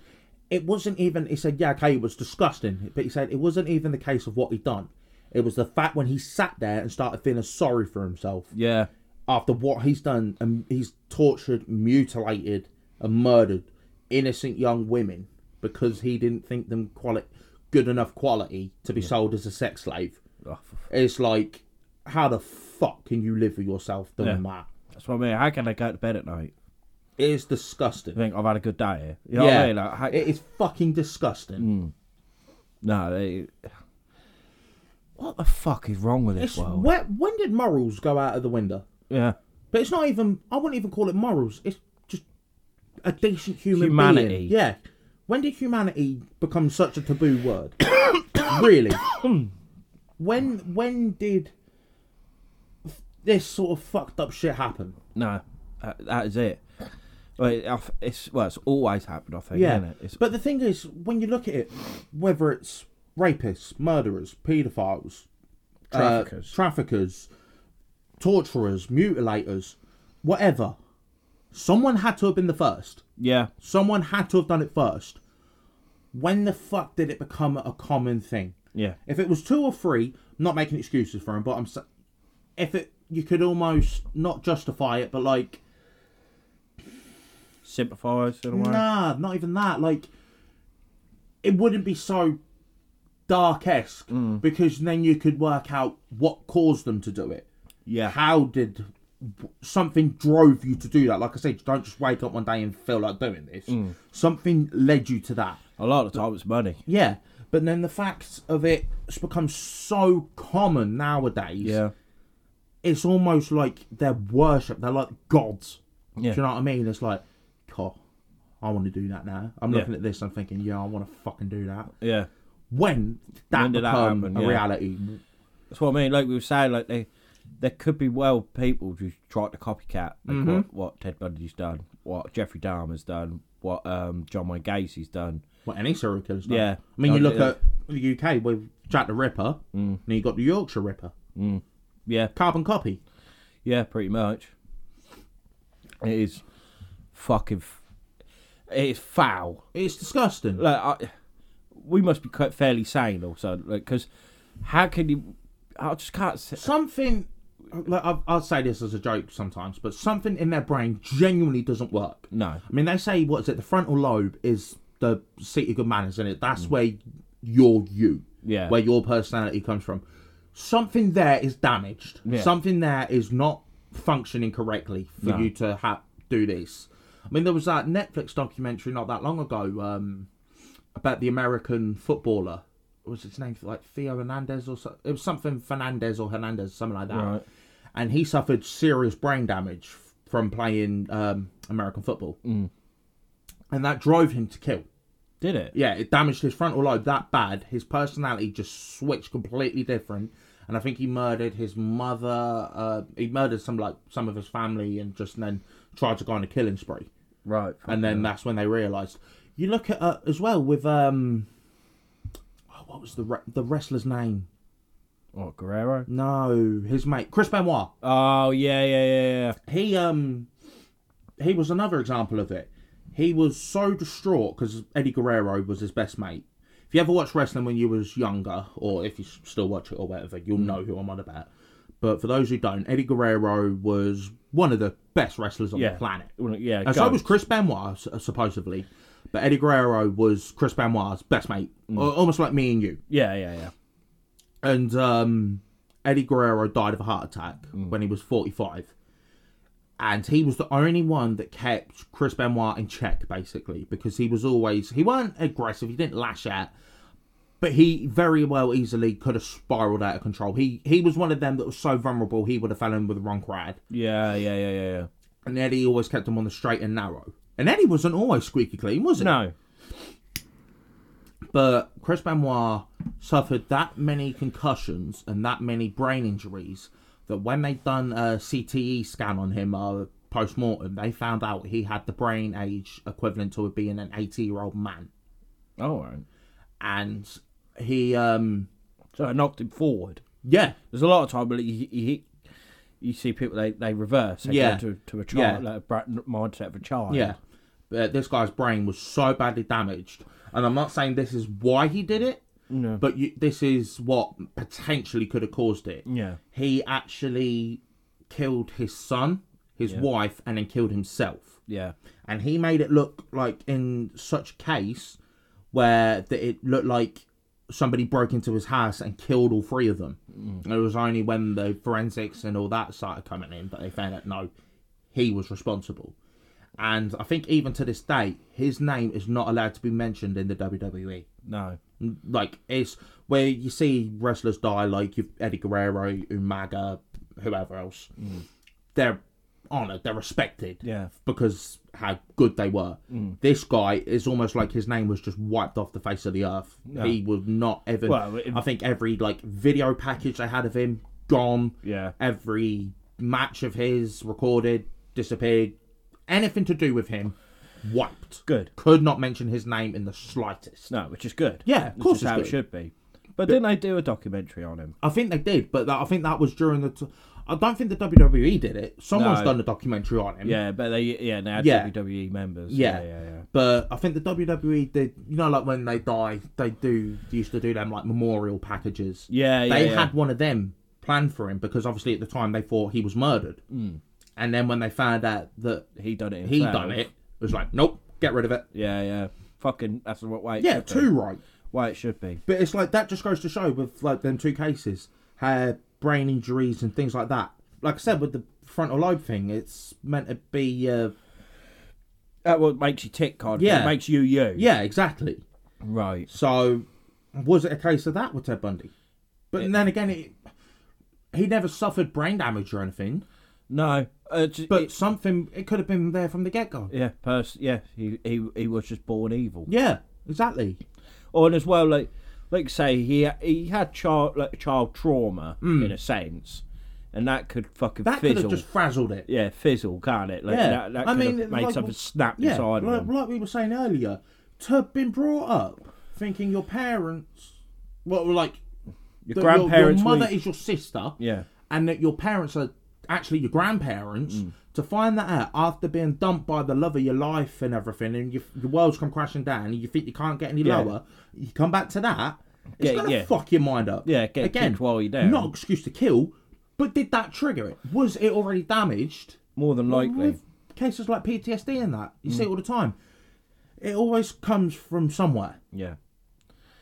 [SPEAKER 2] it wasn't even. He said, "Yeah, okay, it was disgusting," but he said it wasn't even the case of what he'd done. It was the fact when he sat there and started feeling sorry for himself
[SPEAKER 1] yeah.
[SPEAKER 2] after what he's done, and he's tortured, mutilated, and murdered innocent young women because he didn't think them quali- good enough quality to be sold as a sex slave.
[SPEAKER 1] Oh, f-
[SPEAKER 2] It's like, how the fuck can you live with yourself doing that?
[SPEAKER 1] that's what I mean. How can I go to bed at night?
[SPEAKER 2] It is disgusting.
[SPEAKER 1] I think I've had a good day. here? You know what I Mm. mean? Like, how,
[SPEAKER 2] it is fucking disgusting.
[SPEAKER 1] no. They, what the fuck is wrong with this
[SPEAKER 2] It's,
[SPEAKER 1] world?
[SPEAKER 2] where, when did morals go out of the window?
[SPEAKER 1] yeah.
[SPEAKER 2] But it's not even. I wouldn't even call it morals. It's just a decent human
[SPEAKER 1] Humanity.
[SPEAKER 2] being. Yeah. When did humanity become such a taboo word? really? when when did this sort of fucked up shit happen?
[SPEAKER 1] No. That, that is it. Well, it- I- it's well, it's always happened. I think.
[SPEAKER 2] Yeah.
[SPEAKER 1] Isn't it? It's
[SPEAKER 2] But the thing is, when you look at it, whether it's rapists, murderers, paedophiles, uh,
[SPEAKER 1] Traffickers.
[SPEAKER 2] traffickers, torturers, mutilators, whatever, someone had to have been the first.
[SPEAKER 1] yeah.
[SPEAKER 2] Someone had to have done it first. When the fuck did it become a common thing?
[SPEAKER 1] Yeah.
[SPEAKER 2] If it was two or 3 I'm not making excuses for him, but I'm. s- If it, you could almost not justify it, but like,
[SPEAKER 1] Sympathise in a way.
[SPEAKER 2] Nah, not even that. Like, it wouldn't be so dark esque
[SPEAKER 1] Hmm.
[SPEAKER 2] because then you could work out what caused them to do it.
[SPEAKER 1] Yeah.
[SPEAKER 2] How did something drove you to do that? Like I said, you don't just wake up one day and feel like doing this.
[SPEAKER 1] Hmm.
[SPEAKER 2] Something led you to that.
[SPEAKER 1] A lot of the time it's money.
[SPEAKER 2] Yeah. But then the fact of it it's become so common nowadays.
[SPEAKER 1] Yeah.
[SPEAKER 2] It's almost like they're worship. They're like gods.
[SPEAKER 1] Yeah.
[SPEAKER 2] Do you know what I mean? It's like, God, I want to do that now. I'm
[SPEAKER 1] Yeah.
[SPEAKER 2] looking at this, I'm thinking, yeah, I want to fucking do that.
[SPEAKER 1] Yeah.
[SPEAKER 2] When did that
[SPEAKER 1] When did that
[SPEAKER 2] become
[SPEAKER 1] happen?
[SPEAKER 2] a
[SPEAKER 1] Yeah.
[SPEAKER 2] reality?
[SPEAKER 1] That's what I mean. Like we were saying, like they, there could be well people who try to copycat like what, what Ted Bundy's done, what Jeffrey Dahmer's done, what um, John Wayne Gacy's done.
[SPEAKER 2] What any serial killer's done.
[SPEAKER 1] Yeah.
[SPEAKER 2] I mean, you
[SPEAKER 1] Oh,
[SPEAKER 2] look
[SPEAKER 1] yeah. Mm.
[SPEAKER 2] at the UK with Jack the Ripper, and you got the Yorkshire Ripper,
[SPEAKER 1] Yeah,
[SPEAKER 2] carbon copy.
[SPEAKER 1] yeah, pretty much. It is fucking. f- It is foul.
[SPEAKER 2] It's disgusting.
[SPEAKER 1] Like I, we must be quite fairly sane also, because how can you? I just can't. s-
[SPEAKER 2] Something. Like, I- I'll say this as a joke sometimes, but something in their brain genuinely doesn't work.
[SPEAKER 1] No.
[SPEAKER 2] I mean, they say what is it? The frontal lobe is the seat of good manners, and it that's where you're you,
[SPEAKER 1] Yeah.
[SPEAKER 2] where your personality comes from. Something there is damaged.
[SPEAKER 1] Yeah.
[SPEAKER 2] Something there is not functioning correctly for
[SPEAKER 1] No.
[SPEAKER 2] you to ha- do this. I mean, there was that Netflix documentary not that long ago um, about the American footballer. What was his name like Theo Hernandez or so? It was something Fernandez or Hernandez, something like that.
[SPEAKER 1] Right.
[SPEAKER 2] And he suffered serious brain damage f-
[SPEAKER 1] Mm.
[SPEAKER 2] from playing um, American football and that drove him to kill.
[SPEAKER 1] Did it?
[SPEAKER 2] Yeah, it damaged his frontal lobe that bad. His personality just switched completely different, and I think he murdered his mother. Uh, he murdered some like some of his family, and just then tried to go on a killing spree.
[SPEAKER 1] Right.
[SPEAKER 2] And then that's when they realised. You look at uh, as well with um, oh, what was the re- the wrestler's name?
[SPEAKER 1] Oh, Guerrero.
[SPEAKER 2] No, his mate Chris Benoit.
[SPEAKER 1] Oh yeah, yeah, yeah, yeah.
[SPEAKER 2] he um he was another example of it. He was so distraught because Eddie Guerrero was his best mate. If you ever watched wrestling when you was younger, or if you s- still watch it or whatever, you'll know who I'm on about. But for those who don't, Eddie Guerrero was one of the best wrestlers on
[SPEAKER 1] Yeah.
[SPEAKER 2] the planet.
[SPEAKER 1] Well, Yeah.
[SPEAKER 2] And so
[SPEAKER 1] go.
[SPEAKER 2] was Chris Benoit, s- supposedly. But Eddie Guerrero was Chris Benoit's best mate, Al- almost like me and you.
[SPEAKER 1] Yeah, yeah, yeah.
[SPEAKER 2] And um, Eddie Guerrero died of a heart attack when he was 45. And he was the only one that kept Chris Benoit in check, basically, because he was always, he weren't aggressive, he didn't lash out, but he very well easily could have spiraled out of control. He he was one of them that was so vulnerable, he would have fell in with the wrong crowd.
[SPEAKER 1] Yeah, yeah, yeah, yeah, yeah.
[SPEAKER 2] And Eddie always kept him on the straight and narrow. And Eddie wasn't always squeaky clean, was he?
[SPEAKER 1] No.
[SPEAKER 2] But Chris Benoit suffered that many concussions and that many brain injuries that when they done a CTE scan on him uh, post mortem, they found out he had the brain age equivalent to being an 80 year old man.
[SPEAKER 1] All right.
[SPEAKER 2] And he, um,
[SPEAKER 1] So I knocked him forward.
[SPEAKER 2] yeah,
[SPEAKER 1] There's a lot of time, but you, you, you see people they, they reverse. They
[SPEAKER 2] Yeah.
[SPEAKER 1] Go to, to a child,
[SPEAKER 2] Yeah.
[SPEAKER 1] like a bra- mindset of a child.
[SPEAKER 2] yeah. But this guy's brain was so badly damaged. And I'm not saying this is why he did it,
[SPEAKER 1] No.
[SPEAKER 2] but you, this is what potentially could have caused it.
[SPEAKER 1] Yeah.
[SPEAKER 2] he actually killed his son, his wife, and then killed himself.
[SPEAKER 1] Yeah.
[SPEAKER 2] And he made it look like in such case where that it looked like somebody broke into his house and killed all three of them. And It was only when the forensics and all that started coming in that they found out no, he was responsible. And I think even to this day, his name is not allowed to be mentioned in the E. WWE
[SPEAKER 1] No.
[SPEAKER 2] like it's where you see wrestlers die, like you've Eddie Guerrero, Umaga, whoever else. They're honoured, they're respected,
[SPEAKER 1] Mm. Yeah. Mm.
[SPEAKER 2] because how good they were. This guy is almost like his name was just wiped off the face of the earth. He was not ever.
[SPEAKER 1] Well, it-
[SPEAKER 2] I think every like video package they had of him gone.
[SPEAKER 1] Yeah.
[SPEAKER 2] Every match of his recorded disappeared. Anything to do with him, wiped.
[SPEAKER 1] Good.
[SPEAKER 2] Could not mention his name in the slightest.
[SPEAKER 1] No, which is good.
[SPEAKER 2] Yeah, of
[SPEAKER 1] Which
[SPEAKER 2] course
[SPEAKER 1] is
[SPEAKER 2] it's
[SPEAKER 1] how
[SPEAKER 2] good.
[SPEAKER 1] it should be. But didn't they do a documentary on him?
[SPEAKER 2] I think they did, but that, I think that was during the. T- I don't think the WWE did it. Someone's
[SPEAKER 1] No.
[SPEAKER 2] done a documentary on him.
[SPEAKER 1] Yeah, but they yeah they had
[SPEAKER 2] Yeah.
[SPEAKER 1] WWE E members.
[SPEAKER 2] Yeah.
[SPEAKER 1] yeah, yeah, yeah.
[SPEAKER 2] But I think the WWE did. You know, like when they die, they do they used to do them like memorial packages.
[SPEAKER 1] Yeah, yeah,
[SPEAKER 2] They
[SPEAKER 1] yeah.
[SPEAKER 2] had one of them planned for him because obviously at the time they thought he was murdered,
[SPEAKER 1] Hmm.
[SPEAKER 2] mm. and then when they found out that
[SPEAKER 1] He done it.
[SPEAKER 2] he
[SPEAKER 1] Himself.
[SPEAKER 2] done it, it was like, nope, get rid of it.
[SPEAKER 1] Yeah, yeah. Fucking that's what way. It
[SPEAKER 2] Yeah,
[SPEAKER 1] should be.
[SPEAKER 2] too right.
[SPEAKER 1] Why it should be.
[SPEAKER 2] But it's like that just goes to show with like them two cases, how brain injuries and things like that. Like I said, with the frontal lobe thing, it's meant to be. Uh,
[SPEAKER 1] That what Uh, makes you tick, card.
[SPEAKER 2] Yeah.
[SPEAKER 1] Yeah, makes you you.
[SPEAKER 2] yeah, exactly.
[SPEAKER 1] right.
[SPEAKER 2] So, was it a case of that with Ted Bundy? But then again, it, he never suffered brain damage or anything.
[SPEAKER 1] No, uh, just,
[SPEAKER 2] But something it could have been there from the get go.
[SPEAKER 1] yeah, pers- yeah, he, he he was just born evil.
[SPEAKER 2] Yeah, exactly.
[SPEAKER 1] Oh, and as well, like like say he he had child like child trauma in a sense, and that could fucking
[SPEAKER 2] Hmm. That could
[SPEAKER 1] fizzle.
[SPEAKER 2] have just frazzled it.
[SPEAKER 1] Yeah, fizzle, can't it? Like,
[SPEAKER 2] Yeah.
[SPEAKER 1] that, that
[SPEAKER 2] I
[SPEAKER 1] could
[SPEAKER 2] mean,
[SPEAKER 1] have made
[SPEAKER 2] like-
[SPEAKER 1] something snap
[SPEAKER 2] Yeah,
[SPEAKER 1] inside
[SPEAKER 2] like,
[SPEAKER 1] of him.
[SPEAKER 2] like we were saying earlier, to have been brought up thinking your parents, well, like
[SPEAKER 1] Your
[SPEAKER 2] that
[SPEAKER 1] grandparents,
[SPEAKER 2] your, your mother
[SPEAKER 1] were-
[SPEAKER 2] is your sister,
[SPEAKER 1] yeah,
[SPEAKER 2] and that your parents are actually your grandparents.
[SPEAKER 1] Mm.
[SPEAKER 2] To find that out after being dumped by the love of your life and everything, and your, your world's come crashing down, and you think you can't get any
[SPEAKER 1] Yeah.
[SPEAKER 2] lower, you come back to that, it's
[SPEAKER 1] Get-
[SPEAKER 2] gonna
[SPEAKER 1] yeah.
[SPEAKER 2] fuck your mind up.
[SPEAKER 1] Yeah, get kicked while you're down.
[SPEAKER 2] Not an excuse to kill, but did that trigger it? Was it already damaged?
[SPEAKER 1] more than likely.
[SPEAKER 2] With cases like PTSD and that, you see
[SPEAKER 1] Mm.
[SPEAKER 2] it all the time. It always comes from somewhere.
[SPEAKER 1] Yeah,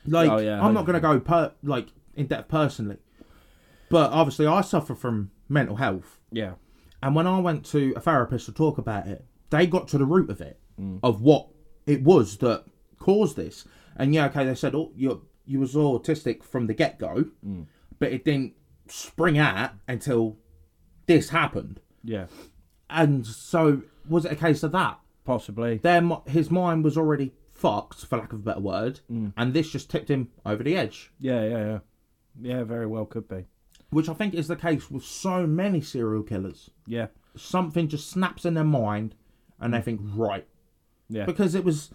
[SPEAKER 2] Like
[SPEAKER 1] Oh, yeah,
[SPEAKER 2] I'm not going to go per like in depth personally, but obviously I suffer from mental health,
[SPEAKER 1] yeah,
[SPEAKER 2] and when I went to a therapist to talk about it, they got to the root of it,
[SPEAKER 1] Mm.
[SPEAKER 2] of what it was that caused this. And yeah, okay, they said, oh, you you was autistic from the get go,
[SPEAKER 1] Mm.
[SPEAKER 2] but it didn't spring out until this happened.
[SPEAKER 1] yeah,
[SPEAKER 2] And so was it a case of that?
[SPEAKER 1] possibly.
[SPEAKER 2] Their mi- his mind was already fucked, for lack of a better word,
[SPEAKER 1] Mm.
[SPEAKER 2] and this just tipped him over the edge,
[SPEAKER 1] Yeah, yeah, yeah. Yeah, very well could be.
[SPEAKER 2] which I think is the case with so many serial killers.
[SPEAKER 1] Yeah.
[SPEAKER 2] Something just snaps in their mind, and they think right
[SPEAKER 1] Yeah.
[SPEAKER 2] because it was,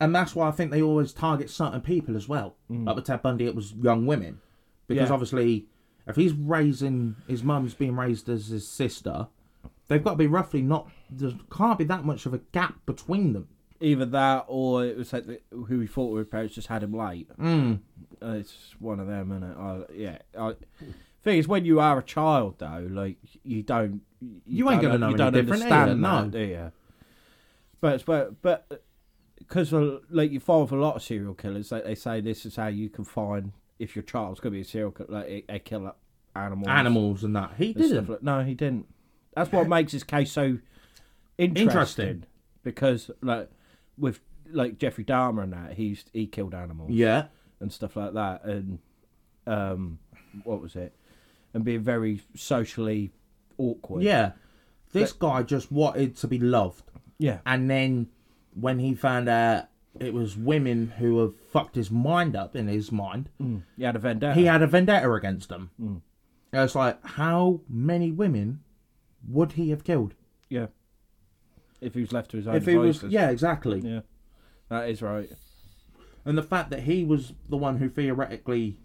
[SPEAKER 2] and that's why I think they always target certain people as well. Like with Ted Bundy, it was young women because
[SPEAKER 1] Mm. Yeah.
[SPEAKER 2] obviously, if he's raising his mum's being raised as his sister, they've got to be roughly not there can't be that much of a gap between them.
[SPEAKER 1] Either that or it was like the, who he thought were his parents just had him late.
[SPEAKER 2] Mm.
[SPEAKER 1] Uh, It's one of them, isn't it? I, yeah. I, thing is, when you are a child, though, like, you don't. You,
[SPEAKER 2] You ain't
[SPEAKER 1] don't-
[SPEAKER 2] gonna know
[SPEAKER 1] You
[SPEAKER 2] any
[SPEAKER 1] don't
[SPEAKER 2] different
[SPEAKER 1] understand
[SPEAKER 2] either,
[SPEAKER 1] that,
[SPEAKER 2] no.
[SPEAKER 1] do you? But, but, but, because, uh, like, you follow a lot of serial killers, like, they say this is how you can find if your child's going to be a serial killer, like, a, a killer animal.
[SPEAKER 2] Animals and that he
[SPEAKER 1] and stuff
[SPEAKER 2] didn't.
[SPEAKER 1] like- no, he didn't. That's what makes his case so interesting.
[SPEAKER 2] Interesting.
[SPEAKER 1] because like with like Jeffrey Dahmer and that, he's he killed animals
[SPEAKER 2] Yeah,
[SPEAKER 1] and stuff like that, and um, what was it? And being very socially awkward.
[SPEAKER 2] yeah. This guy just wanted to be loved,
[SPEAKER 1] yeah,
[SPEAKER 2] and then when he found out it was women who have fucked his mind up in his mind,
[SPEAKER 1] he had a vendetta.
[SPEAKER 2] he had a vendetta against them.
[SPEAKER 1] Mm.
[SPEAKER 2] And It's like, how many women would he have killed
[SPEAKER 1] yeah, if he was left to his own
[SPEAKER 2] if he was?
[SPEAKER 1] devices.
[SPEAKER 2] Yeah, exactly.
[SPEAKER 1] yeah, that is right.
[SPEAKER 2] And the fact that he was the one who theoretically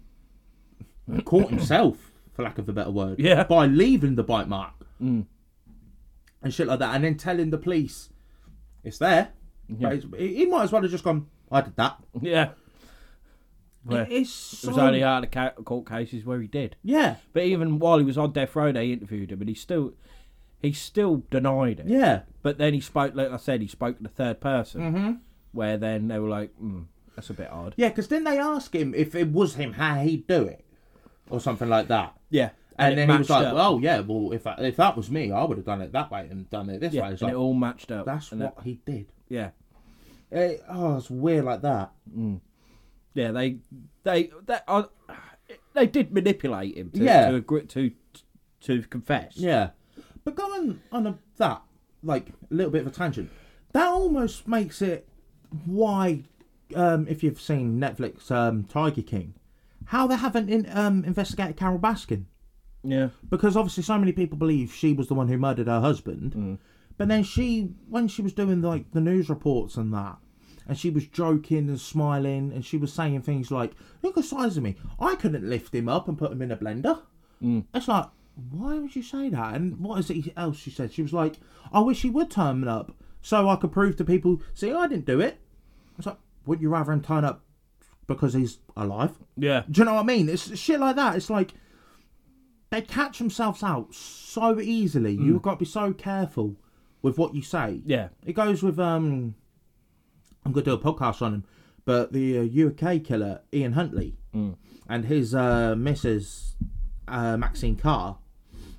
[SPEAKER 2] caught himself, for lack of a better word,
[SPEAKER 1] Yeah. Mm.
[SPEAKER 2] by leaving the bite mark and shit like that, and then telling the police it's there. But it's- he he might as well have just gone. I did that.
[SPEAKER 1] Yeah, Where
[SPEAKER 2] It is
[SPEAKER 1] it
[SPEAKER 2] so,
[SPEAKER 1] was only out of ca- court cases where he did.
[SPEAKER 2] yeah,
[SPEAKER 1] But even while he was on death row, they interviewed him, and he still, he still denied it.
[SPEAKER 2] yeah.
[SPEAKER 1] But then he spoke, like I said, he spoke in the third person,
[SPEAKER 2] Mm-hmm.
[SPEAKER 1] where then they were like, mm, "That's a bit odd."
[SPEAKER 2] Yeah, because then they ask him if it was him, how he'd do it, or something like that.
[SPEAKER 1] Yeah,
[SPEAKER 2] And,
[SPEAKER 1] it
[SPEAKER 2] then he was
[SPEAKER 1] matched
[SPEAKER 2] like,
[SPEAKER 1] up.
[SPEAKER 2] "Oh yeah, well if that, if that was me, I would have done it that way and done it this
[SPEAKER 1] yeah,
[SPEAKER 2] way." It's
[SPEAKER 1] and
[SPEAKER 2] like
[SPEAKER 1] it all matched up.
[SPEAKER 2] that's
[SPEAKER 1] and
[SPEAKER 2] what he did.
[SPEAKER 1] it- yeah,
[SPEAKER 2] It- oh, it's weird like that.
[SPEAKER 1] yeah, they, they, they, uh, they did manipulate him to
[SPEAKER 2] Yeah.
[SPEAKER 1] to, agree, to to confess.
[SPEAKER 2] Yeah, but going on a, that like a little bit of a tangent, that almost makes it why, um, if you've seen Netflix um, Tiger King, how they haven't in, um, investigated Carol Baskin.
[SPEAKER 1] yeah,
[SPEAKER 2] because obviously so many people believe she was the one who murdered her husband. But then she, when she was doing like the news reports and that, and she was joking and smiling, and she was saying things like, "Look at the size of me. I couldn't lift him up and put him in a blender." It's like, why would you say that? And what is it else she said? She was like, "I wish he would turn up so I could prove to people, see, I didn't do it." It's like, would you rather him turn up because he's alive?
[SPEAKER 1] yeah,
[SPEAKER 2] Do you know what I mean? It's shit like that. It's like they catch themselves out so easily. You've got to be so careful with what you say.
[SPEAKER 1] yeah,
[SPEAKER 2] It goes with um, I'm gonna do a podcast on him, but the uh, UK killer Ian Huntley
[SPEAKER 1] Mm.
[SPEAKER 2] and his uh, Mrs. Uh, Maxine Carr.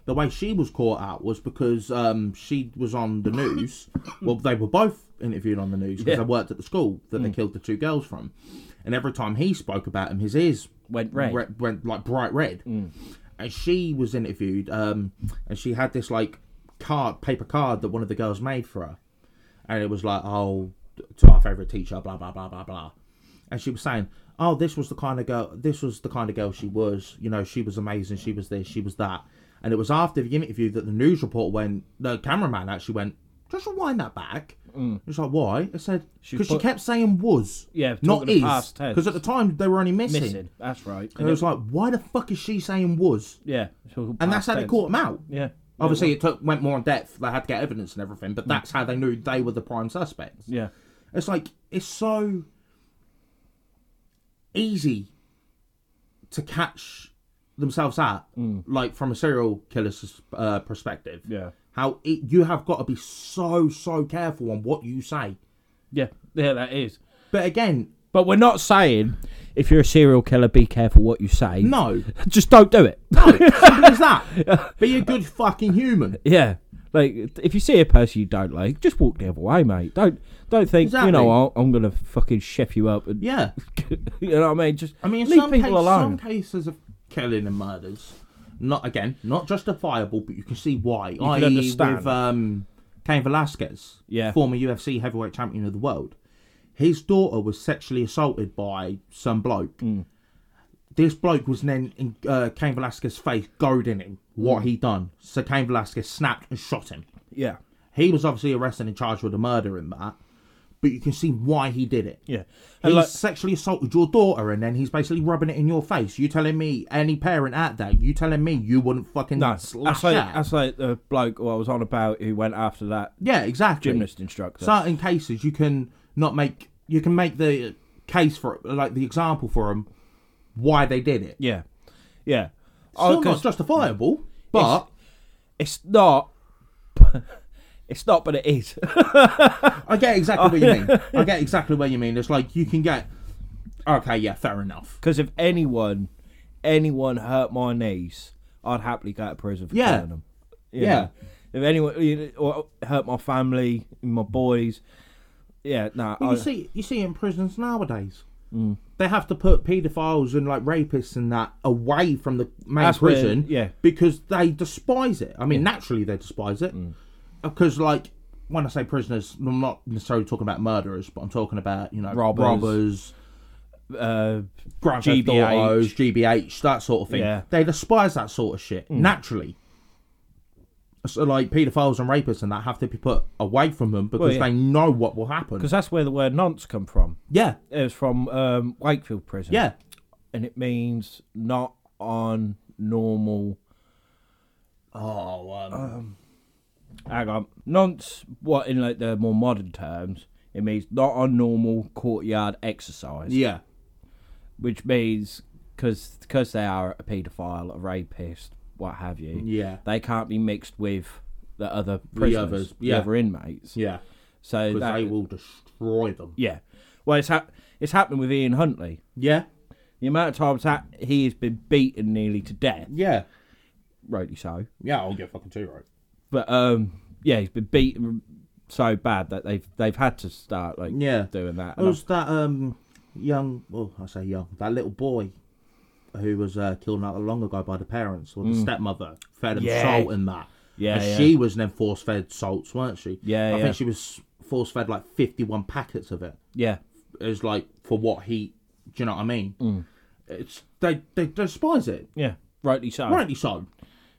[SPEAKER 2] The way she was caught out was because um, she was on the news. well, they were both interviewed on the news because
[SPEAKER 1] Yeah. Mm.
[SPEAKER 2] they worked at the school that they killed the two girls from. And every time he spoke about him, his ears
[SPEAKER 1] Went red. Mm.
[SPEAKER 2] re- went like bright red. And she was interviewed, um, and she had this like card, paper card that one of the girls made for her, and it was like, oh, to our favorite teacher, blah blah blah blah blah, and she was saying, oh, this was the kind of girl, this was the kind of girl she was, you know, she was amazing, she was this, she was that, and it was after the interview that the news report went, the cameraman actually went, just rewind that back. It was like, why? It said because
[SPEAKER 1] Mm.
[SPEAKER 2] she
[SPEAKER 1] put-
[SPEAKER 2] kept saying was,
[SPEAKER 1] Yeah,
[SPEAKER 2] not
[SPEAKER 1] talking in
[SPEAKER 2] is,
[SPEAKER 1] past tense.
[SPEAKER 2] because at the time they were only
[SPEAKER 1] missing. That's right.
[SPEAKER 2] and it was like, why the fuck is she saying was?
[SPEAKER 1] yeah, it's all
[SPEAKER 2] And
[SPEAKER 1] past
[SPEAKER 2] that's how they
[SPEAKER 1] tense.
[SPEAKER 2] caught him out.
[SPEAKER 1] Yeah, Mm.
[SPEAKER 2] Obviously, it took went more in depth. They had to get evidence and everything, but that's how they knew they were the prime suspects.
[SPEAKER 1] yeah,
[SPEAKER 2] It's like it's so easy to catch themselves out, like from a serial killer's uh, perspective.
[SPEAKER 1] Yeah.
[SPEAKER 2] how it, you have got to be so so careful on what you say.
[SPEAKER 1] yeah, yeah. That is.
[SPEAKER 2] But again,
[SPEAKER 1] But we're not saying if you're a serial killer, be careful what you say.
[SPEAKER 2] no,
[SPEAKER 1] just don't do it.
[SPEAKER 2] no, simple as that. Be a good fucking human.
[SPEAKER 1] Yeah. Like if you see a person you don't like, just walk the other way, mate. Don't don't think you know
[SPEAKER 2] Exactly.
[SPEAKER 1] what I'm gonna fucking chef you up. And,
[SPEAKER 2] Yeah.
[SPEAKER 1] you know what I mean? Just
[SPEAKER 2] I mean, in
[SPEAKER 1] leave
[SPEAKER 2] some,
[SPEAKER 1] people
[SPEAKER 2] case, some
[SPEAKER 1] alone.
[SPEAKER 2] cases of killing and murders, not again, not justifiable, but you can see why. I
[SPEAKER 1] understand.
[SPEAKER 2] with um, Cain Velasquez,
[SPEAKER 1] Yeah.
[SPEAKER 2] former UFC heavyweight champion of the world, His daughter was sexually assaulted by some bloke.
[SPEAKER 1] Hmm.
[SPEAKER 2] This bloke was then in uh, Cain Velasquez's face, goading him what he done. So Cain Velasquez snapped and shot him.
[SPEAKER 1] Yeah.
[SPEAKER 2] He was obviously arrested and charged with a murder in that, but you can see why he did it.
[SPEAKER 1] Yeah.
[SPEAKER 2] He
[SPEAKER 1] And like,
[SPEAKER 2] sexually assaulted your daughter, and then he's basically rubbing it in your face. You telling me any parent out there? You telling me you wouldn't fucking
[SPEAKER 1] no,
[SPEAKER 2] slash
[SPEAKER 1] that's like,
[SPEAKER 2] out?
[SPEAKER 1] that's like the bloke who I was on about who went after that
[SPEAKER 2] yeah, exactly.
[SPEAKER 1] gymnast instructor.
[SPEAKER 2] Certain cases you can not make. You can make the case for like the example for them why they did it.
[SPEAKER 1] yeah. Yeah. Oh,
[SPEAKER 2] Still
[SPEAKER 1] 'cause-
[SPEAKER 2] not justifiable, but
[SPEAKER 1] It's not. It's not, but it is.
[SPEAKER 2] I get exactly what you mean. I get exactly what you mean. It's like you can get. Okay, yeah, fair enough.
[SPEAKER 1] Because if anyone, anyone hurt my niece, I'd happily go to prison for
[SPEAKER 2] Yeah.
[SPEAKER 1] killing them.
[SPEAKER 2] Yeah.
[SPEAKER 1] If anyone you know, or hurt my family, my boys, Oh, yeah, Mm. no.
[SPEAKER 2] Well,
[SPEAKER 1] I,
[SPEAKER 2] you see, you see in prisons nowadays, they have to put paedophiles and like rapists and that away from the main
[SPEAKER 1] That's where-
[SPEAKER 2] prison,
[SPEAKER 1] yeah.
[SPEAKER 2] because they despise it. I mean, naturally they despise it,
[SPEAKER 1] Mm.
[SPEAKER 2] because like when I say prisoners, I'm not necessarily talking about murderers, but I'm talking about you know
[SPEAKER 1] Robbers.
[SPEAKER 2] robbers
[SPEAKER 1] uh,
[SPEAKER 2] grand
[SPEAKER 1] GBH.
[SPEAKER 2] theft autos, GBH, that sort of thing.
[SPEAKER 1] Yeah. Mm.
[SPEAKER 2] They despise that sort of shit naturally. So like paedophiles and rapists and that have to be put away from them because
[SPEAKER 1] yeah.
[SPEAKER 2] they know what will happen.
[SPEAKER 1] because that's where the word nonce come from.
[SPEAKER 2] Yeah,
[SPEAKER 1] It was from um, Wakefield prison.
[SPEAKER 2] yeah.
[SPEAKER 1] and it means not on normal.
[SPEAKER 2] Oh, um,
[SPEAKER 1] Hang on, nonce. What in like the more modern terms, it means not on normal courtyard exercise.
[SPEAKER 2] yeah.
[SPEAKER 1] which means because they are a paedophile, a rapist, what have you.
[SPEAKER 2] Yeah.
[SPEAKER 1] they can't be mixed with the other prisoners, the,
[SPEAKER 2] others, yeah.
[SPEAKER 1] other inmates.
[SPEAKER 2] Yeah.
[SPEAKER 1] So
[SPEAKER 2] Because
[SPEAKER 1] that,
[SPEAKER 2] they will destroy them.
[SPEAKER 1] yeah, well, it's hap it's happened with Ian Huntley.
[SPEAKER 2] Yeah.
[SPEAKER 1] The amount of times that he has been beaten nearly to death,
[SPEAKER 2] Yeah.
[SPEAKER 1] rightly so.
[SPEAKER 2] Yeah, I'll get fucking two right.
[SPEAKER 1] But um, yeah, he's been beaten so bad that they've they've had to start like
[SPEAKER 2] Yeah.
[SPEAKER 1] doing that.
[SPEAKER 2] It
[SPEAKER 1] And
[SPEAKER 2] was that um young well, I say young, that little boy who was uh, killed not long ago by the parents or the stepmother, fed him
[SPEAKER 1] Yeah.
[SPEAKER 2] salt and that.
[SPEAKER 1] Yeah,
[SPEAKER 2] And
[SPEAKER 1] yeah.
[SPEAKER 2] she was then force fed salts, weren't she?
[SPEAKER 1] Yeah,
[SPEAKER 2] I
[SPEAKER 1] yeah.
[SPEAKER 2] think she was force fed like fifty one packets of it.
[SPEAKER 1] yeah,
[SPEAKER 2] It was like for what he do you know what I mean? It's they they despise it.
[SPEAKER 1] yeah, rightly so.
[SPEAKER 2] Rightly so.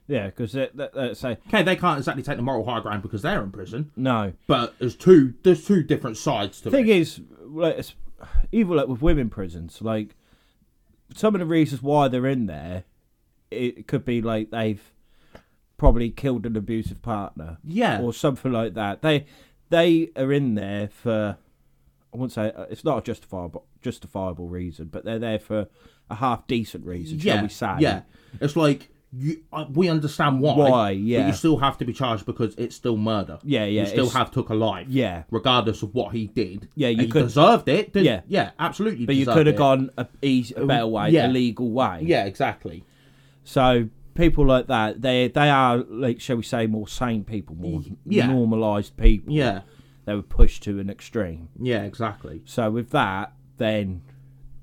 [SPEAKER 1] Yeah, because they, they, they say
[SPEAKER 2] Okay, they can't exactly take the moral high ground because they're in prison.
[SPEAKER 1] no.
[SPEAKER 2] But there's two there's two different sides to
[SPEAKER 1] thing
[SPEAKER 2] it.
[SPEAKER 1] is, like, it's, even like with women prisons, like some of the reasons why they're in there, it could be like they've probably killed an abusive partner,
[SPEAKER 2] Yeah.
[SPEAKER 1] or something like that. They they are in there for I wouldn't say it's not a justifiable justifiable reason, but they're there for a half decent reason,
[SPEAKER 2] yeah,
[SPEAKER 1] shall we say?
[SPEAKER 2] yeah. It's like you uh, we understand why.
[SPEAKER 1] Why,
[SPEAKER 2] But
[SPEAKER 1] yeah.
[SPEAKER 2] you still have to be charged because it's still murder.
[SPEAKER 1] Yeah, yeah,
[SPEAKER 2] You still
[SPEAKER 1] it's-
[SPEAKER 2] have took a life.
[SPEAKER 1] Yeah.
[SPEAKER 2] Regardless of what he did.
[SPEAKER 1] Yeah, you
[SPEAKER 2] And he
[SPEAKER 1] could-
[SPEAKER 2] deserved it. didn't-
[SPEAKER 1] Yeah.
[SPEAKER 2] Yeah, absolutely.
[SPEAKER 1] But you
[SPEAKER 2] deserved
[SPEAKER 1] could have
[SPEAKER 2] it.
[SPEAKER 1] gone a, easy, a better way,
[SPEAKER 2] yeah.
[SPEAKER 1] a legal way.
[SPEAKER 2] Yeah, exactly.
[SPEAKER 1] So people like that, they they are like shall we say more sane people, more
[SPEAKER 2] Yeah.
[SPEAKER 1] normalized people.
[SPEAKER 2] Yeah.
[SPEAKER 1] They were pushed to an extreme.
[SPEAKER 2] Yeah, exactly.
[SPEAKER 1] So with that, then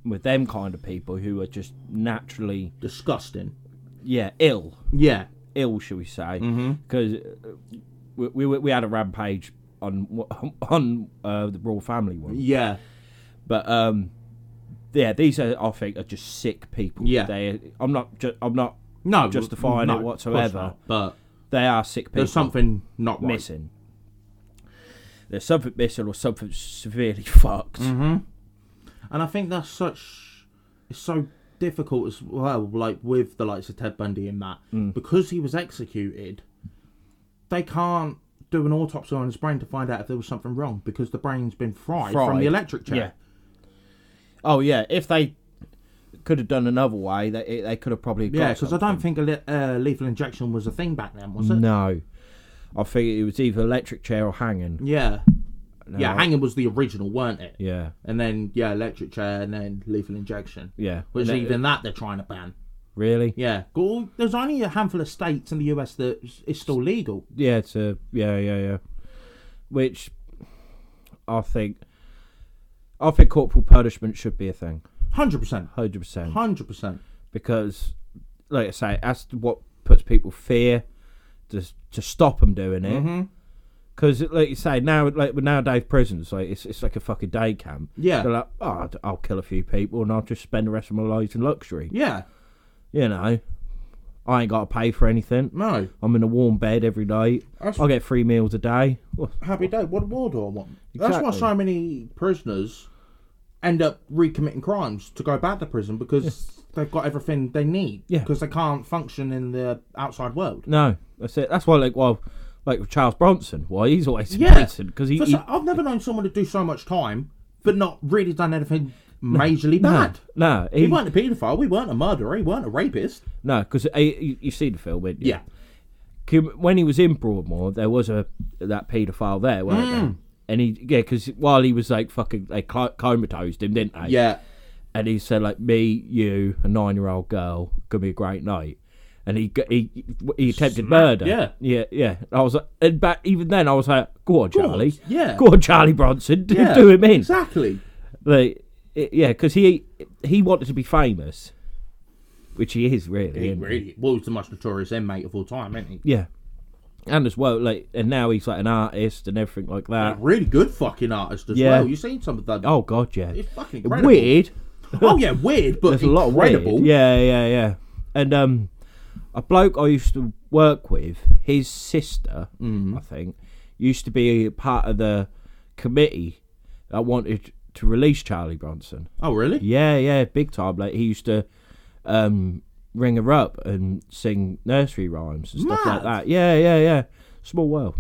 [SPEAKER 1] with them kind of people who are just naturally
[SPEAKER 2] Disgusting.
[SPEAKER 1] yeah ill,
[SPEAKER 2] Yeah.
[SPEAKER 1] ill shall we say?
[SPEAKER 2] Mm-hmm.
[SPEAKER 1] Because we, we were- we had a rampage on on uh, the royal family one,
[SPEAKER 2] Yeah.
[SPEAKER 1] but um. Yeah, these are I think are just sick people.
[SPEAKER 2] Yeah.
[SPEAKER 1] they. I'm not. Ju- I'm not.
[SPEAKER 2] No.
[SPEAKER 1] Justifying
[SPEAKER 2] no,
[SPEAKER 1] it
[SPEAKER 2] of course
[SPEAKER 1] whatsoever.
[SPEAKER 2] not, But
[SPEAKER 1] They are sick people.
[SPEAKER 2] there's something not right.
[SPEAKER 1] missing. There's something missing or something severely fucked.
[SPEAKER 2] Mm-hmm. And I think that's such it's so difficult as well, like with the likes of Ted Bundy and that,
[SPEAKER 1] Mm.
[SPEAKER 2] because he was executed. They can't do an autopsy on his brain to find out if there was something wrong because the brain's been fried, from
[SPEAKER 1] Fried.
[SPEAKER 2] the electric chair.
[SPEAKER 1] Yeah. Oh yeah, if they could have done another way, they they could have probably got
[SPEAKER 2] Yeah, because I don't think a le- uh, lethal injection was a thing back then, was it?
[SPEAKER 1] something. no. I think it was either electric chair or hanging.
[SPEAKER 2] Yeah. Yeah,
[SPEAKER 1] No.
[SPEAKER 2] hanging was the original, weren't it?
[SPEAKER 1] Yeah,
[SPEAKER 2] And then yeah, electric chair, and then lethal injection.
[SPEAKER 1] yeah.
[SPEAKER 2] Which
[SPEAKER 1] And that-
[SPEAKER 2] even that they're trying to ban.
[SPEAKER 1] really?
[SPEAKER 2] Yeah, Well, there's only a handful of states in the US that is still legal.
[SPEAKER 1] Yeah, it's a yeah, yeah, yeah. Which I think, I think corporal punishment should be a thing,
[SPEAKER 2] Hundred percent.
[SPEAKER 1] hundred percent.
[SPEAKER 2] Hundred percent.
[SPEAKER 1] because, like I
[SPEAKER 2] Mm-hmm.
[SPEAKER 1] say, that's what puts people fear to to stop them doing it. Because Because, like you say, now like with nowadays prisons, like it's, it's like a fucking day camp.
[SPEAKER 2] Yeah.
[SPEAKER 1] They're like, oh, I'd- I'll kill a few people and I'll just spend the rest of my life in luxury.
[SPEAKER 2] Yeah.
[SPEAKER 1] You know, I ain't got to pay for anything.
[SPEAKER 2] No.
[SPEAKER 1] I'm in a warm bed every night.
[SPEAKER 2] That's-
[SPEAKER 1] I get three meals a day. Well,
[SPEAKER 2] Happy day. What more do I want? That's why
[SPEAKER 1] Exactly.
[SPEAKER 2] so many prisoners end up recommitting crimes to go back to prison because they've got everything they need.
[SPEAKER 1] Yeah.
[SPEAKER 2] Because they can't function in the outside world.
[SPEAKER 1] no, that's it. That's why, like, well, like with Charles Bronson, why he's always in
[SPEAKER 2] Yeah.
[SPEAKER 1] prison because he,
[SPEAKER 2] For
[SPEAKER 1] he
[SPEAKER 2] so- I've never known someone to do so much time but not really done anything majorly bad.
[SPEAKER 1] no, he,
[SPEAKER 2] We weren't a paedophile. We weren't a murderer. We weren't a rapist.
[SPEAKER 1] no, because you, you see the film, didn't you?
[SPEAKER 2] Yeah.
[SPEAKER 1] Kim- when he was in Broadmoor, there was a that paedophile there, weren't
[SPEAKER 2] Hmm.
[SPEAKER 1] there? And he, yeah, because while he was like fucking, they cl- comatosed him, didn't they?
[SPEAKER 2] Yeah.
[SPEAKER 1] And he said like, me, you, a nine-year-old girl, gonna be a great night. And he g- he he attempted murder.
[SPEAKER 2] yeah.
[SPEAKER 1] yeah, yeah. I was like, and back even then, I was like, go on, Charlie,
[SPEAKER 2] yeah.
[SPEAKER 1] go on, Charlie Bronson, do,
[SPEAKER 2] Yeah.
[SPEAKER 1] do him in.
[SPEAKER 2] Exactly.
[SPEAKER 1] Like, it- yeah, because he he wanted to be famous, which he is really.
[SPEAKER 2] He
[SPEAKER 1] isn't he?
[SPEAKER 2] really was the most notorious inmate of all time, isn't he?
[SPEAKER 1] Yeah. And as well, like, and now he's like an artist and everything like
[SPEAKER 2] A
[SPEAKER 1] that.
[SPEAKER 2] really good fucking artist as
[SPEAKER 1] Yeah.
[SPEAKER 2] well. You've seen some of them.
[SPEAKER 1] Oh God, yeah.
[SPEAKER 2] It's fucking incredible.
[SPEAKER 1] Weird.
[SPEAKER 2] Oh yeah, weird, but
[SPEAKER 1] There's a lot of
[SPEAKER 2] incredible.
[SPEAKER 1] weird. Yeah, yeah, yeah. And um, a bloke I used to work with, his sister,
[SPEAKER 2] Mm.
[SPEAKER 1] I think, used to be part of the committee that wanted to release Charlie Bronson.
[SPEAKER 2] Oh really?
[SPEAKER 1] Yeah, yeah, big time. Like he used to um ring her up and sing nursery rhymes and stuff like
[SPEAKER 2] Mad.
[SPEAKER 1] that. Yeah, yeah, yeah. Small world.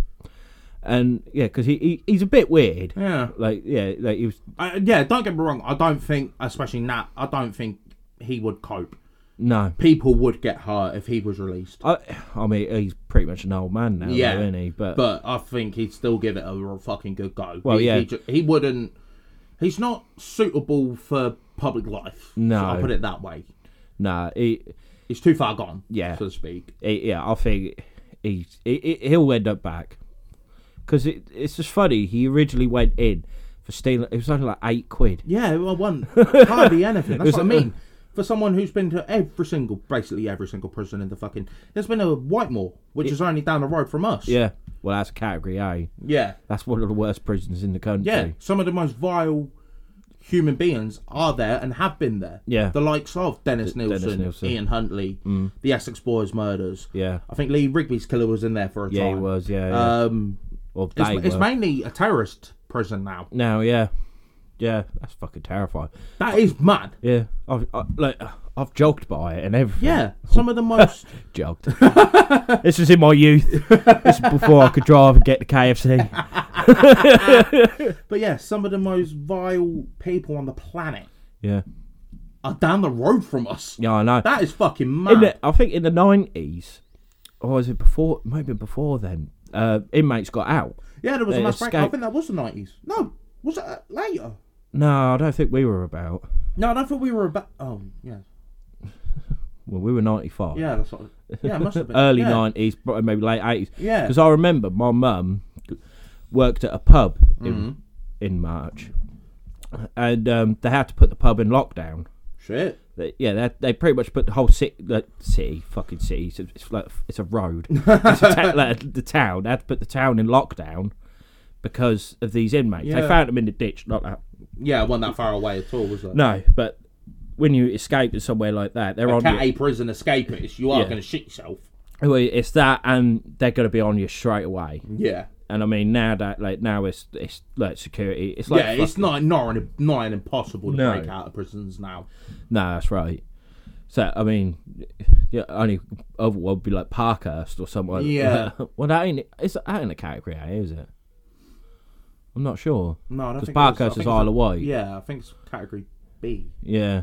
[SPEAKER 1] And yeah, because he, he he's a bit weird.
[SPEAKER 2] Yeah.
[SPEAKER 1] Like yeah, like he was.
[SPEAKER 2] I, yeah. Don't get me wrong. I don't think, especially Nat, I don't think he would cope.
[SPEAKER 1] No,
[SPEAKER 2] People would get hurt if he was released.
[SPEAKER 1] I I mean he's pretty much an old man now,
[SPEAKER 2] Yeah,
[SPEAKER 1] though, isn't he? But,
[SPEAKER 2] But I think he'd still give it a real fucking good go.
[SPEAKER 1] Well,
[SPEAKER 2] he,
[SPEAKER 1] yeah.
[SPEAKER 2] He, ju- he wouldn't. He's not suitable for public life.
[SPEAKER 1] No.
[SPEAKER 2] So I'll put it that way.
[SPEAKER 1] nah, he,
[SPEAKER 2] He's too far gone.
[SPEAKER 1] Yeah.
[SPEAKER 2] So to speak.
[SPEAKER 1] he yeah, I think he, he he- he'll end up back because it, it's just funny. He originally went in for stealing. It was only like eight quid.
[SPEAKER 2] Yeah, well, one hardly anything. That's
[SPEAKER 1] was
[SPEAKER 2] what I
[SPEAKER 1] like,
[SPEAKER 2] mean. For someone who's been to every single, basically every single prison in the fucking, there's been a Whitemore, which is only down the road from us.
[SPEAKER 1] Yeah, well that's category A.
[SPEAKER 2] yeah,
[SPEAKER 1] That's one of the worst prisons in the country.
[SPEAKER 2] yeah. Some of the most vile human beings are there and have been there.
[SPEAKER 1] Yeah.
[SPEAKER 2] the likes of Dennis Nielsen,
[SPEAKER 1] Dennis Nielsen. Mm.
[SPEAKER 2] Ian Huntley, the Essex Boys murders.
[SPEAKER 1] Yeah.
[SPEAKER 2] I think Lee Rigby's killer was in there for a
[SPEAKER 1] Yeah,
[SPEAKER 2] time.
[SPEAKER 1] he was. Yeah, yeah.
[SPEAKER 2] Um,
[SPEAKER 1] or
[SPEAKER 2] it's,
[SPEAKER 1] they
[SPEAKER 2] it's
[SPEAKER 1] were.
[SPEAKER 2] mainly a terrorist prison now.
[SPEAKER 1] now, yeah, yeah. That's fucking terrifying.
[SPEAKER 2] That is mad.
[SPEAKER 1] Yeah, I've I, like I've joked by it and everything.
[SPEAKER 2] Yeah, some of the most.
[SPEAKER 1] joked. this was in my youth. this is before I could drive and get to KFC.
[SPEAKER 2] But yeah, some of the most vile people on the planet
[SPEAKER 1] Yeah,
[SPEAKER 2] are down the road from us.
[SPEAKER 1] yeah, I know.
[SPEAKER 2] That is fucking
[SPEAKER 1] In
[SPEAKER 2] mad.
[SPEAKER 1] the, I think in the nineties, or was it before? Maybe before then. Uh, inmates got out.
[SPEAKER 2] yeah, there was a
[SPEAKER 1] They
[SPEAKER 2] mass break. I
[SPEAKER 1] escape.
[SPEAKER 2] think that was the nineties. No, was it uh, later?
[SPEAKER 1] No, I don't think we were about.
[SPEAKER 2] No, I don't think we were about. Oh, yeah,
[SPEAKER 1] Well, we were ninety five.
[SPEAKER 2] yeah, that's what. Yeah, it must have been
[SPEAKER 1] early
[SPEAKER 2] yeah.
[SPEAKER 1] nineties, probably maybe late eighties.
[SPEAKER 2] Yeah.
[SPEAKER 1] because I remember my mum worked at a pub in
[SPEAKER 2] Mm-hmm.
[SPEAKER 1] in March, and um, they had to put the pub in lockdown.
[SPEAKER 2] Shit.
[SPEAKER 1] They, yeah, they, they pretty much put the whole city, like, city, fucking city. It's, it's like it's a road. it's a ta- like, the town. They had to put the town in lockdown because of these inmates. They
[SPEAKER 2] Yeah.
[SPEAKER 1] found them in the ditch, not that.
[SPEAKER 2] Yeah, it wasn't that far away at all, was it?
[SPEAKER 1] No, but when you escape to somewhere like that, they're on.
[SPEAKER 2] Cat
[SPEAKER 1] your-
[SPEAKER 2] A prison escapist. You are
[SPEAKER 1] Yeah.
[SPEAKER 2] going to shit yourself.
[SPEAKER 1] well, it's that, and they're going to be on you straight away.
[SPEAKER 2] Yeah.
[SPEAKER 1] And I mean, now that like now it's it's like security. It's like
[SPEAKER 2] yeah, it's not not an, not an impossible to
[SPEAKER 1] No.
[SPEAKER 2] break out of prisons now.
[SPEAKER 1] no, that's right. So I mean, yeah, only other one would be like Parkhurst or someone.
[SPEAKER 2] Yeah.
[SPEAKER 1] well, that ain't it's that ain't a category A, is it? I'm not sure.
[SPEAKER 2] No, I don't
[SPEAKER 1] 'Cause
[SPEAKER 2] think it was- I
[SPEAKER 1] Parkhurst
[SPEAKER 2] think
[SPEAKER 1] is
[SPEAKER 2] it's a-
[SPEAKER 1] Isle of Wight.
[SPEAKER 2] Yeah, I think it's category B.
[SPEAKER 1] Yeah,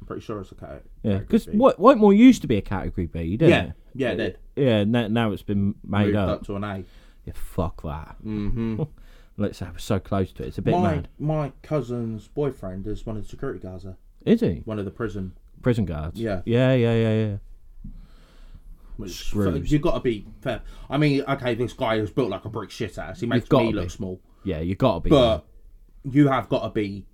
[SPEAKER 2] I'm pretty sure it's a category.
[SPEAKER 1] yeah. Because
[SPEAKER 2] B.
[SPEAKER 1] Whitemore used to be a category B, didn't
[SPEAKER 2] Yeah,
[SPEAKER 1] it?
[SPEAKER 2] yeah, it did.
[SPEAKER 1] Yeah, now, now it's been made
[SPEAKER 2] Moved
[SPEAKER 1] up.
[SPEAKER 2] up to an A.
[SPEAKER 1] Yeah, fuck that. Mm-hmm. Let's say we're so close to it. It's a bit
[SPEAKER 2] My
[SPEAKER 1] mad.
[SPEAKER 2] my cousin's boyfriend is one of the security guards, there,
[SPEAKER 1] Is he?
[SPEAKER 2] one of the prison.
[SPEAKER 1] Prison guards.
[SPEAKER 2] Yeah.
[SPEAKER 1] Yeah, yeah, yeah, yeah.
[SPEAKER 2] Which
[SPEAKER 1] Screws.
[SPEAKER 2] you got to be fair. I mean, okay, this guy is built like a brick shit ass. He makes
[SPEAKER 1] gotta
[SPEAKER 2] me
[SPEAKER 1] be.
[SPEAKER 2] look small,
[SPEAKER 1] Yeah, you gotta be.
[SPEAKER 2] but you have got to be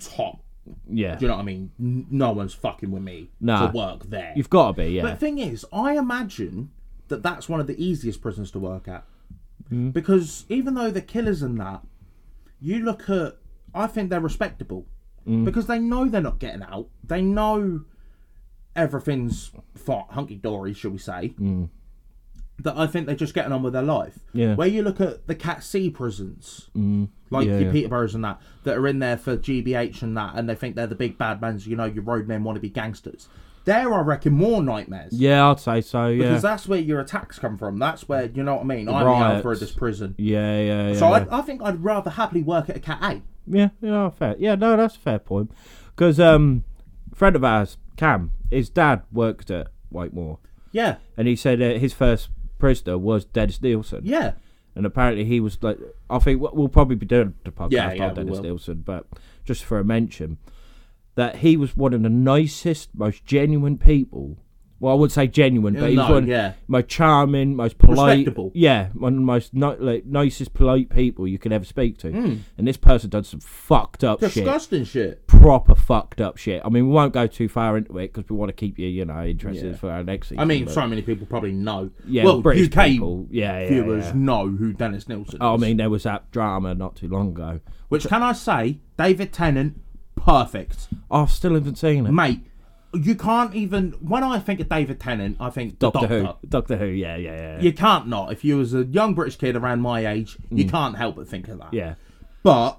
[SPEAKER 2] top.
[SPEAKER 1] yeah.
[SPEAKER 2] Do you know what I mean? N- No one's fucking with me
[SPEAKER 1] Nah.
[SPEAKER 2] to work there.
[SPEAKER 1] You've gotta be, yeah.
[SPEAKER 2] But the thing is, I imagine that that's one of the easiest prisons to work at. because even though the killers and that, you look at, I think they're respectable
[SPEAKER 1] Mm.
[SPEAKER 2] because they know they're not getting out. They know everything's hunky dory, shall we say? That I think they're just getting on with their life.
[SPEAKER 1] Mm. Yeah. Mm.
[SPEAKER 2] Where you look at the Cat C prisons, like
[SPEAKER 1] Yeah,
[SPEAKER 2] your
[SPEAKER 1] yeah.
[SPEAKER 2] Peterboroughs and that, that are in there for GBH and that, and they think they're the big bad mans. You know, your roadmen want to be gangsters. There, I reckon, more nightmares.
[SPEAKER 1] Yeah, I'd say so. Yeah,
[SPEAKER 2] Because that's where your attacks come from. That's where you know what I mean. I'm the
[SPEAKER 1] Riots.
[SPEAKER 2] alpha of this prison.
[SPEAKER 1] yeah, yeah, yeah.
[SPEAKER 2] So
[SPEAKER 1] yeah.
[SPEAKER 2] I, I think I'd rather happily work at a cat A.
[SPEAKER 1] Yeah, yeah, fair. Yeah, no, that's a fair point. Because um, friend of ours, Cam, his dad worked at Whitemore,
[SPEAKER 2] Yeah,
[SPEAKER 1] and he said uh, his first prisoner was Dennis Nielsen,
[SPEAKER 2] yeah, and
[SPEAKER 1] and apparently he was like, I think we'll- we'll probably be doing the podcast
[SPEAKER 2] Yeah, yeah,
[SPEAKER 1] on
[SPEAKER 2] we
[SPEAKER 1] Dennis
[SPEAKER 2] will.
[SPEAKER 1] Nielsen, but just for a mention, that he was one of the nicest, most genuine people. Well, I would say genuine, but he was
[SPEAKER 2] No,
[SPEAKER 1] one
[SPEAKER 2] yeah.
[SPEAKER 1] most charming, most polite,
[SPEAKER 2] Respectable.
[SPEAKER 1] yeah, one of the most ni- like, nicest, polite people you could ever speak to.
[SPEAKER 2] Hmm.
[SPEAKER 1] And this person done some fucked up shit
[SPEAKER 2] disgusting shit.
[SPEAKER 1] proper fucked up shit. I mean, we won't go too far into it because we want to keep you, you know, interested
[SPEAKER 2] Yeah.
[SPEAKER 1] for our next season.
[SPEAKER 2] I mean,
[SPEAKER 1] but-
[SPEAKER 2] so many people probably know.
[SPEAKER 1] yeah,
[SPEAKER 2] well,
[SPEAKER 1] British
[SPEAKER 2] UK
[SPEAKER 1] people, yeah, yeah, Um,
[SPEAKER 2] viewers
[SPEAKER 1] yeah.
[SPEAKER 2] know who Dennis Nielsen. Is.
[SPEAKER 1] I mean, there was that drama not too long ago.
[SPEAKER 2] which can I say, David Tennant, perfect,
[SPEAKER 1] Oh, I've still haven't seen it.
[SPEAKER 2] mate. You can't even. When I think of David Tennant, I think the
[SPEAKER 1] Doctor,
[SPEAKER 2] Doctor.
[SPEAKER 1] Who, Doctor Who, yeah, yeah, yeah,
[SPEAKER 2] You can't not. If you was a young British kid around my age, you can't help but think of that.
[SPEAKER 1] Mm. yeah.
[SPEAKER 2] But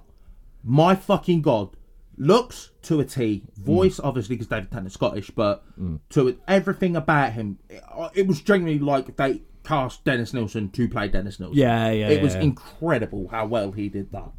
[SPEAKER 2] my fucking god, looks to a T. Voice
[SPEAKER 1] Mm.
[SPEAKER 2] obviously because David Tennant's Scottish, but to it, everything about him, it, it was genuinely like they cast Dennis Nielsen to play Dennis Nielsen.
[SPEAKER 1] Yeah, yeah,
[SPEAKER 2] it was
[SPEAKER 1] yeah. Mm.
[SPEAKER 2] incredible how well he did that.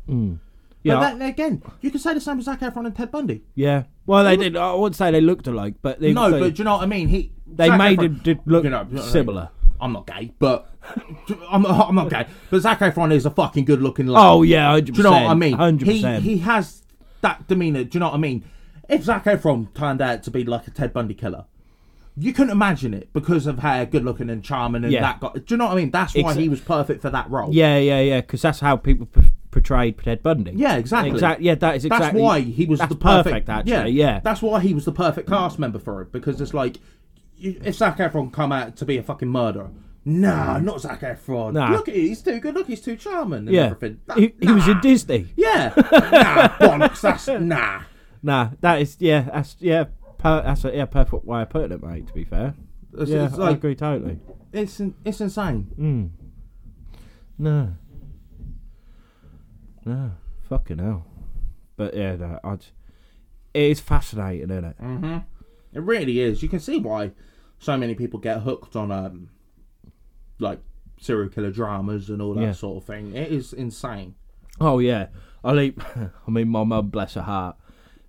[SPEAKER 1] Yeah.
[SPEAKER 2] But then again, you can say the same as Zac Efron and Ted Bundy.
[SPEAKER 1] yeah. Well, they did. I wouldn't say they looked alike, but they
[SPEAKER 2] No,
[SPEAKER 1] they,
[SPEAKER 2] but do you know what I mean? He
[SPEAKER 1] they
[SPEAKER 2] Zac
[SPEAKER 1] made
[SPEAKER 2] Efron-
[SPEAKER 1] him did look
[SPEAKER 2] you know, you know what I mean?
[SPEAKER 1] similar.
[SPEAKER 2] I'm not gay, but I'm, I'm not gay. But Zac Efron is a fucking good-looking. lad.
[SPEAKER 1] Oh yeah, 100%,
[SPEAKER 2] Do you know what I mean?
[SPEAKER 1] Hundred percent.
[SPEAKER 2] He, he has that demeanour. Do you know what I mean? If Zac Efron turned out to be like a Ted Bundy killer, you couldn't imagine it because of how good looking and charming and
[SPEAKER 1] Yeah.
[SPEAKER 2] that guy. Do you know what I mean? That's why
[SPEAKER 1] Exa-
[SPEAKER 2] he was perfect for that role.
[SPEAKER 1] Yeah, yeah, yeah. Because that's how people p- portrayed Ted Bundy.
[SPEAKER 2] Yeah, exactly.
[SPEAKER 1] Exactly. Yeah, that is
[SPEAKER 2] That's
[SPEAKER 1] exactly.
[SPEAKER 2] why he was
[SPEAKER 1] that's
[SPEAKER 2] the perfect.
[SPEAKER 1] Actually, yeah.
[SPEAKER 2] That's why he was the perfect cast member for it because it's like, you, if Zac Efron come out to be a fucking murderer, nah, not Zac Efron.
[SPEAKER 1] Nah.
[SPEAKER 2] Look at it, he's too good. Look, he's too charming. And
[SPEAKER 1] yeah.
[SPEAKER 2] everything. Nah,
[SPEAKER 1] He, he was in
[SPEAKER 2] nah.
[SPEAKER 1] Disney.
[SPEAKER 2] Yeah. Nah, bollocks. That's nah.
[SPEAKER 1] Nah, that is yeah, that's yeah, per, that's a yeah perfect way of putting it, mate. To be fair,
[SPEAKER 2] It's,
[SPEAKER 1] yeah,
[SPEAKER 2] it's
[SPEAKER 1] I
[SPEAKER 2] like
[SPEAKER 1] agree totally.
[SPEAKER 2] it's in, it's insane.
[SPEAKER 1] No, no, fucking hell. But yeah, no, I j- it is fascinating, isn't it?
[SPEAKER 2] It really is. You can see why so many people get hooked on um like serial killer dramas and all that
[SPEAKER 1] Yeah.
[SPEAKER 2] sort of thing. It is insane.
[SPEAKER 1] Oh yeah, I leap. I mean, my mum, bless her heart,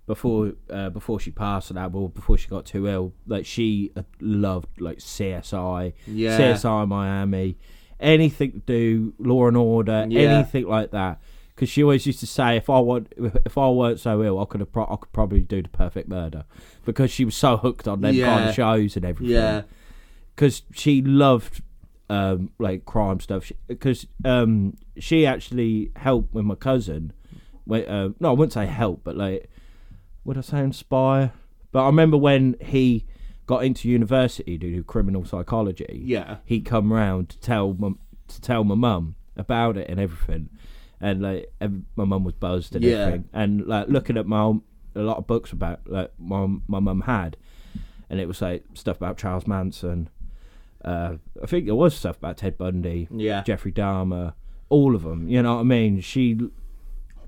[SPEAKER 1] before uh, before she passed and that, well, before she got too ill, like she uh, loved like CSI,
[SPEAKER 2] Yeah.
[SPEAKER 1] CSI Miami, anything to do Law and Order,
[SPEAKER 2] Yeah.
[SPEAKER 1] anything like that. Because she always used to say, if I want, if I weren't so ill, I could have, pro- I could probably do the Perfect Murder, because she was so hooked on them kind
[SPEAKER 2] Yeah.
[SPEAKER 1] of shows and everything
[SPEAKER 2] Yeah.
[SPEAKER 1] because she loved um, like crime stuff. Because um, she actually helped with my cousin. Wait, uh, no, I wouldn't say help, but like, would I say inspire? But I remember when he got into university to do criminal psychology.
[SPEAKER 2] Yeah.
[SPEAKER 1] he come round to tell my, to tell my mum about it and everything, and like ev- my mum was buzzed and
[SPEAKER 2] Yeah.
[SPEAKER 1] everything. And like looking at my own- a lot of books about like my my mum had, and it was like stuff about Charles Manson. Uh, I think there was stuff about Ted Bundy,
[SPEAKER 2] Yeah.
[SPEAKER 1] Jeffrey Dahmer, all of them. You know what I mean? She,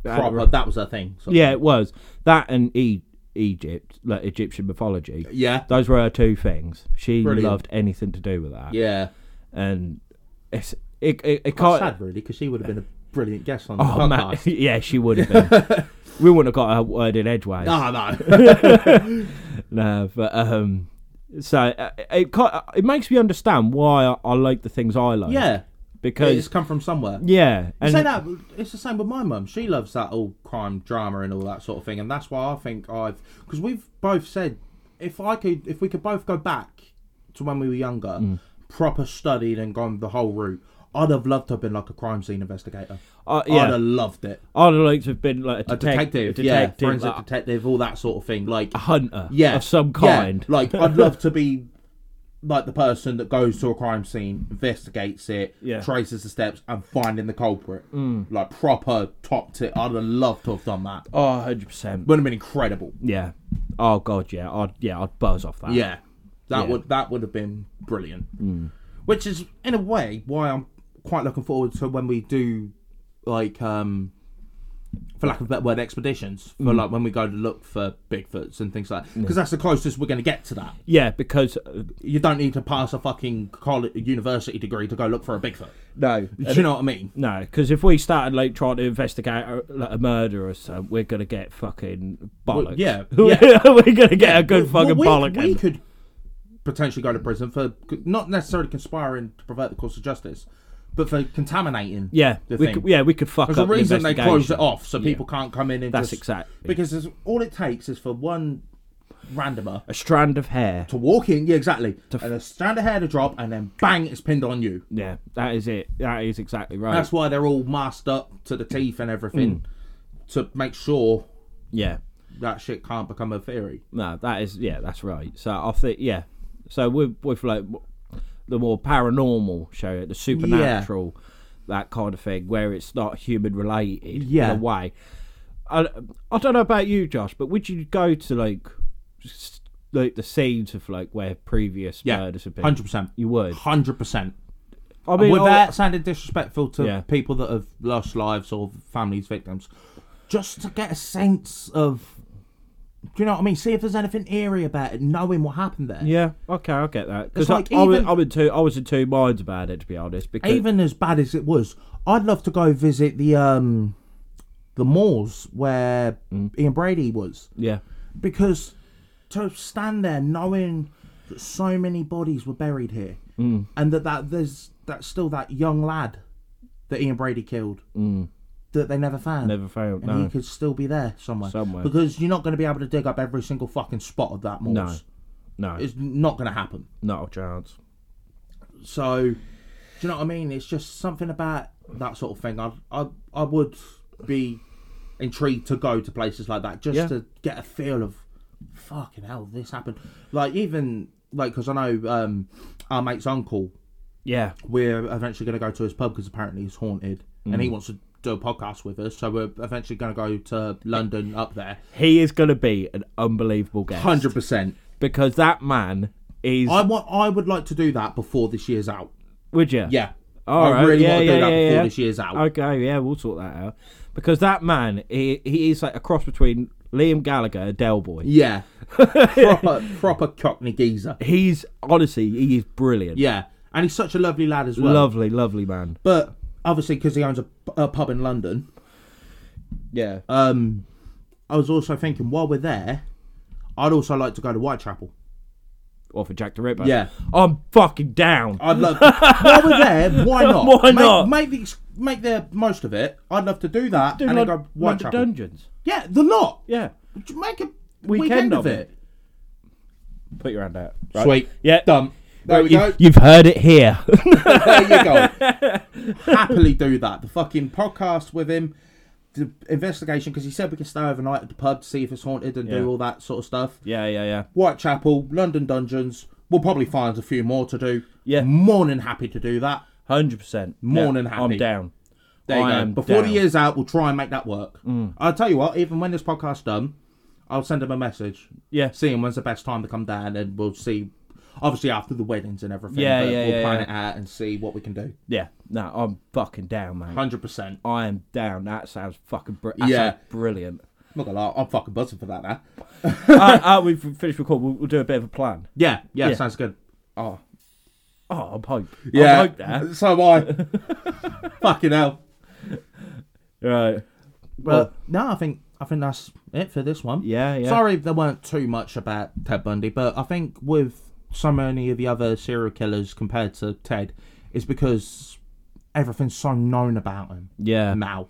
[SPEAKER 2] Proper, that was her thing. So.
[SPEAKER 1] yeah, it was that and e- Egypt, like Egyptian mythology.
[SPEAKER 2] Yeah.
[SPEAKER 1] Those were her two things. She
[SPEAKER 2] Brilliant.
[SPEAKER 1] loved anything to do with that,
[SPEAKER 2] Yeah.
[SPEAKER 1] and it's it it, it
[SPEAKER 2] Quite
[SPEAKER 1] can't.
[SPEAKER 2] sad, really, because she would have been a brilliant guest on the
[SPEAKER 1] Oh man,
[SPEAKER 2] podcast.
[SPEAKER 1] yeah, she would have been. we wouldn't have got her word in edgeways.
[SPEAKER 2] Ah no.
[SPEAKER 1] No, but um, so uh, it kind it makes me understand why I, I like the things I like.
[SPEAKER 2] yeah. It's
[SPEAKER 1] because
[SPEAKER 2] come from somewhere.
[SPEAKER 1] yeah, and
[SPEAKER 2] Say that it's the same with my mum. She loves that old crime drama and all that sort of thing, and that's why I think I've because we've both said if I could, if we could both go back to when we were younger,
[SPEAKER 1] Mm.
[SPEAKER 2] proper studied and gone the whole route, I'd have loved to have been like a crime scene investigator.
[SPEAKER 1] uh,
[SPEAKER 2] I'd
[SPEAKER 1] yeah,
[SPEAKER 2] have loved it.
[SPEAKER 1] I'd have liked to have been like a,
[SPEAKER 2] A detective,
[SPEAKER 1] detective,
[SPEAKER 2] yeah,
[SPEAKER 1] detective, uh,
[SPEAKER 2] forensic
[SPEAKER 1] like
[SPEAKER 2] detective, all that sort of thing. Like
[SPEAKER 1] a hunter,
[SPEAKER 2] yeah,
[SPEAKER 1] of some
[SPEAKER 2] yeah,
[SPEAKER 1] kind.
[SPEAKER 2] like I'd love to be like the person that goes to a crime scene, investigates it,
[SPEAKER 1] Yeah. Mm.
[SPEAKER 2] traces the steps, and finding the culprit. Like proper top tip. I'd have loved to have done that.
[SPEAKER 1] Oh, 100%.
[SPEAKER 2] Would have been incredible.
[SPEAKER 1] Yeah. Oh god, yeah. I'd yeah, I'd buzz off that.
[SPEAKER 2] Yeah, that
[SPEAKER 1] Yeah. Mm.
[SPEAKER 2] would that would have been brilliant. Which is in a way why I'm quite looking forward to when we do like um for lack of a better word expeditions
[SPEAKER 1] Mm.
[SPEAKER 2] for like when we go to look for bigfoots and things like that because that's the closest we're going to get to that
[SPEAKER 1] Yeah, because uh,
[SPEAKER 2] you don't need to pass a fucking college university degree to go look for a bigfoot
[SPEAKER 1] no,
[SPEAKER 2] do you know what i mean
[SPEAKER 1] no, because if we started like trying to investigate a, like, a murder or something, we're gonna get fucking bollocks.
[SPEAKER 2] yeah,
[SPEAKER 1] we're gonna get a good fucking
[SPEAKER 2] well, we,
[SPEAKER 1] bollock.
[SPEAKER 2] we could potentially go to prison for not necessarily conspiring to pervert the course of justice but for contaminating
[SPEAKER 1] yeah,
[SPEAKER 2] the
[SPEAKER 1] we
[SPEAKER 2] thing.
[SPEAKER 1] could, yeah, we could fuck
[SPEAKER 2] There's a
[SPEAKER 1] up the
[SPEAKER 2] reason they closed
[SPEAKER 1] investigation.
[SPEAKER 2] it off so people can't come in and
[SPEAKER 1] That's
[SPEAKER 2] just,
[SPEAKER 1] exactly.
[SPEAKER 2] because there's, all it takes is for one randomer
[SPEAKER 1] A strand of hair.
[SPEAKER 2] to walk in, yeah, exactly, and a strand of hair to drop, and then bang, it's pinned on you.
[SPEAKER 1] Yeah, that is it. That is exactly right.
[SPEAKER 2] That's why they're all masked up to the teeth and
[SPEAKER 1] Mm.
[SPEAKER 2] everything to make sure
[SPEAKER 1] yeah.
[SPEAKER 2] that shit can't become a theory.
[SPEAKER 1] No, that is yeah, that's right. So I think yeah, so with with like w- the more paranormal show, the supernatural, that kind of thing, where it's not human related
[SPEAKER 2] Yeah.
[SPEAKER 1] in a way. I, I don't know about you, Josh, but would you go to like s- like the scenes of like where previous
[SPEAKER 2] Yeah,
[SPEAKER 1] murders have been?
[SPEAKER 2] hundred percent,
[SPEAKER 1] You would.
[SPEAKER 2] hundred percent.
[SPEAKER 1] I mean, I,
[SPEAKER 2] Without sounding disrespectful to
[SPEAKER 1] Yeah.
[SPEAKER 2] people that have lost lives or families, victims, just to get a sense of, do you know what I mean? See if there's anything eerie about it, knowing what happened there.
[SPEAKER 1] yeah, okay, I get that because
[SPEAKER 2] It's like
[SPEAKER 1] I, I, was,
[SPEAKER 2] even-
[SPEAKER 1] I was in two, I was in two minds about it to be honest. Because
[SPEAKER 2] even as bad as it was, I'd love to go visit the um the moors where
[SPEAKER 1] Mm.
[SPEAKER 2] Ian Brady was
[SPEAKER 1] yeah,
[SPEAKER 2] because to stand there knowing that so many bodies were buried here
[SPEAKER 1] Mm.
[SPEAKER 2] and that that there's that's still that young lad that Ian Brady killed that they never found.
[SPEAKER 1] Mm. never failed.
[SPEAKER 2] and
[SPEAKER 1] No,
[SPEAKER 2] he could still be there somewhere.
[SPEAKER 1] Somewhere.
[SPEAKER 2] Because you're not going to be able to dig up every single fucking spot of that moors.
[SPEAKER 1] No. no,
[SPEAKER 2] It's not going to happen.
[SPEAKER 1] not a chance.
[SPEAKER 2] So, do you know what I mean? It's just something about that sort of thing. I I, I would be intrigued to go to places like that just
[SPEAKER 1] Yeah.
[SPEAKER 2] to get a feel of fucking hell this happened. Like even like because I know um, our mate's uncle.
[SPEAKER 1] Yeah,
[SPEAKER 2] We're eventually going to go to his pub because apparently he's haunted, and
[SPEAKER 1] Mm.
[SPEAKER 2] he wants to do a podcast with us. So we're eventually going to go to London up there.
[SPEAKER 1] he is going to be an unbelievable guest
[SPEAKER 2] Hundred percent.
[SPEAKER 1] because that man is.
[SPEAKER 2] I want. I would like to do that before this year's out.
[SPEAKER 1] would you?
[SPEAKER 2] Yeah.
[SPEAKER 1] All
[SPEAKER 2] I
[SPEAKER 1] right,
[SPEAKER 2] really
[SPEAKER 1] yeah,
[SPEAKER 2] want to
[SPEAKER 1] yeah,
[SPEAKER 2] do that
[SPEAKER 1] yeah,
[SPEAKER 2] before
[SPEAKER 1] yeah.
[SPEAKER 2] this year's out.
[SPEAKER 1] Okay. Yeah, we'll sort that out because that man he he is like a cross between Liam Gallagher and Del Boy.
[SPEAKER 2] Yeah. proper proper cockney geezer.
[SPEAKER 1] He's honestly he is brilliant.
[SPEAKER 2] Yeah. And he's such a lovely lad as well.
[SPEAKER 1] Lovely, lovely man.
[SPEAKER 2] But obviously because he owns a, a pub in London,
[SPEAKER 1] Yeah.
[SPEAKER 2] um I was also thinking while we're there, I'd also like to go to Whitechapel.
[SPEAKER 1] or for Jack the Ripper.
[SPEAKER 2] Yeah.
[SPEAKER 1] I'm fucking down.
[SPEAKER 2] I'd love while we're there, why not?
[SPEAKER 1] Why
[SPEAKER 2] make,
[SPEAKER 1] not?
[SPEAKER 2] Make the ex- make the most of it. I'd love to do that
[SPEAKER 1] Lon-
[SPEAKER 2] and then go
[SPEAKER 1] London
[SPEAKER 2] Whitechapel.
[SPEAKER 1] Dungeons.
[SPEAKER 2] Yeah, the lot.
[SPEAKER 1] Yeah.
[SPEAKER 2] Make a
[SPEAKER 1] Weekend
[SPEAKER 2] weekend,
[SPEAKER 1] of
[SPEAKER 2] of
[SPEAKER 1] it.
[SPEAKER 2] it.
[SPEAKER 1] Put your hand out. Right.
[SPEAKER 2] Sweet.
[SPEAKER 1] Yeah.
[SPEAKER 2] Done. There
[SPEAKER 1] Right,
[SPEAKER 2] we
[SPEAKER 1] you-
[SPEAKER 2] go.
[SPEAKER 1] You've heard it here.
[SPEAKER 2] there you go. Happily do that. The fucking podcast with him, the investigation, because he said we can stay overnight at the pub to see if it's haunted and
[SPEAKER 1] Yeah.
[SPEAKER 2] do all that sort of stuff.
[SPEAKER 1] yeah, yeah, yeah.
[SPEAKER 2] Whitechapel, London Dungeons. We'll probably find a few more to do.
[SPEAKER 1] Yeah.
[SPEAKER 2] More than happy to do that.
[SPEAKER 1] Hundred percent.
[SPEAKER 2] More than
[SPEAKER 1] I'm
[SPEAKER 2] happy.
[SPEAKER 1] down.
[SPEAKER 2] There you
[SPEAKER 1] I
[SPEAKER 2] go.
[SPEAKER 1] am
[SPEAKER 2] Before
[SPEAKER 1] down. Mm.
[SPEAKER 2] the year's out, we'll try and make that work. I'll tell you what, even when this podcast's done, I'll send him a message.
[SPEAKER 1] Yeah.
[SPEAKER 2] Seeing when's the best time to come down and we'll see. Obviously, after the weddings and everything.
[SPEAKER 1] Yeah,
[SPEAKER 2] but
[SPEAKER 1] yeah,
[SPEAKER 2] We'll
[SPEAKER 1] yeah,
[SPEAKER 2] plan
[SPEAKER 1] yeah.
[SPEAKER 2] it out and see what we can do.
[SPEAKER 1] Yeah, no, I'm fucking down, man.
[SPEAKER 2] 100%.
[SPEAKER 1] I am down. That sounds fucking br- that
[SPEAKER 2] Yeah.
[SPEAKER 1] sounds brilliant.
[SPEAKER 2] Look at that. I'm fucking buzzing for that now.
[SPEAKER 1] uh, uh, we've finished recording. We'll, we'll do a bit of a plan.
[SPEAKER 2] Yeah, yeah,
[SPEAKER 1] Yeah.
[SPEAKER 2] sounds good. Oh,
[SPEAKER 1] Oh, I'm hype.
[SPEAKER 2] yeah.
[SPEAKER 1] I'm hyped now.
[SPEAKER 2] So am I. fucking hell. Oh.
[SPEAKER 1] Right.
[SPEAKER 2] But no, I think I think that's it for this one.
[SPEAKER 1] Yeah, yeah.
[SPEAKER 2] Sorry, if there weren't too much about Ted Bundy, but I think with so many of the other serial killers compared to Ted, is because everything's so known about him
[SPEAKER 1] Yeah.
[SPEAKER 2] now.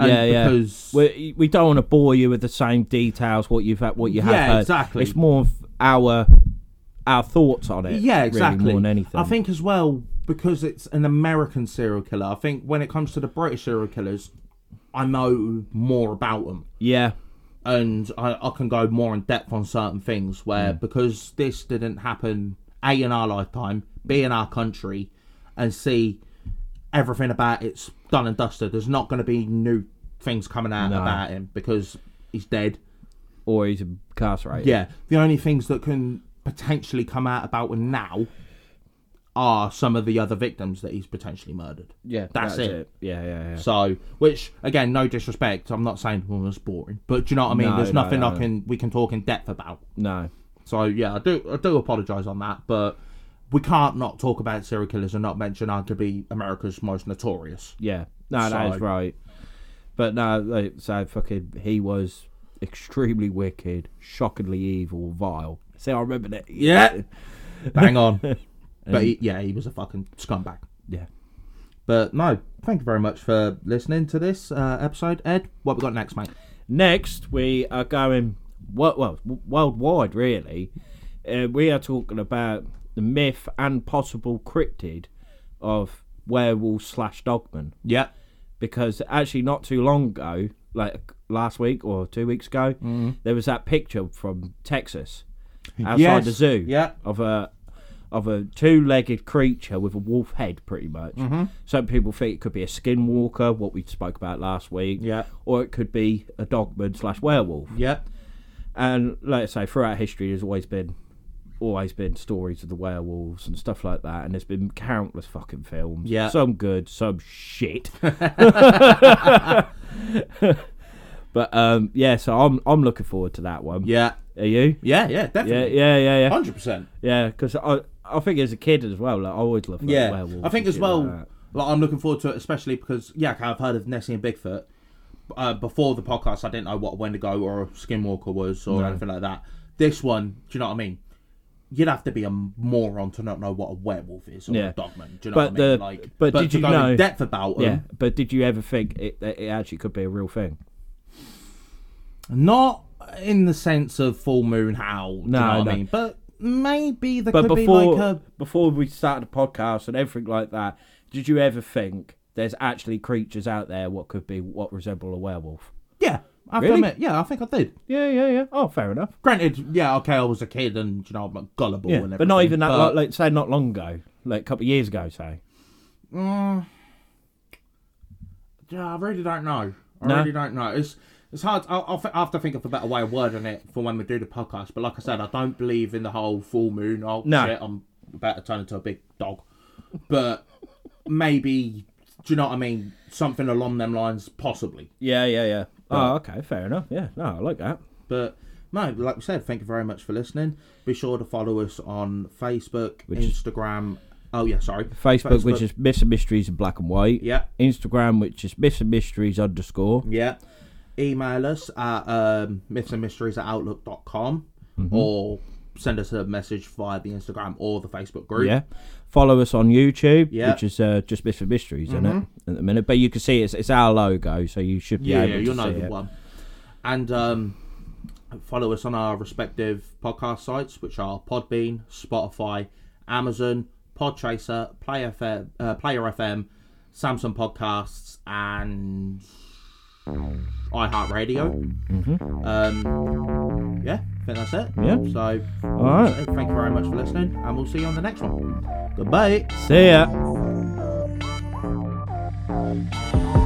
[SPEAKER 1] yeah, yeah.
[SPEAKER 2] Because
[SPEAKER 1] we, we don't want to bore you with the same details. What you've had, what you have.
[SPEAKER 2] Yeah,
[SPEAKER 1] heard.
[SPEAKER 2] exactly.
[SPEAKER 1] It's more of our our thoughts on it.
[SPEAKER 2] Yeah,
[SPEAKER 1] really,
[SPEAKER 2] exactly.
[SPEAKER 1] more than anything.
[SPEAKER 2] I think as well because it's an American serial killer. I think when it comes to the British serial killers, I know more about them,
[SPEAKER 1] Yeah. Mm.
[SPEAKER 2] and I, I can go more in depth on certain things. Where because this didn't happen A in our lifetime, B in our country, and C everything about it's done and dusted. There's not going to be new things coming out
[SPEAKER 1] No.
[SPEAKER 2] about him because he's dead.
[SPEAKER 1] or he's incarcerated.
[SPEAKER 2] Yeah, the only things that can potentially come out about him now are some of the other victims that he's potentially murdered.
[SPEAKER 1] yeah,
[SPEAKER 2] That's it.
[SPEAKER 1] Yeah, yeah, yeah.
[SPEAKER 2] So, which again, no disrespect, I'm not saying well that's boring, but do you know what I mean?
[SPEAKER 1] No,
[SPEAKER 2] There's
[SPEAKER 1] no,
[SPEAKER 2] nothing
[SPEAKER 1] no,
[SPEAKER 2] I
[SPEAKER 1] no.
[SPEAKER 2] can we can talk in depth about.
[SPEAKER 1] No,
[SPEAKER 2] So yeah, I do I do apologise on that, but we can't not talk about serial killers and not mention arguably America's most notorious.
[SPEAKER 1] yeah, no, that
[SPEAKER 2] So-
[SPEAKER 1] is right. But no, like, so fucking, he was extremely wicked, shockingly evil, vile. See, I remember that. Yeah,
[SPEAKER 2] Bang on. but he, yeah, he was a fucking scumbag.
[SPEAKER 1] yeah.
[SPEAKER 2] But no, thank you very much for listening to this uh, episode, Ed. What we got next, mate?
[SPEAKER 1] Next, we are going well, well w- worldwide, really. Uh, we are talking about the myth and possible cryptid of werewolf slash dogman.
[SPEAKER 2] Yeah.
[SPEAKER 1] because actually not too long ago, like last week or two weeks ago,
[SPEAKER 2] Mm-hmm.
[SPEAKER 1] there was that picture from Texas outside
[SPEAKER 2] Yes,
[SPEAKER 1] the zoo
[SPEAKER 2] yeah.
[SPEAKER 1] of a of a two-legged creature with a wolf head, pretty much.
[SPEAKER 2] Mm-hmm.
[SPEAKER 1] Some people think it could be a skinwalker, what we spoke about last week,
[SPEAKER 2] Yeah.
[SPEAKER 1] or it could be a dogman slash werewolf.
[SPEAKER 2] Yeah.
[SPEAKER 1] And like I say, throughout history, there's always been always been stories of the werewolves and stuff like that, and there's been countless fucking films.
[SPEAKER 2] Yeah.
[SPEAKER 1] some good, some shit. but um, yeah, so I'm I'm looking forward to that one.
[SPEAKER 2] Yeah.
[SPEAKER 1] Are you?
[SPEAKER 2] Yeah. Yeah.
[SPEAKER 1] Yeah,
[SPEAKER 2] Definitely.
[SPEAKER 1] yeah, yeah, yeah,
[SPEAKER 2] Hundred percent.
[SPEAKER 1] yeah. Because I I think as a kid as well, like, I always loved like,
[SPEAKER 2] Yeah.
[SPEAKER 1] werewolves.
[SPEAKER 2] I think
[SPEAKER 1] and
[SPEAKER 2] as
[SPEAKER 1] shit
[SPEAKER 2] well. um,
[SPEAKER 1] like that.
[SPEAKER 2] Like, I'm looking forward to it, especially because yeah, I've heard of Nessie and Bigfoot. Uh, before the podcast, I didn't know what a Wendigo or a Skinwalker was or anything like that. This one, do you know what I mean? You'd have to be a moron to not know what a werewolf is or
[SPEAKER 1] Yeah.
[SPEAKER 2] a dogman. Do you know
[SPEAKER 1] But
[SPEAKER 2] what I mean?
[SPEAKER 1] the-
[SPEAKER 2] like,
[SPEAKER 1] but did
[SPEAKER 2] to
[SPEAKER 1] you
[SPEAKER 2] go
[SPEAKER 1] know-
[SPEAKER 2] in depth about them?
[SPEAKER 1] yeah. But did you ever think it, that it actually could be a real thing?
[SPEAKER 2] Not in the sense of full moon howl, do
[SPEAKER 1] No,
[SPEAKER 2] you know what
[SPEAKER 1] no.
[SPEAKER 2] I mean? But maybe there
[SPEAKER 1] But
[SPEAKER 2] could
[SPEAKER 1] before
[SPEAKER 2] be like a
[SPEAKER 1] before we started the podcast and everything like that, did you ever think there's actually creatures out there what could be what resemble a werewolf?
[SPEAKER 2] yeah. I have to
[SPEAKER 1] Really?
[SPEAKER 2] admit, yeah, I think I did.
[SPEAKER 1] Yeah, yeah, yeah. Oh, fair enough.
[SPEAKER 2] Granted, yeah, okay, I was a kid and you know I'm gullible
[SPEAKER 1] Yeah,
[SPEAKER 2] and everything,
[SPEAKER 1] but not even that.
[SPEAKER 2] but-
[SPEAKER 1] Like, like say not long ago, like a couple of years ago, say.
[SPEAKER 2] Yeah, I really don't know. I
[SPEAKER 1] No?
[SPEAKER 2] really don't know. It's it's hard. I'll, I'll, th- I'll have to think of a better way of wording it for when we do the podcast. But like I said, I don't believe in the whole full moon. Oh
[SPEAKER 1] No.
[SPEAKER 2] shit, I'm about to turn into a big dog. But maybe, do you know what I mean? Something along them lines, possibly.
[SPEAKER 1] Yeah, yeah, yeah. Oh, okay, fair enough. Yeah, no, I like that.
[SPEAKER 2] But no, like we said, thank you very much for listening. Be sure to follow us on Facebook,
[SPEAKER 1] is-
[SPEAKER 2] Instagram. Oh yeah, sorry,
[SPEAKER 1] Facebook, which is Miss and Mysteries in black and white.
[SPEAKER 2] Yeah.
[SPEAKER 1] Instagram, which is Miss and Mysteries underscore.
[SPEAKER 2] Yeah. Email us at um, myths and mysteries at outlook.com or send us a message via the Instagram or the Facebook group.
[SPEAKER 1] Yeah. Follow us on YouTube,
[SPEAKER 2] Yeah.
[SPEAKER 1] which is uh, just Miss and Mysteries, isn't it? At the minute, but you can see it's, it's our logo, so you should be
[SPEAKER 2] Yeah,
[SPEAKER 1] able
[SPEAKER 2] yeah,
[SPEAKER 1] to
[SPEAKER 2] you'll know
[SPEAKER 1] see
[SPEAKER 2] the
[SPEAKER 1] it.
[SPEAKER 2] one. And um, follow us on our respective podcast sites, which are Podbean, Spotify, Amazon, Podchaser, Player FM, uh, Player FM Samsung Podcasts, and iHeartRadio. Um, yeah, I think that's it.
[SPEAKER 1] Mm-hmm. Yeah.
[SPEAKER 2] So,
[SPEAKER 1] right.
[SPEAKER 2] thank you very much for listening, and we'll see you on the next one. Goodbye.
[SPEAKER 1] See ya.